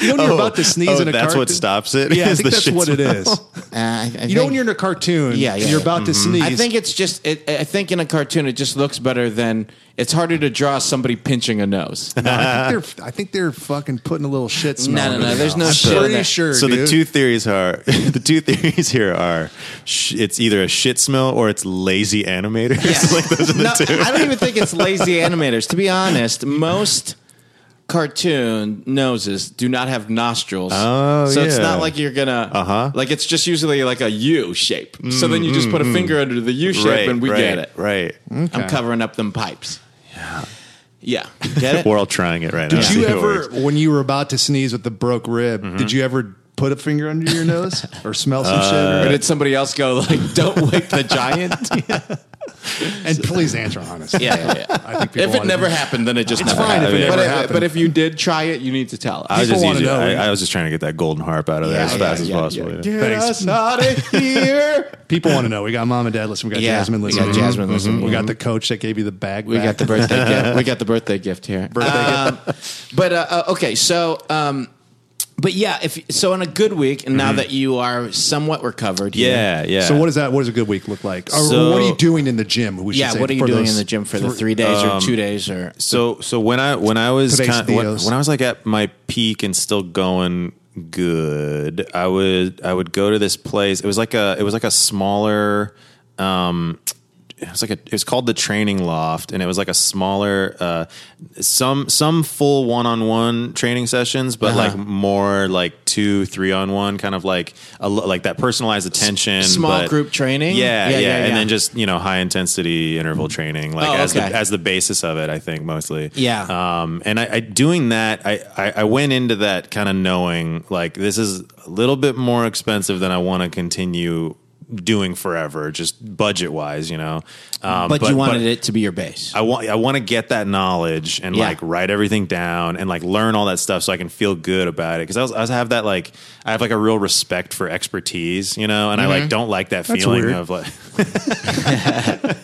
Speaker 8: You know when you're about to sneeze
Speaker 5: oh,
Speaker 8: in a
Speaker 5: that's
Speaker 8: cartoon.
Speaker 5: what stops it.
Speaker 8: Yeah, I
Speaker 5: is
Speaker 8: think
Speaker 5: the
Speaker 8: that's
Speaker 5: shit
Speaker 8: what it
Speaker 5: smell.
Speaker 8: is.
Speaker 6: Uh, I, I
Speaker 8: You know when you're in a cartoon,
Speaker 6: Yeah, yeah,
Speaker 8: and you're
Speaker 6: yeah.
Speaker 8: about to
Speaker 5: Mm-hmm.
Speaker 8: sneeze.
Speaker 6: I think it's just. It, I think in a cartoon, it just looks better than. It's harder to draw somebody pinching a nose.
Speaker 8: No, I think they're I think they're fucking putting a little shit smell.
Speaker 6: no,
Speaker 8: in
Speaker 6: no,
Speaker 8: their
Speaker 6: there's no
Speaker 8: mouth.
Speaker 6: shit
Speaker 8: I'm
Speaker 6: in
Speaker 8: pretty
Speaker 6: there.
Speaker 8: sure.
Speaker 5: So the
Speaker 8: dude.
Speaker 5: two theories are the two theories here are sh- it's either a shit smell or it's lazy animators. like those are the
Speaker 6: no,
Speaker 5: two.
Speaker 6: I don't even think it's lazy animators. To be honest, most cartoon noses do not have nostrils.
Speaker 5: Oh,
Speaker 6: so it's
Speaker 5: yeah. Uh-huh.
Speaker 6: not like you're gonna. Uh huh. Like it's just usually like a U shape. so then you just put a finger under the U shape, and we
Speaker 5: Mm-hmm. right,
Speaker 6: get it.
Speaker 5: Right.
Speaker 8: Mm,
Speaker 6: I'm covering up them pipes. Yeah. Yeah. Get it?
Speaker 5: We're all trying it right now.
Speaker 8: Did
Speaker 5: See
Speaker 8: you
Speaker 5: if it
Speaker 8: ever,
Speaker 5: works.
Speaker 8: when you were about to sneeze with the broke rib,
Speaker 5: Mm-hmm.
Speaker 8: did you ever put a finger under your
Speaker 5: Uh,
Speaker 8: nose or smell some shit?
Speaker 6: or
Speaker 8: Or
Speaker 6: did somebody else go like, "Don't wake the giant"?
Speaker 8: And please answer honestly.
Speaker 2: Yeah, yeah, yeah.
Speaker 8: I think people
Speaker 2: If it
Speaker 8: wanna
Speaker 2: never
Speaker 8: do-
Speaker 2: happened, then it just never
Speaker 8: fine if
Speaker 2: happened.
Speaker 8: it never
Speaker 2: but, if,
Speaker 8: happened.
Speaker 2: but if you did try it, you need to tell
Speaker 5: I
Speaker 2: us.
Speaker 5: was just
Speaker 8: wanna
Speaker 5: using,
Speaker 8: know.
Speaker 5: I, I was just trying to get that golden harp out of there
Speaker 2: Yeah,
Speaker 5: as
Speaker 2: yeah,
Speaker 5: fast as
Speaker 2: yeah,
Speaker 5: possible. yeah.
Speaker 8: Get us out of here. People want to know. We got mom and dad listening. We got
Speaker 2: Yeah,
Speaker 8: Jasmine
Speaker 2: we
Speaker 8: listening.
Speaker 2: got Jasmine listening.
Speaker 8: We got the coach that gave you the
Speaker 5: Mm-hmm.
Speaker 8: bag.
Speaker 2: We got the birthday gift. We got the birthday gift here.
Speaker 8: birthday.
Speaker 6: Um,
Speaker 2: But uh, uh,
Speaker 6: Okay, so um, but yeah, if so, on a good week, and now that you are somewhat recovered, here-
Speaker 5: Yeah, yeah.
Speaker 8: So what does that? What does a good week look like? Or
Speaker 5: So-
Speaker 8: what are you doing in the gym? We should
Speaker 6: yeah.
Speaker 8: say,
Speaker 6: What are you
Speaker 8: for
Speaker 6: doing
Speaker 8: those
Speaker 6: in the gym for the
Speaker 8: three-
Speaker 6: three days or two days or?
Speaker 5: So so when I when I was
Speaker 8: Today's
Speaker 5: kind when,
Speaker 8: videos.
Speaker 5: when I was like at my peak and still going good, I would I would go to this place. It was like a it was like a smaller um it was like a, it was called the training loft and it was like a smaller uh some some full one-on-one training sessions but like
Speaker 6: Uh-huh.
Speaker 5: more like two three-on-one kind of like a, lo- like that personalized attention
Speaker 6: small
Speaker 5: but-
Speaker 6: group training?
Speaker 5: yeah
Speaker 6: Yeah,
Speaker 5: yeah,
Speaker 6: yeah, yeah.
Speaker 5: and then just you know high intensity interval training like
Speaker 6: Oh,
Speaker 5: as the
Speaker 6: okay.
Speaker 5: as the basis of it i think mostly
Speaker 6: Yeah.
Speaker 5: um, and I, I doing that, I, I, I went into that kind of knowing like this is a little bit more expensive than I want to continue doing forever, just budget wise, you know. Um,
Speaker 6: but, you wanted it to be your base.
Speaker 5: I want I want to get that knowledge and
Speaker 6: Yeah.
Speaker 5: like write everything down and like learn all that stuff so I can feel good about it because I, was- I was- have that like I have like a real respect for expertise you know and I
Speaker 6: Mm-hmm.
Speaker 5: like don't like that feeling
Speaker 8: weird.
Speaker 5: of like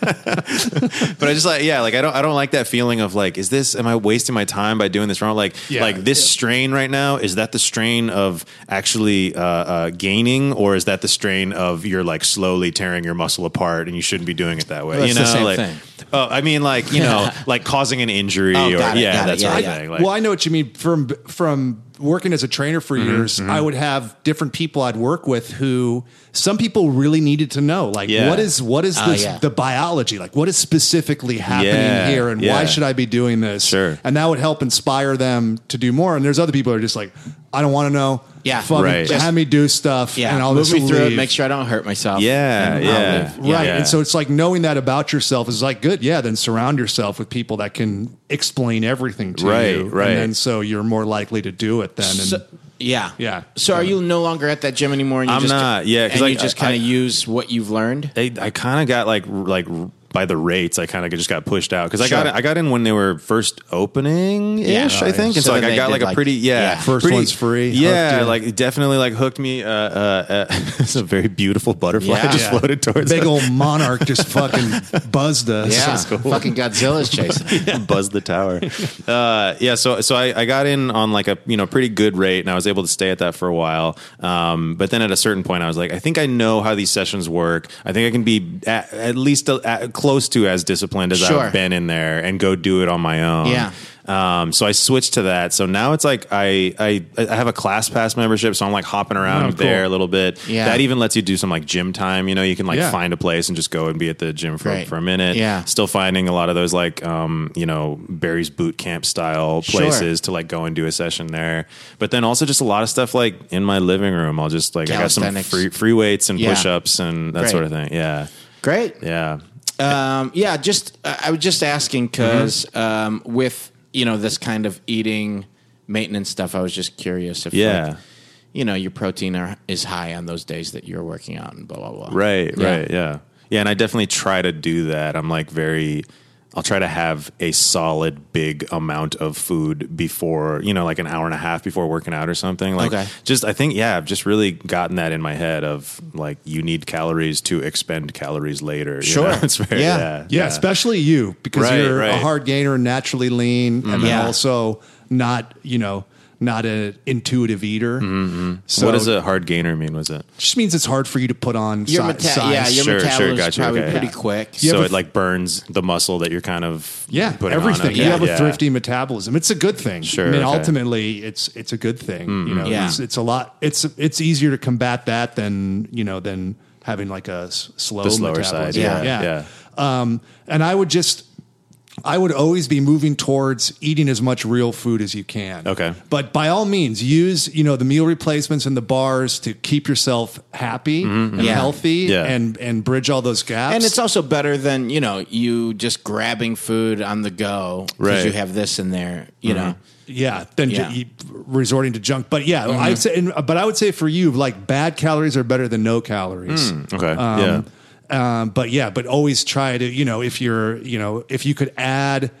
Speaker 5: but I just like yeah like I don't I don't like that feeling of like is this am I wasting my time by doing this wrong like
Speaker 8: Yeah.
Speaker 5: like this strain right now is that the strain of actually uh, uh, gaining or is that the strain of you're like slowly tearing your muscle apart and you shouldn't be doing it that way
Speaker 6: Well,
Speaker 5: you
Speaker 6: it's
Speaker 5: know
Speaker 6: the same
Speaker 5: like
Speaker 6: thing.
Speaker 5: Oh, I mean, like you know, like causing an injury
Speaker 6: Oh,
Speaker 5: or
Speaker 6: got it,
Speaker 5: yeah,
Speaker 6: got it,
Speaker 5: that sort
Speaker 6: yeah,
Speaker 5: of
Speaker 6: yeah.
Speaker 5: thing. Like,
Speaker 8: Well, I know what you mean from from working as a trainer for years. I would have different people I'd work with who some people really needed to know, like
Speaker 5: Yeah.
Speaker 8: what is what is
Speaker 6: Oh,
Speaker 8: this,
Speaker 6: yeah.
Speaker 8: the biology, like what is specifically happening
Speaker 5: Yeah,
Speaker 8: here, and why
Speaker 5: yeah.
Speaker 8: should I be doing this?
Speaker 5: Sure.
Speaker 8: and that would help inspire them to do more. And there's other people who are just like, I don't want to know.
Speaker 6: Yeah.
Speaker 8: Fucking
Speaker 5: Right.
Speaker 8: Just have me do stuff.
Speaker 6: Yeah,
Speaker 8: and I'll
Speaker 6: move
Speaker 8: just
Speaker 6: me through
Speaker 8: leave.
Speaker 6: it. Make sure I don't hurt myself.
Speaker 5: yeah,
Speaker 6: and I'll
Speaker 5: yeah,
Speaker 6: live.
Speaker 5: yeah,
Speaker 8: Right.
Speaker 5: yeah.
Speaker 8: And so it's like knowing that about yourself is like good. Yeah. Then surround yourself with people that can explain everything to
Speaker 5: Right,
Speaker 8: you.
Speaker 5: right.
Speaker 8: And then so you're more likely to do it then. And
Speaker 6: So, yeah.
Speaker 8: Yeah.
Speaker 6: So are you no longer at that gym anymore? And you
Speaker 5: I'm
Speaker 6: just,
Speaker 5: not, yeah, 'cause
Speaker 6: And
Speaker 5: like,
Speaker 6: you just
Speaker 5: I-
Speaker 6: kind of use what you've learned.
Speaker 5: they, I kind of got like r- like r- by the rates, I kind of just got pushed out because I
Speaker 6: Sure.
Speaker 5: got I got in when they were first opening ish,
Speaker 6: Yeah.
Speaker 5: I think,
Speaker 6: So
Speaker 5: and so like
Speaker 6: then
Speaker 5: I
Speaker 6: they
Speaker 5: got
Speaker 6: did,
Speaker 5: like a
Speaker 6: like-
Speaker 5: pretty yeah,
Speaker 6: yeah.
Speaker 8: First
Speaker 5: pretty-
Speaker 8: one's free, hooked
Speaker 5: yeah,
Speaker 8: you.
Speaker 5: like it definitely like hooked me. Uh, uh, uh, it's a very beautiful butterfly
Speaker 6: Yeah.
Speaker 5: just
Speaker 8: Yeah.
Speaker 5: floated towards
Speaker 8: big
Speaker 5: us.
Speaker 8: old monarch just fucking buzzed us.
Speaker 6: Yeah. Fucking Godzilla's chasing. me.
Speaker 5: buzz the tower. Uh, yeah, so so I, I got in on like a you know pretty good rate, and I was able to stay at that for a while. Um, but then at a certain point, I was like, I think I know how these sessions work. I think I can be at, at least a, at- close to as disciplined as
Speaker 6: Sure.
Speaker 5: I've been in there, and go do it on my own.
Speaker 6: Yeah.
Speaker 5: Um, so I switched to that. So now it's like I I, I have a class pass membership, so I'm like hopping around
Speaker 8: Oh, cool.
Speaker 5: there a little bit.
Speaker 6: Yeah.
Speaker 5: That even lets you do some like gym time. You know, you can like
Speaker 8: Yeah.
Speaker 5: find a place and just go and be at the gym for,
Speaker 6: Right.
Speaker 5: for a minute.
Speaker 6: Yeah.
Speaker 5: Still finding a lot of those like um, you know Barry's boot camp style
Speaker 6: Sure.
Speaker 5: places to like go and do a session there. But then also just a lot of stuff like in my living room. I'll just like I got some
Speaker 6: Calisthenics.
Speaker 5: free, free weights and
Speaker 6: Yeah.
Speaker 5: push ups and that
Speaker 6: Great.
Speaker 5: sort of thing. Yeah,
Speaker 6: Great.
Speaker 5: yeah.
Speaker 6: Um, yeah, just uh, I was just asking
Speaker 5: Mm-hmm.
Speaker 6: because um, with you know this kind of eating maintenance stuff, I was just curious if
Speaker 5: Yeah.
Speaker 6: like, you know your protein are, is high on those days that you're working out and blah blah blah.
Speaker 5: Right,
Speaker 6: Yeah.
Speaker 5: right, yeah. Yeah, and I definitely try to do that. I'm like very I'll try to have a solid big amount of food before, you know, like an hour and a half before working out or something. Like
Speaker 6: Okay.
Speaker 5: just I think yeah, I've just really gotten that in my head of like you need calories to expend calories later. you
Speaker 6: Sure.
Speaker 5: know? It's very
Speaker 6: Yeah.
Speaker 5: yeah.
Speaker 8: Yeah, especially you because
Speaker 5: Right,
Speaker 8: you're a
Speaker 5: right.
Speaker 8: hard gainer and naturally lean, and then
Speaker 6: Yeah.
Speaker 8: also not you know not an intuitive eater. So
Speaker 5: what does a hard gainer mean? Was it?
Speaker 8: Just means it's hard for you to put on
Speaker 6: Your
Speaker 8: si-
Speaker 6: meta-
Speaker 8: size.
Speaker 6: yeah, your
Speaker 5: Sure, sure,
Speaker 6: metabolism's
Speaker 5: gotcha,
Speaker 6: probably
Speaker 5: okay.
Speaker 6: pretty
Speaker 5: Yeah.
Speaker 6: quick.
Speaker 8: You
Speaker 5: so
Speaker 8: have a-
Speaker 5: it like burns the muscle that you're kind of
Speaker 8: Yeah,
Speaker 5: putting on.
Speaker 8: everything.
Speaker 5: Okay,
Speaker 8: You have a
Speaker 5: yeah.
Speaker 8: thrifty metabolism. It's a good thing.
Speaker 5: Sure,
Speaker 8: I mean,
Speaker 5: okay. Mm-hmm.
Speaker 8: ultimately, it's it's a good thing. You know,
Speaker 6: Yeah.
Speaker 8: it's, it's a lot. It's it's easier to combat that than you know than having like a s- slow
Speaker 5: The slower
Speaker 8: metabolism.
Speaker 5: side, yeah,
Speaker 8: yeah. Um, and I would just. I would always be moving towards eating as much real food as you can.
Speaker 5: Okay.
Speaker 8: But by all means, use, you know, the meal replacements and the bars to keep yourself happy and
Speaker 6: Yeah.
Speaker 8: healthy
Speaker 5: Mm-hmm. Yeah.
Speaker 8: and and bridge all those gaps.
Speaker 6: And it's also better than you know you just grabbing food on the go because
Speaker 5: Right. Mm-hmm.
Speaker 6: you have this in there. You know,
Speaker 8: Yeah, then
Speaker 6: Yeah.
Speaker 8: ju- resorting to junk. But yeah, I'd
Speaker 3: uh,
Speaker 5: Mm.
Speaker 8: say, and, but I would say for you, like bad calories are better than no calories.
Speaker 5: Okay.
Speaker 8: Um,
Speaker 5: yeah.
Speaker 3: Um, but yeah, but always try to, you know, if you're, you know, if you could add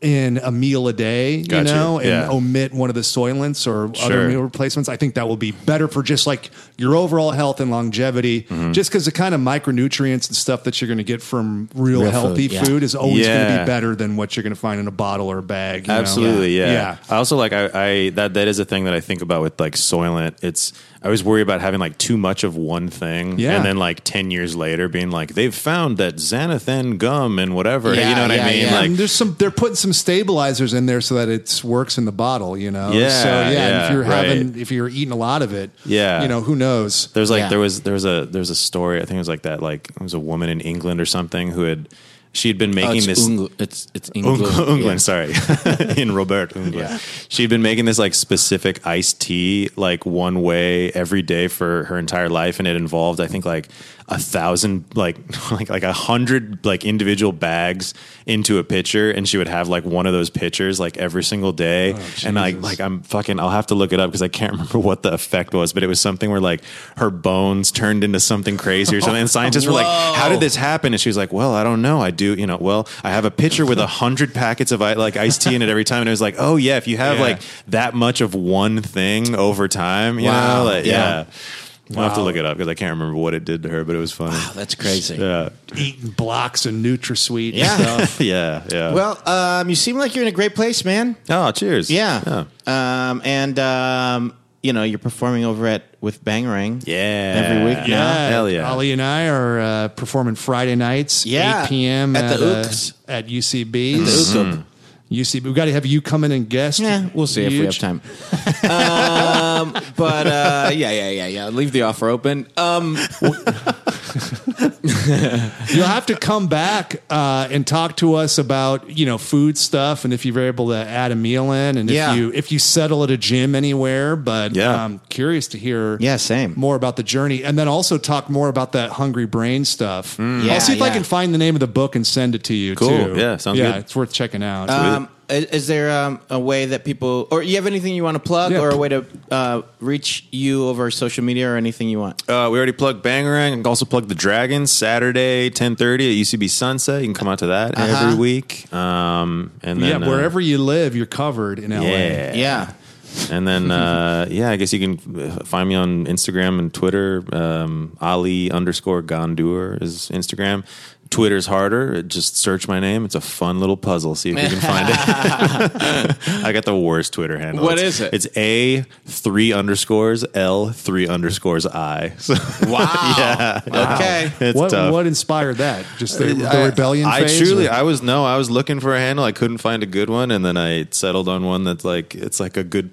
Speaker 3: in a meal a day,
Speaker 5: Gotcha.
Speaker 3: you know, and
Speaker 5: Yeah.
Speaker 3: omit one of the soylents or
Speaker 5: Sure.
Speaker 3: other meal replacements, I think that will be better for just like your overall health and longevity. Just because the kind of micronutrients and stuff that you're going to get from real,
Speaker 6: Real
Speaker 3: healthy
Speaker 6: food,
Speaker 3: food,
Speaker 6: yeah.
Speaker 3: is always going to
Speaker 5: Yeah.
Speaker 3: be better than what you're going to find in a bottle or a bag. you know?
Speaker 5: Absolutely, yeah.
Speaker 3: yeah.
Speaker 5: I also like I, I that that is a thing that I think about with like Soylent. It's I always worry about having like too much of one thing,
Speaker 3: Yeah.
Speaker 5: and then like ten years later being like they've found that xanthan gum and whatever.
Speaker 6: Yeah,
Speaker 5: you know what
Speaker 6: yeah,
Speaker 5: I mean?
Speaker 6: yeah.
Speaker 5: Like
Speaker 3: And there's some they're putting some stabilizers in there so that it works in the bottle, you know.
Speaker 5: Yeah,
Speaker 3: So yeah,
Speaker 5: yeah,
Speaker 3: if you're having
Speaker 5: right.
Speaker 3: if you're eating a lot of it,
Speaker 5: Yeah.
Speaker 3: you know, who knows?
Speaker 5: There's like
Speaker 6: Yeah.
Speaker 5: there was there was a there was a story. I think it was like that. Like it was a woman in England or something who had she had been
Speaker 6: Oh,
Speaker 5: making
Speaker 6: it's,
Speaker 5: this.
Speaker 6: Ungl- it's it's
Speaker 5: Ung-
Speaker 6: England.
Speaker 5: England, sorry, in Robert England. She'd been making this like specific iced tea, like one way every day for her entire life, and it involved, I think, like a thousand, like like like a hundred like individual bags into a pitcher, and she would have like one of those pitchers like every single day, and like like I'm fucking, I'll have to look it up because I can't remember what the effect was, but it was something where like her bones turned into something crazy or something, and scientists were like, "How did this happen?" And she was like, "Well, I don't know. I do, you know. Well, I have a pitcher with a hundred packets of i- like iced tea in it every time." And it was like, "Oh yeah, if you have
Speaker 3: Yeah.
Speaker 5: like that much of one thing over time, you
Speaker 3: Wow.
Speaker 5: know, like,
Speaker 3: Yeah.
Speaker 5: yeah." I'll have to look it up because I can't remember what it did to her, but it was funny.
Speaker 6: That's crazy.
Speaker 3: Eating blocks and NutraSweet.
Speaker 6: Yeah.
Speaker 3: And stuff.
Speaker 5: yeah, yeah.
Speaker 6: Well, um, you seem like you're in a great place, man.
Speaker 5: oh, cheers.
Speaker 6: Yeah. Um, and um, you know, you're performing over at with Bangarang.
Speaker 5: Yeah.
Speaker 6: Every week
Speaker 5: Yeah.
Speaker 6: now.
Speaker 5: Hell yeah.
Speaker 3: Ali and I are uh, performing Friday nights,
Speaker 6: Yeah.
Speaker 3: 8 p.m.
Speaker 6: At
Speaker 3: at,
Speaker 6: the
Speaker 3: uh, Mm-hmm.
Speaker 6: Ooks.
Speaker 3: at UCB's.
Speaker 6: Mhm.
Speaker 3: UCB. We've got to have you come in and guest.
Speaker 6: Yeah, we'll see if we have
Speaker 3: Huge.
Speaker 6: time. um, but uh, yeah, yeah, yeah, yeah. Leave the offer open. Um,
Speaker 3: You'll have to come back uh, and talk to us about you know food stuff and if you're able to add a meal in and
Speaker 6: Yeah.
Speaker 3: if you if you settle at a gym anywhere. But
Speaker 5: Yeah.
Speaker 3: I'm curious to hear
Speaker 6: Yeah, same.
Speaker 3: more about the journey and then also talk more about that hungry brain stuff.
Speaker 6: Mm. Yeah,
Speaker 3: I'll see if I
Speaker 6: yeah.
Speaker 3: can find the name of the book and send it to you.
Speaker 5: Cool.
Speaker 3: Too.
Speaker 5: Yeah, sounds
Speaker 3: yeah,
Speaker 5: good.
Speaker 3: It's worth checking out.
Speaker 6: um, is, is there um, a way that people, or you have anything you want to plug,
Speaker 3: Yeah.
Speaker 6: or a way to uh, reach you over social media, or anything you want?
Speaker 5: Uh, we already plugged Bangarang. and also plugged the Dragons Saturday ten thirty at UCB Sunset. You can come out to that every week. Um, and
Speaker 3: yeah,
Speaker 5: then uh,
Speaker 3: wherever you live, you're covered in LA.
Speaker 5: Yeah,
Speaker 6: Yeah.
Speaker 5: And then uh, yeah, I guess you can uh, find me on Instagram and Twitter. Um, Ali underscore Gondur is Instagram. Twitter's harder. Just search my name. It's a fun little puzzle. See if you can find it. I got the worst Twitter handle.
Speaker 2: What
Speaker 5: It's-
Speaker 2: is it?
Speaker 5: It's a three underscores l three underscores i. So
Speaker 2: Wow.
Speaker 5: yeah,
Speaker 2: Okay.
Speaker 5: it's
Speaker 3: what
Speaker 5: tough.
Speaker 3: what inspired that? Just the, the
Speaker 5: I-
Speaker 3: rebellion.
Speaker 5: I
Speaker 3: phase,
Speaker 5: truly,
Speaker 3: or-
Speaker 5: I was no, I was looking for a handle. I couldn't find a good one, and then I settled on one that's like it's like a good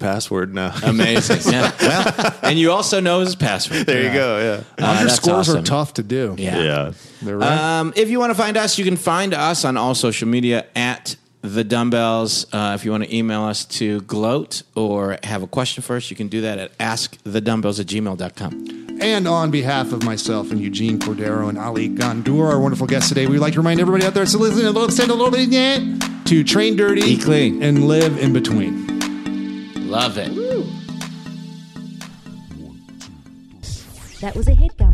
Speaker 5: password now.
Speaker 2: Amazing.
Speaker 6: Yeah. Well,
Speaker 2: and you also know his password.
Speaker 5: there you go. Yeah.
Speaker 6: uh, that's
Speaker 3: underscores are
Speaker 6: awesome.
Speaker 3: tough to do.
Speaker 6: Yeah.
Speaker 5: yeah.
Speaker 3: They're right.
Speaker 6: Um, if you want to find us, you can find us on all social media at the dumbbells. Uh, if you want to email us to gloat or have a question for us, you can do that at askthedumbbells at gmail.com.
Speaker 3: And on behalf of myself and Eugene Cordero and Ali Gondur, our wonderful guests today, we'd like to remind everybody out there to listen and love, send a little bit yet to train dirty,
Speaker 6: Eat clean.
Speaker 3: and live in between.
Speaker 6: Love it.
Speaker 1: That was a headgum